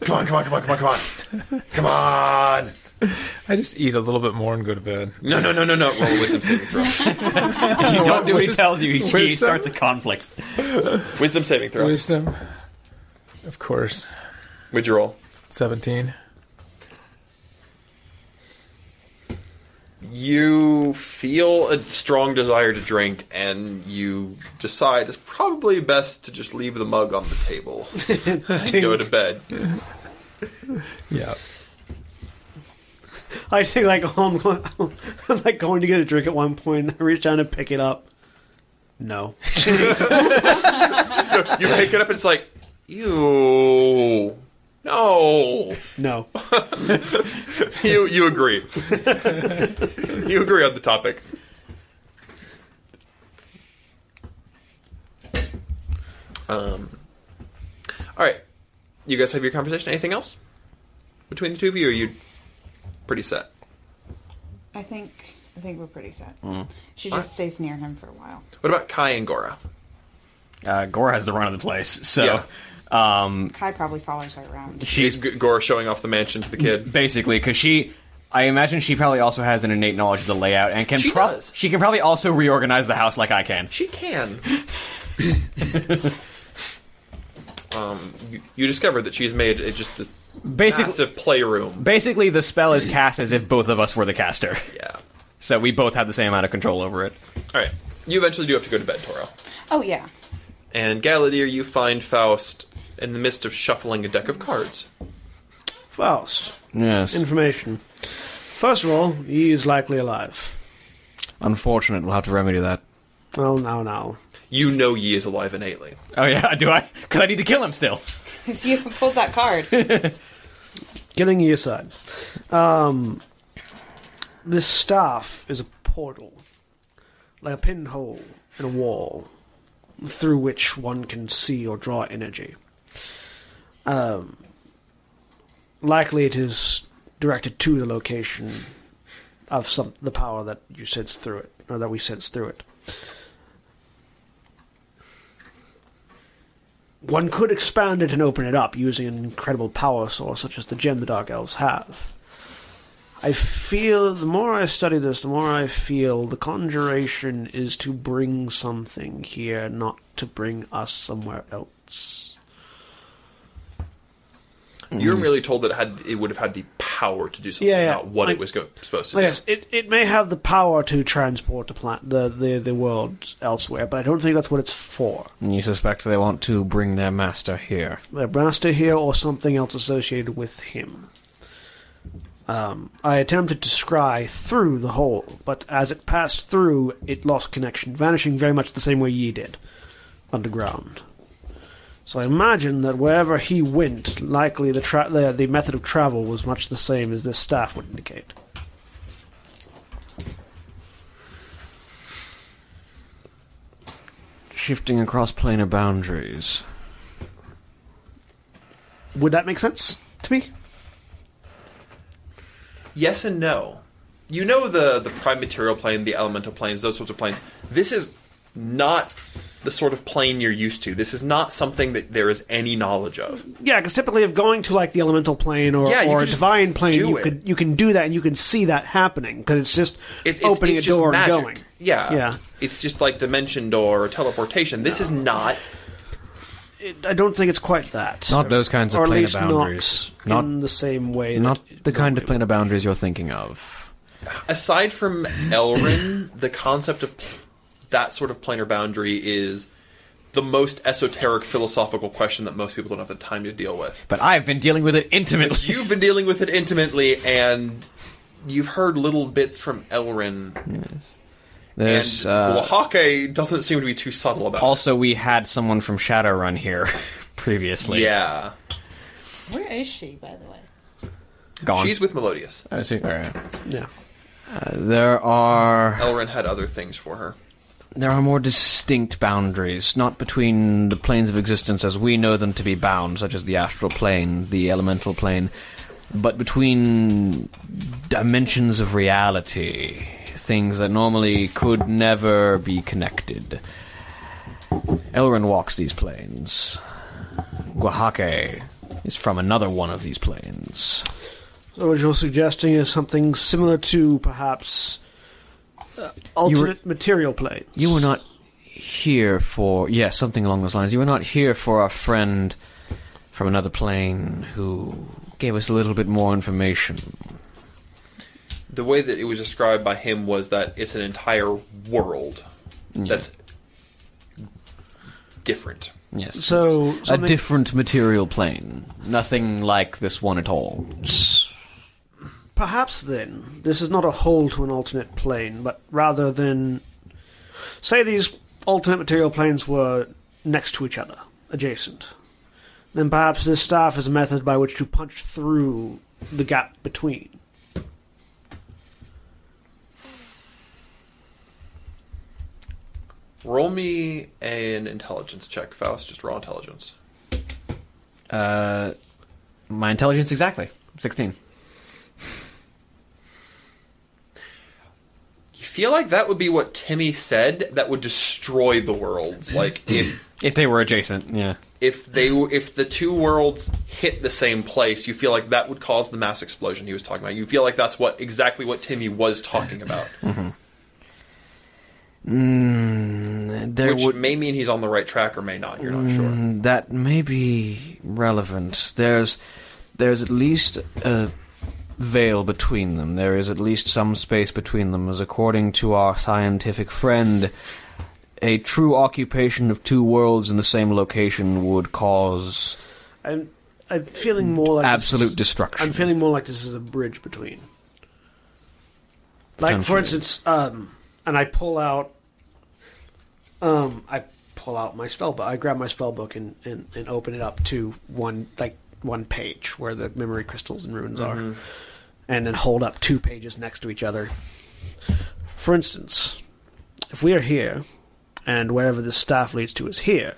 S2: Come on, come on, come on, come on, come on, come on.
S4: I just eat a little bit more and go to bed.
S2: No, no, no, no, no. Roll a wisdom saving throw.
S3: If you don't do what he tells you, he, he
S4: Wisdom?
S3: starts a conflict.
S2: Wisdom saving throw.
S4: Wisdom. Of course.
S2: Would you roll?
S4: 17.
S2: You feel a strong desire to drink, and you decide it's probably best to just leave the mug on the table and go to bed.
S4: Yeah.
S1: I think like oh, I'm, going, I'm like going to get a drink at one point. I reach down and pick it up. No.
S2: you pick it up and it's like, ew. No.
S1: No.
S2: you you agree. you agree on the topic. Um All right. You guys have your conversation. Anything else? Between the two of you, are you pretty set?
S9: I think I think we're pretty set.
S2: Mhm.
S9: She
S2: All
S9: just stays near him for a while.
S2: What about Kai and Gora?
S3: Uh, Gore has the run of the place, so um,
S9: Kai probably follows her around.
S3: she's
S2: Gore showing off the mansion to the kid,
S3: basically, because she. I imagine she probably also has an innate knowledge of the layout and can
S2: She
S3: prob-
S2: does.
S3: she can probably also reorganize the house like I can.
S2: She can. um you, you discover that she's made it just this
S3: Basic-
S2: massive playroom.
S3: Basically, the spell is cast as if both of us were the caster.
S2: Yeah.
S3: So we both have the same amount of control over it.
S2: All right. You eventually do have to go to bed, Toro.
S9: Oh yeah.
S2: And Galadier, you find Faust in the midst of shuffling a deck of cards.
S1: Faust.
S7: Yes.
S1: Information. First of all, he is likely alive.
S7: Unfortunate. We'll have to remedy that.
S1: Oh no no.
S2: You know Yi is alive innately.
S3: Oh yeah, do I? Because I need to kill him still.
S9: Because you pulled that card.
S1: Getting you aside. Um, this staff is a portal, like a pinhole in a wall, through which one can see or draw energy. Um, likely it is directed to the location of some the power that you sense through it, or that we sense through it. one could expand it and open it up using an incredible power source such as the gem the Dark Elves have. I feel the more I study this, the more I feel the conjuration is to bring something here, not to bring us somewhere else.
S2: You were merely told that it, had, it would have had the power to do something,
S1: Mm-hmm. Yeah, yeah.
S2: not what
S1: Like-
S2: it was go- supposed to
S1: Well, yes, it, it may have the power to transport the, pla- the, the the world elsewhere, but I don't think that's what it's for.
S7: And you suspect they want to bring their master here.
S1: their master here or something else associated with him. Um, I attempted to scry through the hole, but as it passed through, it lost connection, vanishing very much the same way Yi did, underground. So I imagine that wherever he went, likely the, tra- the the method of travel was much the same as this staff would indicate.
S7: Shifting across planar boundaries.
S1: Would that make sense to me?
S2: Yes and no. You know the the prime material plane, the elemental planes, those sorts of planes. This is not the sort of plane you're used to. This is not something that there is any knowledge of.
S1: Yeah, because typically, if going to like the elemental plane or,
S2: Yeah, you
S1: or
S2: could
S1: a
S2: just
S1: divine plane,
S2: do
S1: you
S2: it.
S1: could you can do that and you can see that happening because it's just
S2: It's, it's
S1: opening
S2: it's
S1: a door
S2: just
S1: and
S2: magic.
S1: going.
S2: Yeah,
S1: yeah.
S2: It's just like dimension door or teleportation. This is not.
S1: It, I don't think it's quite that.
S7: Not those kinds of
S1: or at
S7: planar
S1: least
S7: boundaries.
S1: Not
S7: Not-
S1: in the same way. that-
S7: Not the kind of planar boundaries you're thinking of.
S2: aside from Elrin, the concept of pl- that sort of planar boundary is the most esoteric philosophical question that most people don't have the time to deal with.
S3: But I've been dealing with it intimately.
S2: You've been dealing with it intimately, and you've heard little bits from Elrin.
S7: Yes. There's
S2: and
S7: uh,
S2: Oaxaca doesn't seem to be too subtle about
S7: also we had someone from Shadowrun here previously.
S2: Yeah,
S9: Where is she, by the way?
S7: gone.
S2: She's with Melodious.
S7: I see. All right.
S1: Yeah.
S7: Uh, there are
S2: Elrin had other things for her.
S7: there are more distinct boundaries, not between the planes of existence as we know them to be bound, such as the astral plane, the elemental plane, but between dimensions of reality, things that normally could never be connected. Elrin walks these planes. Guahake is from another one of these planes.
S1: So what you're suggesting is something similar to perhaps uh, alternate material plane.
S7: You were not here for yeah, something along those lines. You were not here for our friend from another plane who gave us a little bit more information.
S2: The way that it was described by him was that it's an entire world that's different.
S7: Yes.
S1: So,
S7: a
S1: something-
S7: different material plane. Nothing like this one at all.
S1: Perhaps then, this is not a whole to an alternate plane, but rather than. Say these alternate material planes were next to each other, adjacent. Then perhaps this staff is a method by which to punch through the gap between.
S2: Roll me an intelligence check, Faust. Just raw intelligence.
S3: Uh, my intelligence exactly sixteen.
S2: You feel like that would be what Timmy said that would destroy the worlds. Like if
S3: If they were adjacent, yeah.
S2: if they if the two worlds hit the same place, you feel like that would cause the mass explosion he was talking about. You feel like that's what exactly what Timmy was talking about,
S7: Mm, there
S2: which
S7: would
S2: may mean he's on the right track or may not. You're not.
S7: Mm, That may be relevant. There's there's at least a veil between them. There is at least some space between them, as according to our scientific friend, a true occupation of two worlds in the same location would cause
S1: I'm, I'm feeling more like. this
S7: absolute
S1: is-
S7: destruction.
S1: I'm feeling more like this is a bridge between. Like, for
S7: Potentially.
S1: instance, um, and I pull out. Um, I pull out my spell book. I grab my spell book and, and, and open it up to one like one page where the memory crystals and runes are, and then hold up two pages next to each other. For instance, if we are here, and wherever this staff leads to is here,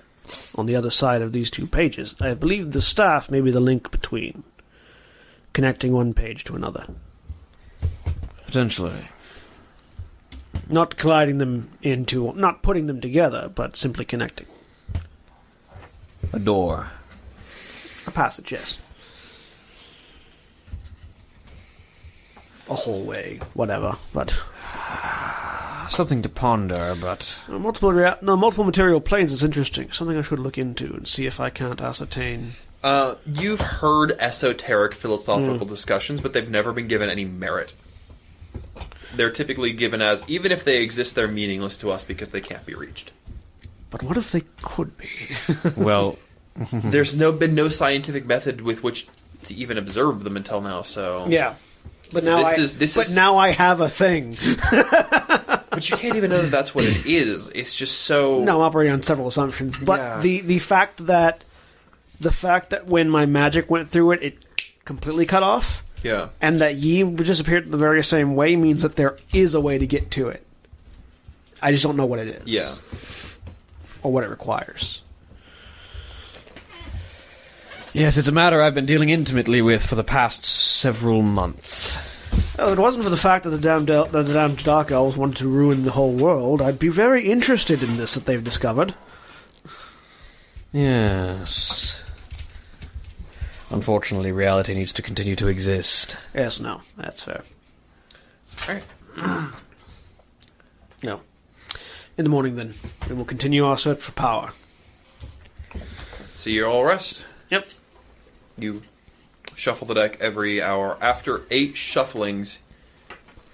S1: on the other side of these two pages, I believe the staff may be the link between, connecting one page to another,
S7: potentially.
S1: not colliding them into, not putting them together, but simply connecting.
S7: A door.
S1: A passage, yes. A hallway, whatever, but
S7: something to ponder. But
S1: Uh, multiple rea- no multiple material planes is interesting. Something I should look into and see if I can't ascertain.
S2: Uh, you've heard esoteric
S7: Mm.
S2: philosophical discussions, but they've never been given any merit. They're typically given as even if they exist, they're meaningless to us because they can't be reached.
S1: But what if they could be?
S7: well, Mm-hmm.
S2: There's no been no scientific method with which to even observe them until now. So
S1: Yeah, but now
S2: This
S1: I,
S2: is- this
S1: but
S2: is-
S1: now I have a thing.
S2: but you can't even know that that's what it is. It's just so
S1: No, I'm operating on several assumptions, but
S2: Yeah.
S1: the the fact that the fact that when my magic went through it, it completely cut off,
S2: yeah.
S1: and that ye disappeared the very same way means that there is a way to get to it. I just don't know what it is.
S2: Yeah.
S1: or what it requires.
S7: yes, it's a matter I've been dealing intimately with for the past several months.
S1: Well, Oh, if it wasn't for the fact that the damn del- that the damn dark elves wanted to ruin the whole world, I'd be very interested in this that they've discovered.
S7: Yes. Unfortunately, reality needs to continue to exist.
S1: Yes, no, that's fair.
S2: Alright.
S1: no. In the morning, then, we will continue our search for power.
S2: So you all rest.
S1: Yep.
S2: You shuffle the deck every hour. After eight shufflings,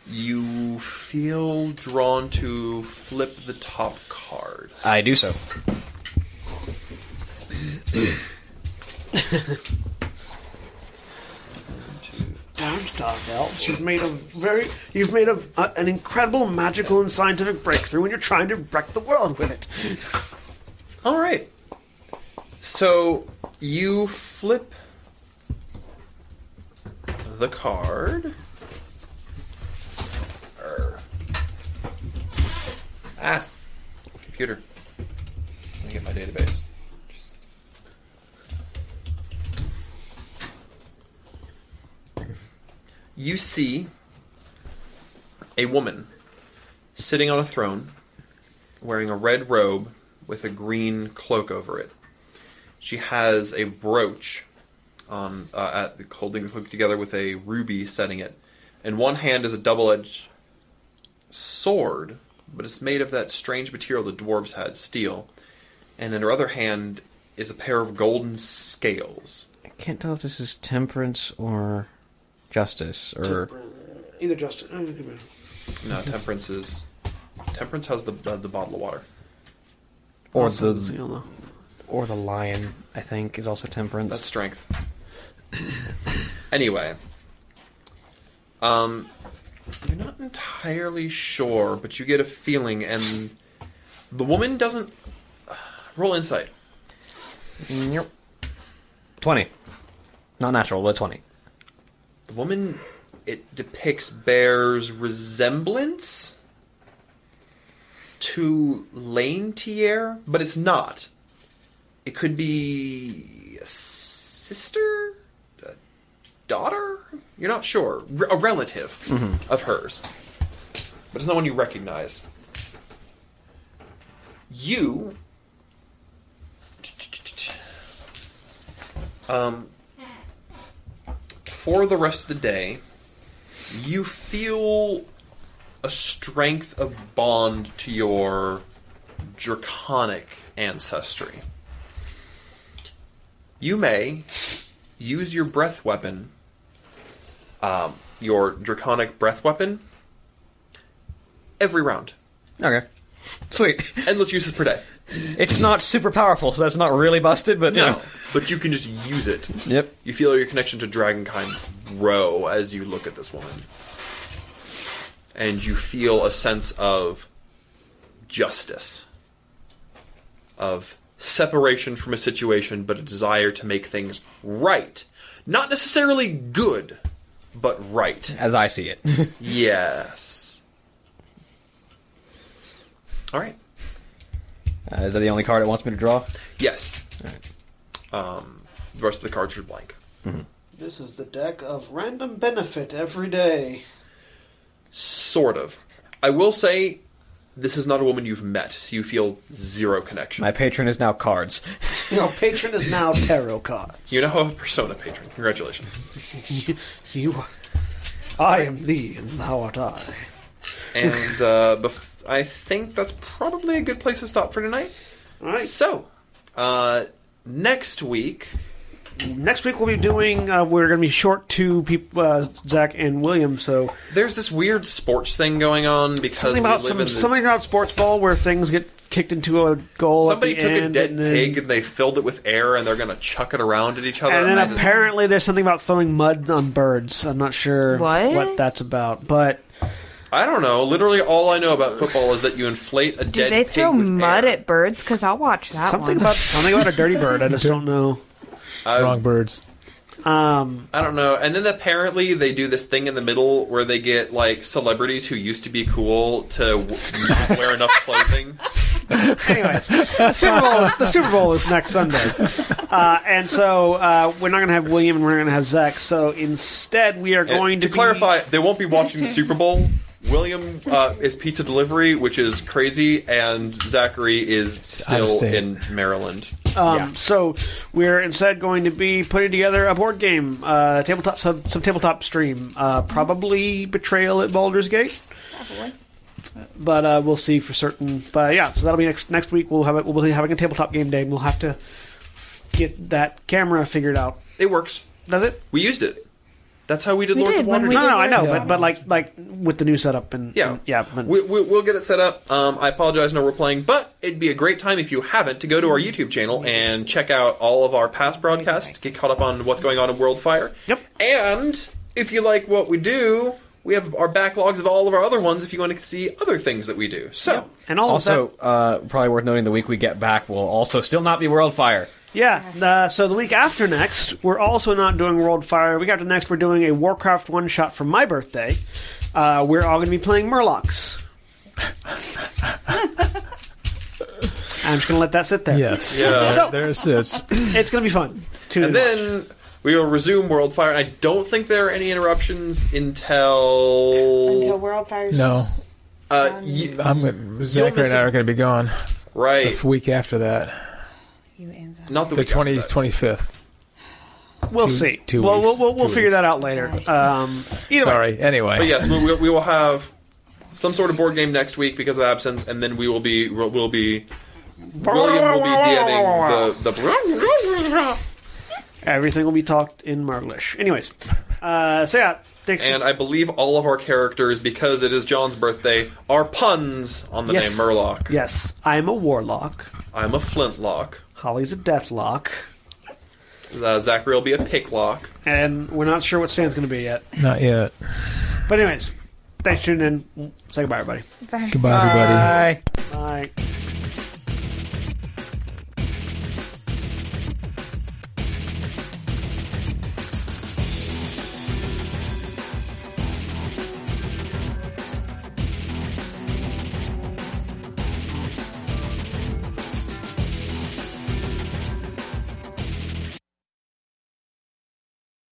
S2: you feel drawn to flip the top card.
S3: I do so.
S1: Damn dark elves! You've made a very, you've made a, a, an incredible magical and scientific breakthrough, and you're trying to wreck the world with it.
S2: All right. So you flip the card. Er. Ah. computer. Let me get my database. You see a woman sitting on a throne wearing a red robe with a green cloak over it. She has a brooch on uh, at, holding the cloak together with a ruby setting it. In one hand is a double-edged sword, but it's made of that strange material the dwarves had, steel. And in her other hand is a pair of golden scales.
S7: I can't tell if this is temperance or justice or
S1: Either Justin. oh, it could be-
S2: No, temperance is temperance has the uh, the bottle of water.
S7: or
S2: Also
S7: the or the lion. I think is also temperance.
S2: That's strength. anyway, um, you're not entirely sure, but you get a feeling, and the woman doesn't uh, roll insight.
S3: Nope. Twenty. Not natural, but twenty.
S2: The woman it depicts bears resemblance to Lane Tier, but it's not. It could be a sister, a daughter. You're not sure. R- a relative
S3: Mhm.
S2: of hers, but it's not one you recognize. You. Um, for the rest of the day, you feel a strength of bond to your draconic ancestry. You may use your breath weapon, um, your draconic breath weapon, every round.
S3: Okay. Sweet.
S2: Endless uses per day.
S3: It's not super powerful, so that's not really busted, but
S2: No, but you can just use it.
S3: Yep.
S2: You feel your connection to Dragonkind grow as you look at this woman. And you feel a sense of justice, of separation from a situation, but a desire to make things right. Not necessarily good, but right.
S3: As I see it. Uh,
S2: yes. All right.
S3: Uh, is that the only card it wants me to draw?
S2: Yes. Um, the rest of the cards are blank.
S1: This is the deck of random benefit every day.
S2: Sort of. I will say this is not a woman you've met, so you feel zero connection.
S3: My patron is now cards.
S1: Your patron is now tarot card.
S2: You now have a persona patron. Congratulations.
S1: you, you are- I am thee, and thou art I.
S2: And uh, bef- I think that's probably a good place to stop for tonight.
S1: All right.
S2: So, uh, next week,
S1: Next week we'll be doing. Uh, we're going to be short two people, uh, Zach and William. So
S2: there's this weird sports thing going on because
S1: something
S2: we
S1: about
S2: live
S1: some,
S2: in the-
S1: something about sports ball where things get kicked into a goal.
S2: somebody
S1: at the
S2: took a
S1: end
S2: dead
S1: and then-
S2: pig and they filled it with air and they're going to chuck it around at each other.
S1: And
S2: I
S1: then
S2: just-
S1: apparently there's something about throwing mud on birds. I'm not sure
S2: What?
S1: that's about, but
S2: I don't know. Literally, all I know about football is that you inflate a
S5: Do
S2: dead
S5: they
S2: pig
S5: throw
S2: with
S5: mud at birds? Because I'll watch that
S1: something
S5: one.
S1: about something about a dirty bird. I just don't know.
S2: Wrong
S1: birds. Um,
S2: I don't know. And then apparently they do this thing in the middle where they get like celebrities who used to be cool to w- not wear enough clothing.
S1: Anyways, the Super Bowl is, the Super Bowl is next Sunday, uh, and so uh, we're not going to have William and we're going to have Zach. So instead, we are
S2: And
S1: going to,
S2: to clarify, they won't be watching the Super Bowl. William uh, is pizza delivery, which is crazy, and Zachary is
S1: out of
S2: still
S1: state.
S2: in Maryland.
S1: Be, um, So we're instead going to be putting together a board game, uh, tabletop some, some tabletop stream, uh, probably Betrayal at Baldur's Gate. But uh, we'll see for certain. But yeah, so that'll be next next week. We'll have it. We'll be having a tabletop game day. and We'll have to f- get that camera figured out.
S2: It works.
S1: Does it?
S2: We used it. That's how we did
S1: We
S2: Lords
S1: did,
S2: of
S1: when
S2: Waterdeep.
S1: we No, did no, I know, Lords of but- but, like- like with the new setup and
S2: yeah,
S1: Mm, yeah.
S2: We, we, we'll get it set up. Um, I apologize, no, we're playing, but it'd be a great time if you haven't to go to our YouTube channel and check out all of our past broadcasts. Get caught up on what's going on in World Fire. Yep. And if you like what we do, we have our backlogs of all of our other ones. If you want to see other things that we do, so
S1: And all
S3: also, uh, probably worth noting the week we get back will also still not be World Fire.
S1: Yeah. Uh, so the week after next, we're also not doing World Fire. Week after next, we're doing a Warcraft one shot for my birthday. Uh, we're all going to be playing Murlocs. I'm just going to let that sit there.
S4: Yes.
S2: Yeah.
S1: so,
S4: there it sits.
S1: It's going to be fun. Tune
S2: and
S1: in.
S2: then we will resume Worldfire. And I don't think there are any interruptions until
S9: Until Worldfire's
S4: No.
S2: Uh, y-
S4: I'm going. Zachary and I are going to be gone.
S2: Right.
S4: The week after that.
S2: Not
S4: the twenty twenty fifth.
S1: We'll
S4: Two-
S1: see.
S4: two
S1: well,
S4: weeks.
S1: we'll, we'll, we'll
S4: Two
S1: figure
S4: weeks.
S1: that out later. Um, either
S4: Sorry.
S1: way.
S4: Anyway.
S2: But yes, we, we, we will have some sort of board game next week because of absence, and then we will be we'll, we'll be William will be DMing the the
S1: Everything will be talked in Marglish. Anyways, uh, so yeah, thanks. for-
S2: and I believe all of our characters because it is John's birthday are puns on the
S1: Yes.
S2: name Murloc.
S1: Yes, I'm a warlock.
S2: I'm a flintlock.
S1: Holly's a deathlock,
S2: Uh, Zachary will be a picklock.
S1: and we're not sure what Stan's going to be yet.
S4: Not yet.
S1: But anyways, thanks for tuning in. Say goodbye, everybody.
S4: Goodbye, everybody.
S1: Bye. Bye.